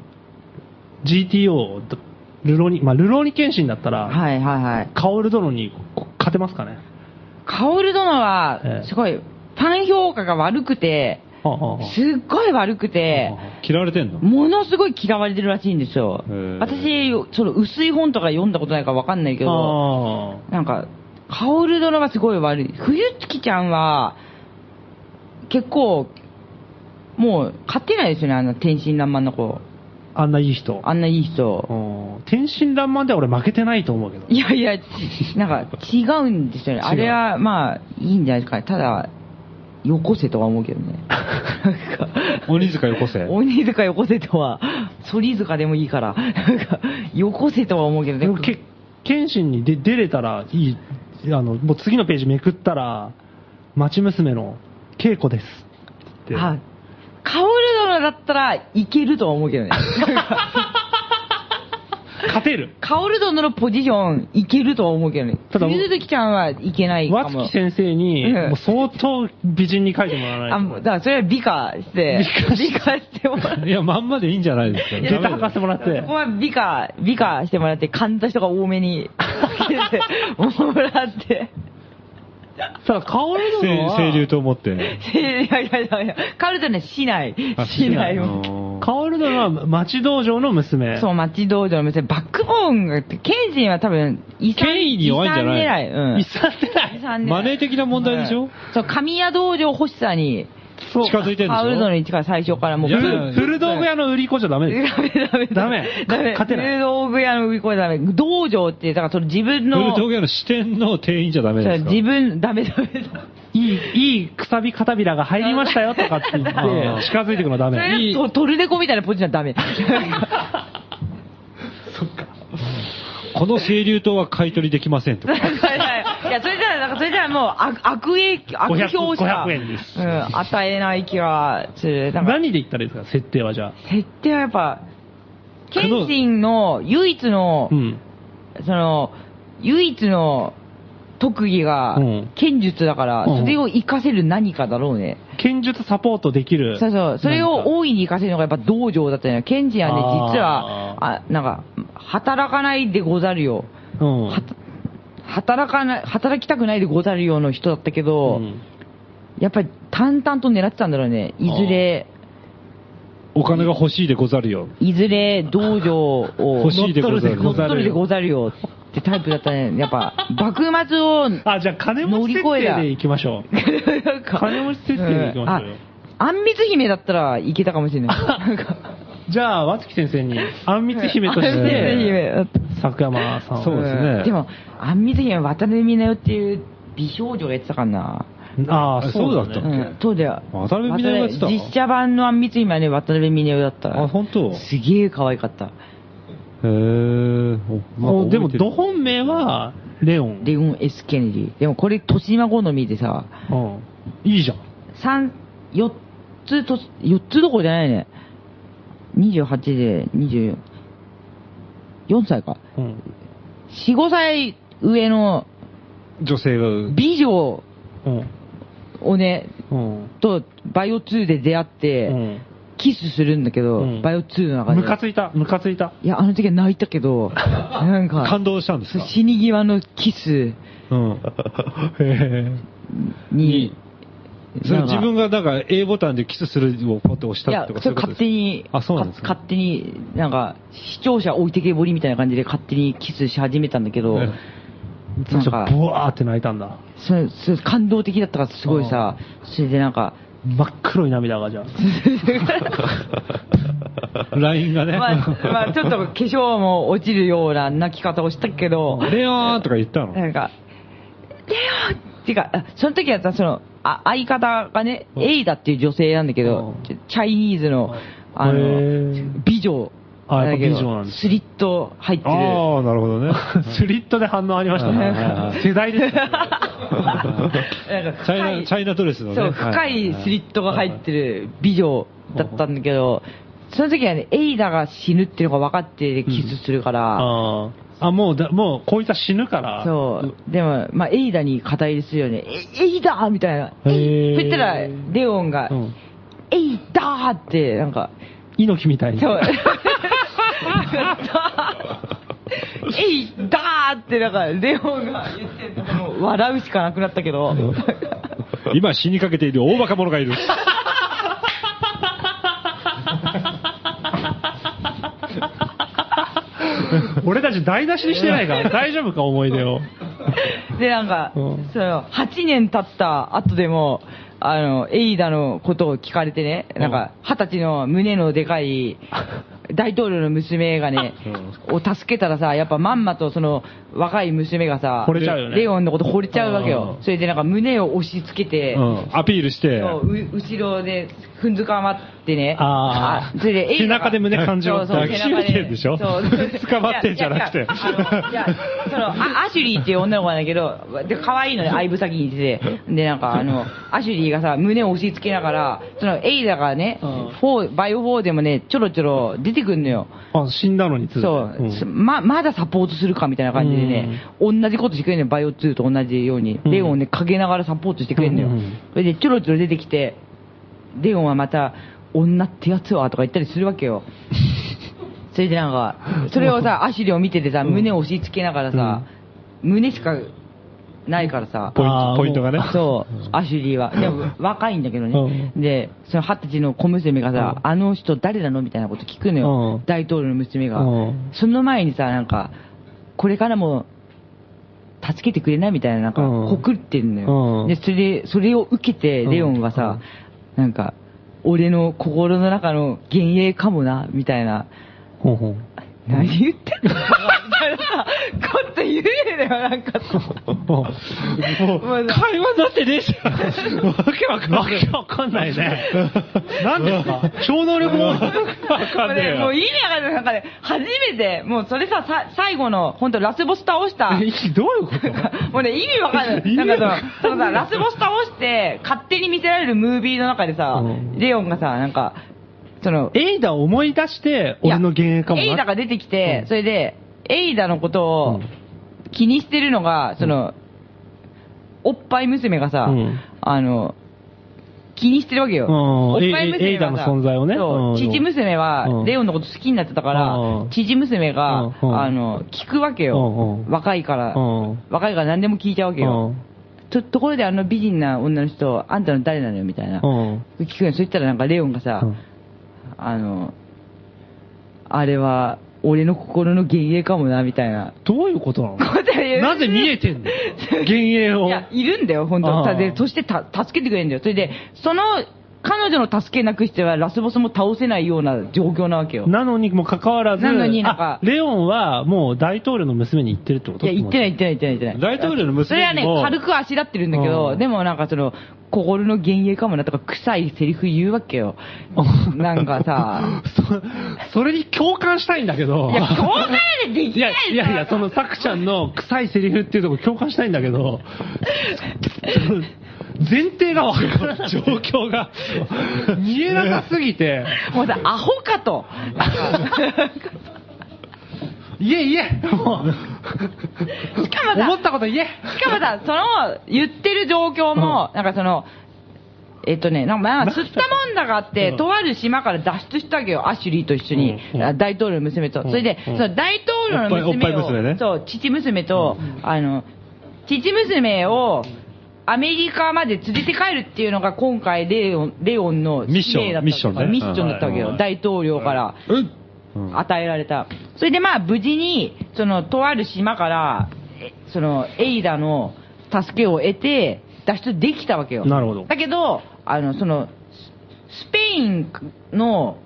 GTO、どルローニ、まあ、ルローニケンシンだったら、
はいはいはい。
カオル殿にこ勝てますかね。
カオル殿
え
は、
え
すごい、ファン評価が悪くて、
ああああ
すっごい悪くて、
嫌われてんの
ものすごい嫌われてるらしいんですよ
へえ。
私、その薄い本とか読んだことないからわかんないけど、
あ
なんか、カオル殿はすごい悪い。冬月ちゃんは、結構、もう、勝てないですよね、あの天真爛漫な子。
ああんないい人。
あんないい人。
うん天真爛漫では俺負けてないと思うけど。
いやいや、ちなんか違うんですよね。あれはまあいいんじゃないですかね。ただ、よこせとは思うけどね。なんか
鬼塚よこせ
鬼塚よこせとは、反塚でもいいから、なんかよこせとは思うけど
で
ね
も、。け、ケンシンに出出れたらいい、あの、もう次のページめくったら、町娘の稽古です。って
あ、カオル殿だったらいけるとは思うけどね。
勝てる。
カオル殿のポジションいけるとは思うけどね。
ただ
ゆずきちゃんはいけないか
和
も。
月先生に、
うん
もう相当美人に書いてもらわ
あ、
ない
もう、だからそれは美化して、美化してもらって。
いや、まんまでいいんじゃないですか。
と。出たかせてもらっ
こ
て
こ。は美化、美化してもらって、かんだ人が多めに もらって。
ただ、顔色
せ
殿は、
清流と思って。
いやいやいやいや、カルトね、市内、市内を。
顔色殿は町道場の娘。
そう、町道場の店、バックボーンが、ケンジンは多分、遺産、
権威に弱いんじゃない
遺産狙い。うん。
一切出ない。
遺産狙い
マネー的な問題でしょ、
うんそう、神谷道場欲しさに、
そう
近づいてるんでしょ
ハウルドの位置から最初からもう、
いやいや
古古道具屋の売り子じゃダメで す。
ダメダメ
ダメ
ダメ。
勝てない
柔道具屋の売り声ダメ。道場って、だからその自分
ブ
の
ル、トゲの支店の店員じゃダメですか
自分、ダメダメダメ。
いい、いいくさび片びらが入りましたよとかって 言って
あー、
近づいてくのはダ
そ
メ。
れ
いい
とトルネコみたいなポジションはダメ。
この清流島は買い取りできませんとか。
いや、それじゃあ、なんかそれじゃあもう悪、悪影、悪評しか、
500円です
うん、与えない気がする。なんか
何で言ったらいいですか、設定はじゃあ。
設定はやっぱ、
工
ケ
藤
ンシンの唯一の、
うん。
その、唯一の特技が
うん、
剣術だから、
うん
それを活かせる何かだろうね。
剣術サポートできる。
そうそう。それ
なんか
を大いに活かせるのがやっぱ道場だったよね。ケンジンはね、
あー
実は、あ、なんか、働かないでござるよ。
うん
は。働かない、働きたくないでござるよの人だったけど、
うん
やっぱり淡々と狙ってたんだろうね。いずれ、
お金が欲しいでござるよ。
いずれ道場を
欲しいでござる
乗っ取るでござるよってタイプだったね。やっぱ、幕末を、
あ、じゃあ金持ち設
乗り越え
定
だ
で行きましょう。
なんか
金持ち設定で行きましょうよ
あ、あんみつ姫だったらいけたかもしれ ない。なんか
じゃあ、和月先生に、あんみつ姫とし
あんみつ
て、
姫だった
作山さんを。
そうですね
んでも、あんみつ姫は渡辺美奈代っていう美少女がやってたからな。
ああ、そうだ
そうだ
ね
っ
う
た
ん、そうだよ。
渡辺美奈代がやってた
渡辺実写版のあんみつ姫はね、渡辺美奈代だった。
あ、本当。へ
すげえ可愛かった。
え。
おでも、ど
っ
本命は、レオン。
レオン・ S ・ケネディ。でもこれ、豊島好みでさ、
うん。いいじゃん。
三、四つと、四つどころじゃないね。28で24。4歳か。
うん。
4、5歳上の
女性が。
美女
うん。
をね、
うん。
とバイオ2で出会って、
うん
キスするんだけど、
うん
バイオ2の中で。
ムカついた、ムカついた。
いや、あの時は泣いたけど、 なんか、
感動したんですか
死に際のキス
うん。へ
に、
え。それ
なんか
自分がなんか A ボタンでキスするをポッと押した
い
っ
や
てこ、と
そ
そうい
れ
うこと
勝
ですか
手に、
あそうなんですか
か勝手に、なんか、視聴者置いてけぼりみたいな感じで勝手にキスし始めたんだけど、
え
ちょ
なん
っと、ブ
か、
ワーって泣いたんだ。
それ、それ感動的だったからすごいさ、それでな んか、
真っ黒い涙がじゃあ。
ラインがね。
まあ、まあ、ちょっと化粧も落ちるような泣き方をしたけど、
レオンとか言ったの
なんか、レオンっていうか、あその時はさ、その、あ相方がね、
うん
エイダっていう女性なんだけど
うん、
チャチャイニーズの、あ
へ
の
ー、
美女
あ
だけ
やっぱ美女なん
ど、
です
スリット入ってる。
ああ、なるほどね。
スリットで反応ありま した
はいはいは
ね。
い
世代ですね。
なんか
チ
深
ャイ
い
ナ、チャイナドレスのね。
そう、
は
深
い
いスリットが入ってる美女だったんだけど、その時はね、エイダが死ぬっていうのが分かってキスするから、
あーあ、もうだ、もう、こいつは死ぬから。
そう、でも、まあ、エイダに肩入れするよね、えエイダーみたいな、
へ
え
ー
いそしたら、レオンが、
ん
エイダーって、なんか、
猪木みたい に。
そう。 えいだーってなんかレオンが言ってるとこもう笑うしかなくなった けど
今死にかけている大バカ者がいる。
俺たち台無しにしてないから、大丈夫か、思い出を。
で、なんか、
うん
その、8年経った後でも、あの、エイダのことを聞かれてね、なんか、二十歳の胸ので かい、大統領の娘がね、を助けたらさ、やっぱまんまとその、若い娘がさ、
惚れちゃうよね
レオンのこと惚れちゃうわけよ
う。ん
それでなんか胸を押し付けて、
うん、アピールして、
そうう後ろでふんづかまってね、
あー
それで
背中で胸感情
そうそう
抱きしめてんでしょ
背中で
捕まってんじゃなくて
いやいやいやあのいやそのあアシュリーっていう女の子なんだけど、で可愛いのね、相武先にいてて、で、なんかあの、アシュリーがさ、胸を押し付けながら、そのエイダがね、
うん
フォーバイオ4でもね、ちょろちょろ出てくんのよ。
あ、死んだのにつ
そう、
ん
ま、まだサポートするかみたいな感じでね、同じことしてくれんのよ、バイオ2と同じように。
うん
レオンね、かけながらサポートしてくれんのよ。
うんうん
それで、ちょろちょろ出てきて、レオンはまた、女ってやつはとか言ったりするわけよ。それでなんか、それをさ、アシュリーを見ててさ、胸を押し付けながらさ、胸しかないからさ、
ポイン
あ
ト
ー
ポイントがね。
そう、アシュリーは。でも、若いんだけどね
う。
で、その二十歳の小娘がさ、あの人誰なのみたいなこと聞くのよ
う。ん
大統領の娘が
うん。
その前にさ、なんか、これからも、助けてくれないみたいな、なんか、
うん
告ってんのよ。
うん
で、それで、それを受けて、レオンはさ、なんか、俺の心の中の幻影かもな、みたいな。
ほうほう。
何言ってんのみたいなさ、こと言うよね、なんかさ。
もう、
もう
会話になってねえじゃん。わけわかんない。わけわかんないね。 なんですか超能力も。
もうねもう意味わかんない。なんかね、初めて、もうそれさ、さ最後の、本当ラスボス倒した。
どういうこと
もうね、意味わかんない。
意
な
味
ん
わか
か
ん
そ
な
のそのさ、
い、
ラスボス倒して、勝手に見せられるムービーの中でさ、
うん
レオンがさ、なんか、その、
エイダを思い出して、俺の幻影かもな。
エイダが出てきて、
うん
それで、エイダのこと
う
を
ん
気にしてるのが、その、おっぱい娘がさ、
うん
あの、気にしてるわけよ。
うん
おっぱい
エイエ
娘
イダ
が
の
さ、
存在をね
そうう、
ん
父娘
う
は、
ん
レオンのこと好きになってたから
う、ん
父娘が、
うん
あの、聞くわけよ
う。ん
若いから
うん、
若いから何でも聞いちゃうわけよ。と、ところであの美人な女の人、あんたの誰なのよ、みたいな
う。ん。うん。
聞くよ。そしたらなんかレオンがさ、
うん
あの、あれは、俺の心の幻影かもな、みたいな。
どういうことなの
こと言う
なぜ見えてんの幻影を
い。や、いるんだよ、本当
ああ
で、そしてた、助けてくれるんだよ。それで、その、彼女の助けなくしては、ラスボスも倒せないような状況なわけよ。
なのにもかかわらず、
なのになんか
あレオンはもう大統領の娘に言ってるってこと
いや、言ってない、言ってない、言ってない、言ってな い。
大統領の
それ
娘
は
に
ね、
も、
軽くあしらってるんだけ
う
ど、
ん
でもなんかその、心の幻影かもなとか、臭いセリフ言うわけ よ。なんかさ、
そそれに共感したいんだけど。
いや、こうでで
い
きな
や
い
いやいや、そのさくちゃんの臭いセリフっていうところ共感したいんだけど、前提がわからない状況が見えなさすぎて、
もうさ、アホかと。
いえいえ、もう、
しかもさ、
思ったこと言え。
しかもさ、その、言ってる状況も、なんかその、えっとね、なんか、まあ、吸ったもんだがあって、
うん
とある島から脱出したわけよ、アシュリーと一緒に、
うんうん
あ大統領の娘と。
うん
それで、
うん
その大統領の娘を、
おっぱいおっぱい娘ね
そう、父娘と、あの、父娘を、アメリカまで連れて帰るっていうのが今回レオン、レオンの使命だったわけ
ミッションね
ミッションだったわけ
う
よ。
ん
大統領から。
うん
与えられた。それでまあ無事に、その、とある島から、えその、エイダの助けを得て、脱出できたわけよ。
なるほど
だけど、あの、その、ススペインの、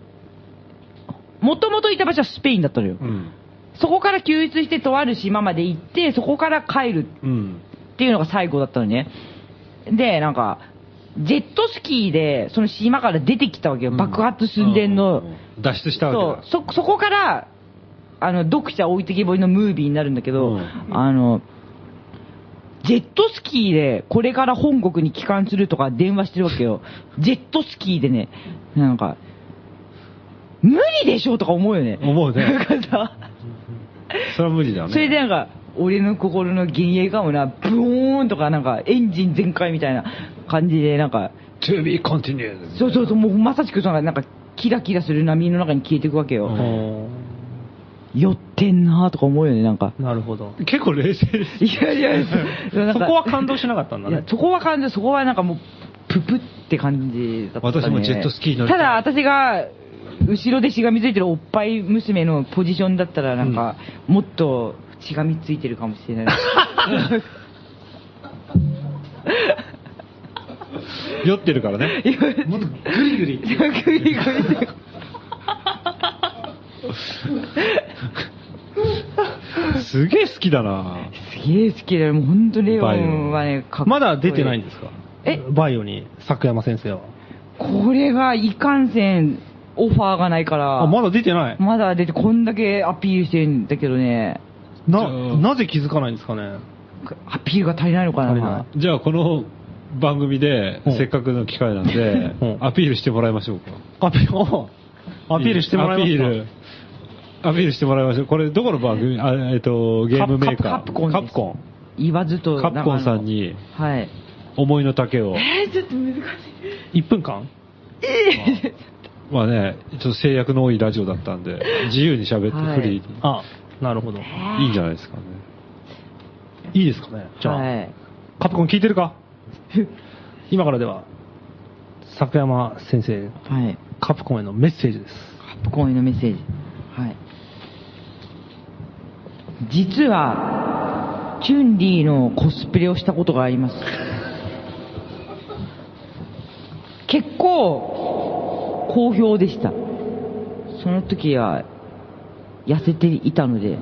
もともといた場所はスペインだったのよ。
うん。
そこから救出してとある島まで行って、そこから帰る
うん。
っていうのが最後だったのね。で、なんか、ジェットスキーで、その島から出てきたわけよ。爆発寸前の。
脱出したわけだ。
そうそそこからあの読者置いてけぼりのムービーになるんだけど、
うん
あのジェットスキーでこれから本国に帰還するとか電話してるわ けよジェットスキーでねなんか無理でしょとか思うよね
思うね。
なんかさ
それは無理だね。
それでなんか俺の心の幻影かもなブーンとかなんかエンジン全開みたいな感じでなんか
to be continued.
そうそうそうもうまさしくそのなんかキラキラする波の中に消えていくわけよ、
うん
酔ってんなとか思うよね、なんか。
なるほど。
結構冷静です。
いやいや、なん
そ
か
こは感動しなかったんだ
いや
ね。
そこは感じ、そこはなんかもう、ププって感じだった、ね。
私もジェットスキー乗りた
た
い
だ、私が、後ろでしがみついてるおっぱい娘のポジションだったら、なんか、もっとしがみついてるかもしれない。
酔ってるからね。
もっとグリグリ。
グ リグリ
すげえ好きだな
すげえ好きだよ。もう本当レオンはね、かっこいい。
まだ出てないんですか
え
バイオに、作山先生は。
これがいかんせんオファーがないから、
あ、まだ出てない。
まだ出てこんだけアピールしてるんだけどね、
じゃあ
な、なぜ気づかないんですかね。
アピールが足りないのか
足りな
な。
じゃあこの番組で
うん
せっかくの機会なん
う
で
ん
アピールしてもらいましょうか
アピールを、アピールしてもらいますか
アピールアピールしてもらいましょうこれどこの番組あえっとゲームメーカー
カプカプコンです
カプコン
言わずと
カプコンさん
に。
に
はい。
思いの丈を
えー、ちょっと難しい。
1分間
まあねちょっと制約の多いラジオだったんで自由に喋っ
は
て
い
フリーに
あ、なるほど。い
いいんじゃないですかね
いですかね。じゃあ、
はい。
カプコン聞いてる か今からでは、作山先生、
はい。
カプコンへのメッセージです。
カプコンへのメッセージ。はい。実は、チュンリーのコスプレをしたことがあります。結構、好評でした。その時は、痩せていたので、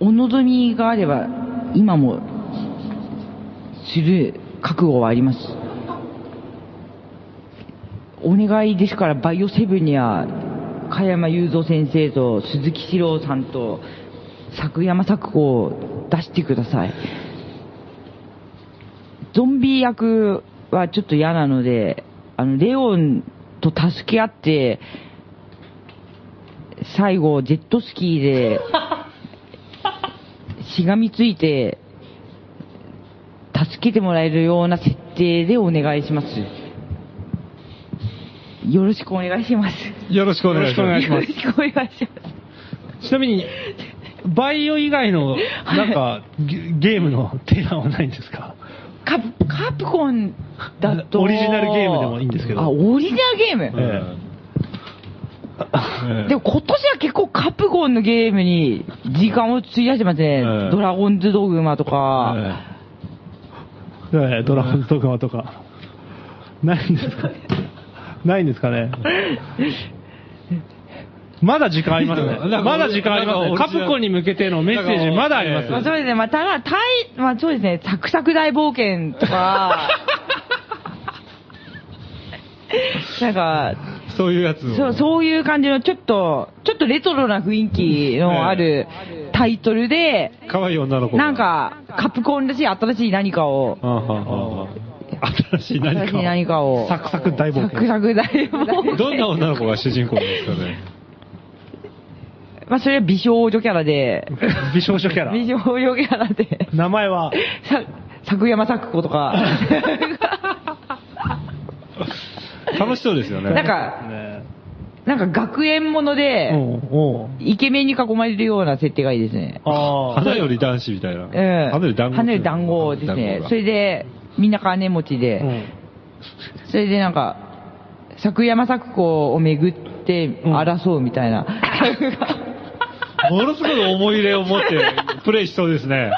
お望みがあれば、今も、する覚悟はあります。お願いですから、バイオセブンには、加山雄三先生と鈴木史郎さんと、作山作子を出してください。ゾンビ役はちょっと嫌なので、あの、レオンと助け合って、最後、ジェットスキーで、しがみついて、助けてもらえるような設定でお願いします。よろしくお願いします。
よろしくお願いし
よろ
ま
願
す
いします
よろしくお願いします。
ちなみ に、バイオ以外の、なんか、ゲゲームの提案はないんですか
カプカプコンだと。
オリジナルゲームでもいいんですけど
あ、オリジナルゲーム。
え
え
え
でも今年は結構カプコンのゲームに時間を費やしてますね。
ええ
ドラゴンズドグマとか、
え
ええドラゴンズドグマとか。ないんですかないんですかねまだ時間ありますね。
なんか
まだ時間あります
な
ね。
んか
カプコンに向けてのメッセー
なん
ジ
か
まだあります。
まあそうですね、まあ、ただ、たい、まあそうですね、サクサク大冒険と か、なんか、
えそういうやつを
そう、そういう感じの、ちょっと、ちょっとレトロな雰囲気のあるタイトルで、
可愛い女の子が
なんか、カプコンらしい新しい何かを
あ、ははは新しい何
新しい
か
何かを、
サクサク大冒
サ
険
ク。サク大冒険。
どんな女の子が主人公なんですかね
まあそれは美少女キャラで、
美少女キャラ。
美少女キャラで、
名前は、
さ、作山作子とか、
楽しそうですよね
なんか、
ね、
なんか学園もの
う
で、
ん、おう
イケメンに囲まれるような設定がいいですね。
あ
花より男子みたいな、
うん。花
花より団子
花より団子ですね。それで、みんな金持ち
あ、
で、
うん
それでなんか、作山作子を巡って
うん
争うみたいな。
ものすごい思い入れを持ってプレイしそうですね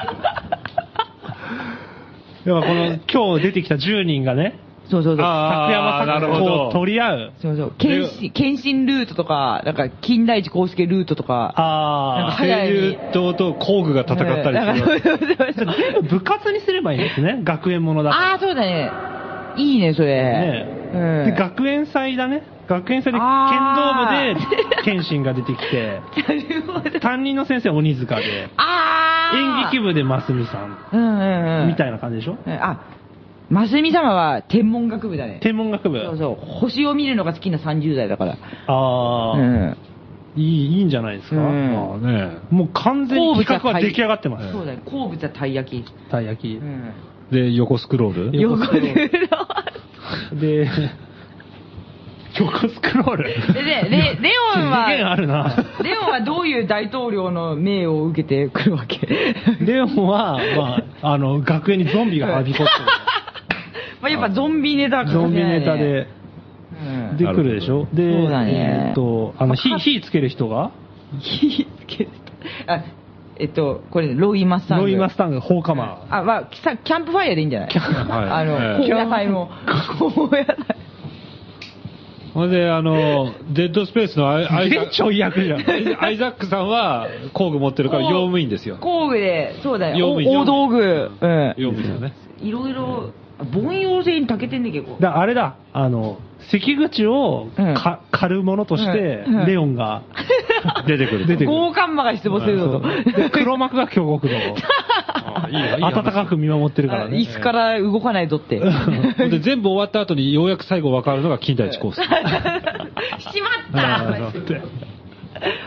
ではこの、今日出てきた10人がね、
そうそうそう。
あ
作山
ー
作
なるほ
子を
ど
取り合う。
そうそう。剣心、剣心ルートとか、なんか、金田一光介ルートとか。
あ
なんか早
声
い
優党と工具が戦った
うんなんか
りする
そうそうそう
あ、全部部活にすればいいんですね。学園ものだから。
あー、そうだね。いいね、それ。
ね
うん。
で、学園祭だね。学園祭で、
あー
剣道部で、剣心が出てき て、
なるほど。
担任の先生鬼塚で、
あー
演劇部でますみさん、
うんうんうん。
みたいな感じでしょ
うんあ、マスミ様は天文学部だね。
天文学部。
そうそう。星を見るのが好きな30代だから。
あ
う
ー、
ん。
いい、いいんじゃないですか。
うん
まあね
もう完全に企画は出来上がってま
そう
す。
だね。好物はたい焼き。
たい焼き
う。ん。
で横スクロール
横
横で。で、
で、横スクロール。
で、レレオン
すげえあ
は、
るな。
レオンはどういう大統領の命を受けてくるわけ
レオンは、まあ、あの、学園にゾンビがはびこっ
まあやっぱゾンビネタ
てる。
か
ゾ
も
ン
し
ビ
れないね
ネタで、
うん
でくるでしょで、
そうだね
えーっと、あの、火、火つける人が、
火つけるとあ、えっと、これ、ロイマスタング。
ロイマスタング、放火魔。
あ、まあ、キャキャンプファイヤーでいいんじゃない
ンプファイヤー
あの、
ええ
高野菜も。高野菜。
ほんで、あ の、デッドスペースのアイアイザ
ちょい役じゃん。
アイザックさんは工具持ってるから
お
用務員ですよ。
工具で、そうだよ。
用務員
お大道具。うん。
用務員だよね。
いろいろ、凡庸性に長けてんね、結構。
だあれだ、あの、関口を
うん
か、狩るものとして
うんうん、
レオン が、
出てくる。
出てくる
強姦魔が失望するぞと。
で黒幕が京極 の、
あいいよいいよ
暖かく見守ってるからね。
椅子から動かないぞって。
ほんで、全部終わった後にようやく最後分かるのが金田一コース。
しまっ
で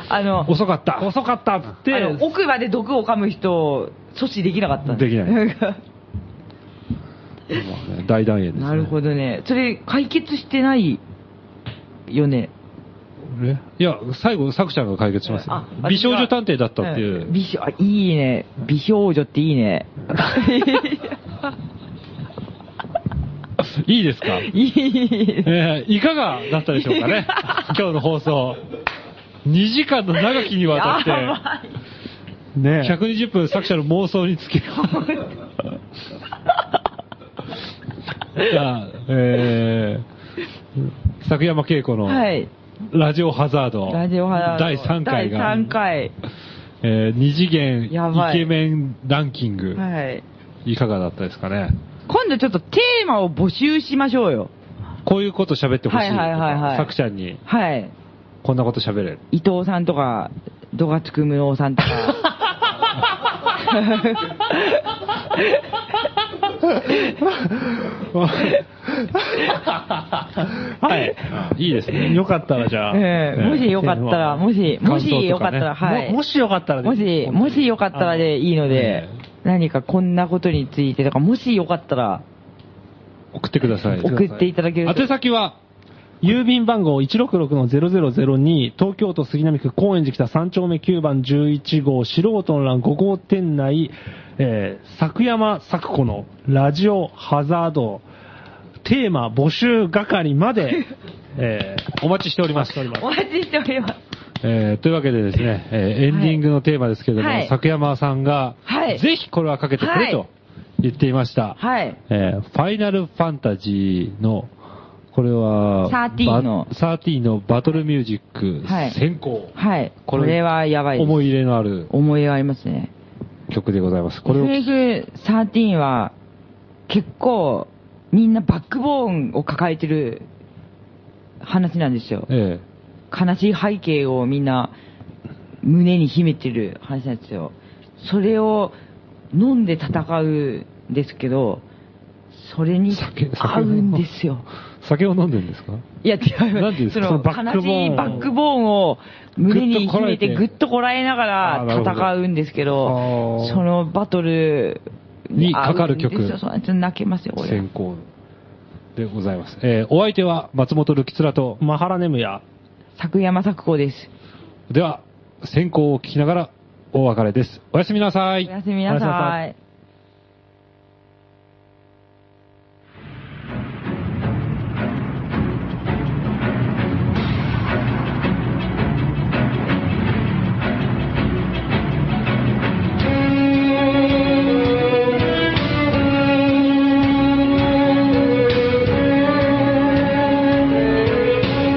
たあの、
遅かった。
遅かったっつっ
あ
て、
の奥まで毒を噛む人を阻止できなかったん
できない
んか
大団円です、ね。
なるほどね。それ解決してないよね。
ねいや、最後、作者が解決しますよ
あ。私が
美少女探偵だったってい
ん
う。
美少、あいいね。美少女ってい いね。
いいですか
いい。
えーいかがだったでしょうか ね今日の放送。2時間の長きにわ
や
たっ
ばい
て、
ね
120分作者の妄想につき じゃあ、えー、作山恵子の
はい。
ラジオハザード、
ラジオハ
第3回が、
第3回。
えー二次元
やば
イ
い
ケメンランキング、
はい。
いかがだったですかね
今度ちょっとテーマを募集しましょうよ。
こういうこと喋ってほしいとか、
はいはいはいはい
作者に
はい。
こんなこと喋 れ。
伊藤さんとか、ドガツクムオさん とか。
はい。
いいですね。
よかったらじゃあ。
ええもしよかったら、もし、も
感想とか
し
ね
よかったら、はい。
ももしよかったら
もし、もしよかったらでいいので
え、
何かこんなことについてとか、もしよかったら、
送ってください。
送っていただけると
宛先は、
郵便番号166-0002、東京都杉並区高円寺北3丁目9番11号、素人の欄5号店内、えー、作山作子のラジオハザード、テーマ募集係まで、え
お待ちしております。
お待ちしております。
えーというわけでですね、えーエンディングのテーマですけれども、
はい
作山さんが、
はい
ぜひこれはかけてく
は
れ
い
と言っていました。
はい。
えーファイナルファンタジーの、これは、
13の
バ13のバトルミュージック
はい
先行。
はい。これはやばいです。
思い入れのある
思い入れありますね。
曲でございます。これを、
FF13 は、結構、みんなバックボーンを抱えてる話なんですよ。
え
悲しい背景をみんな胸に秘めてる話なんですよ。それを飲んで戦うんですけど、それに
酒酒
合うんですよ。
ー酒を飲んでるんですか
いや、違う。
なんていうんです
そ
かそ
の
のバック
悲
ボーン
しいバックボーンを胸に秘めて
ぐ
ぐ
っ
っ
と
とこらえなが
あー
ら
なるほど
戦うんですけ
あ
ど
ー、
そのバトル
にかかる曲
合うんですよそうなんですよ泣けますよ、これ
先行でございます。えーお相手は松本るきつらと
ー、、マハラネムヤ、
作山作子です。
では、先行を聞きながらお別れです。おやすみなさい
お。やすみな
おやすみな
さ
さ
い。
「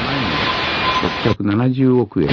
670億円。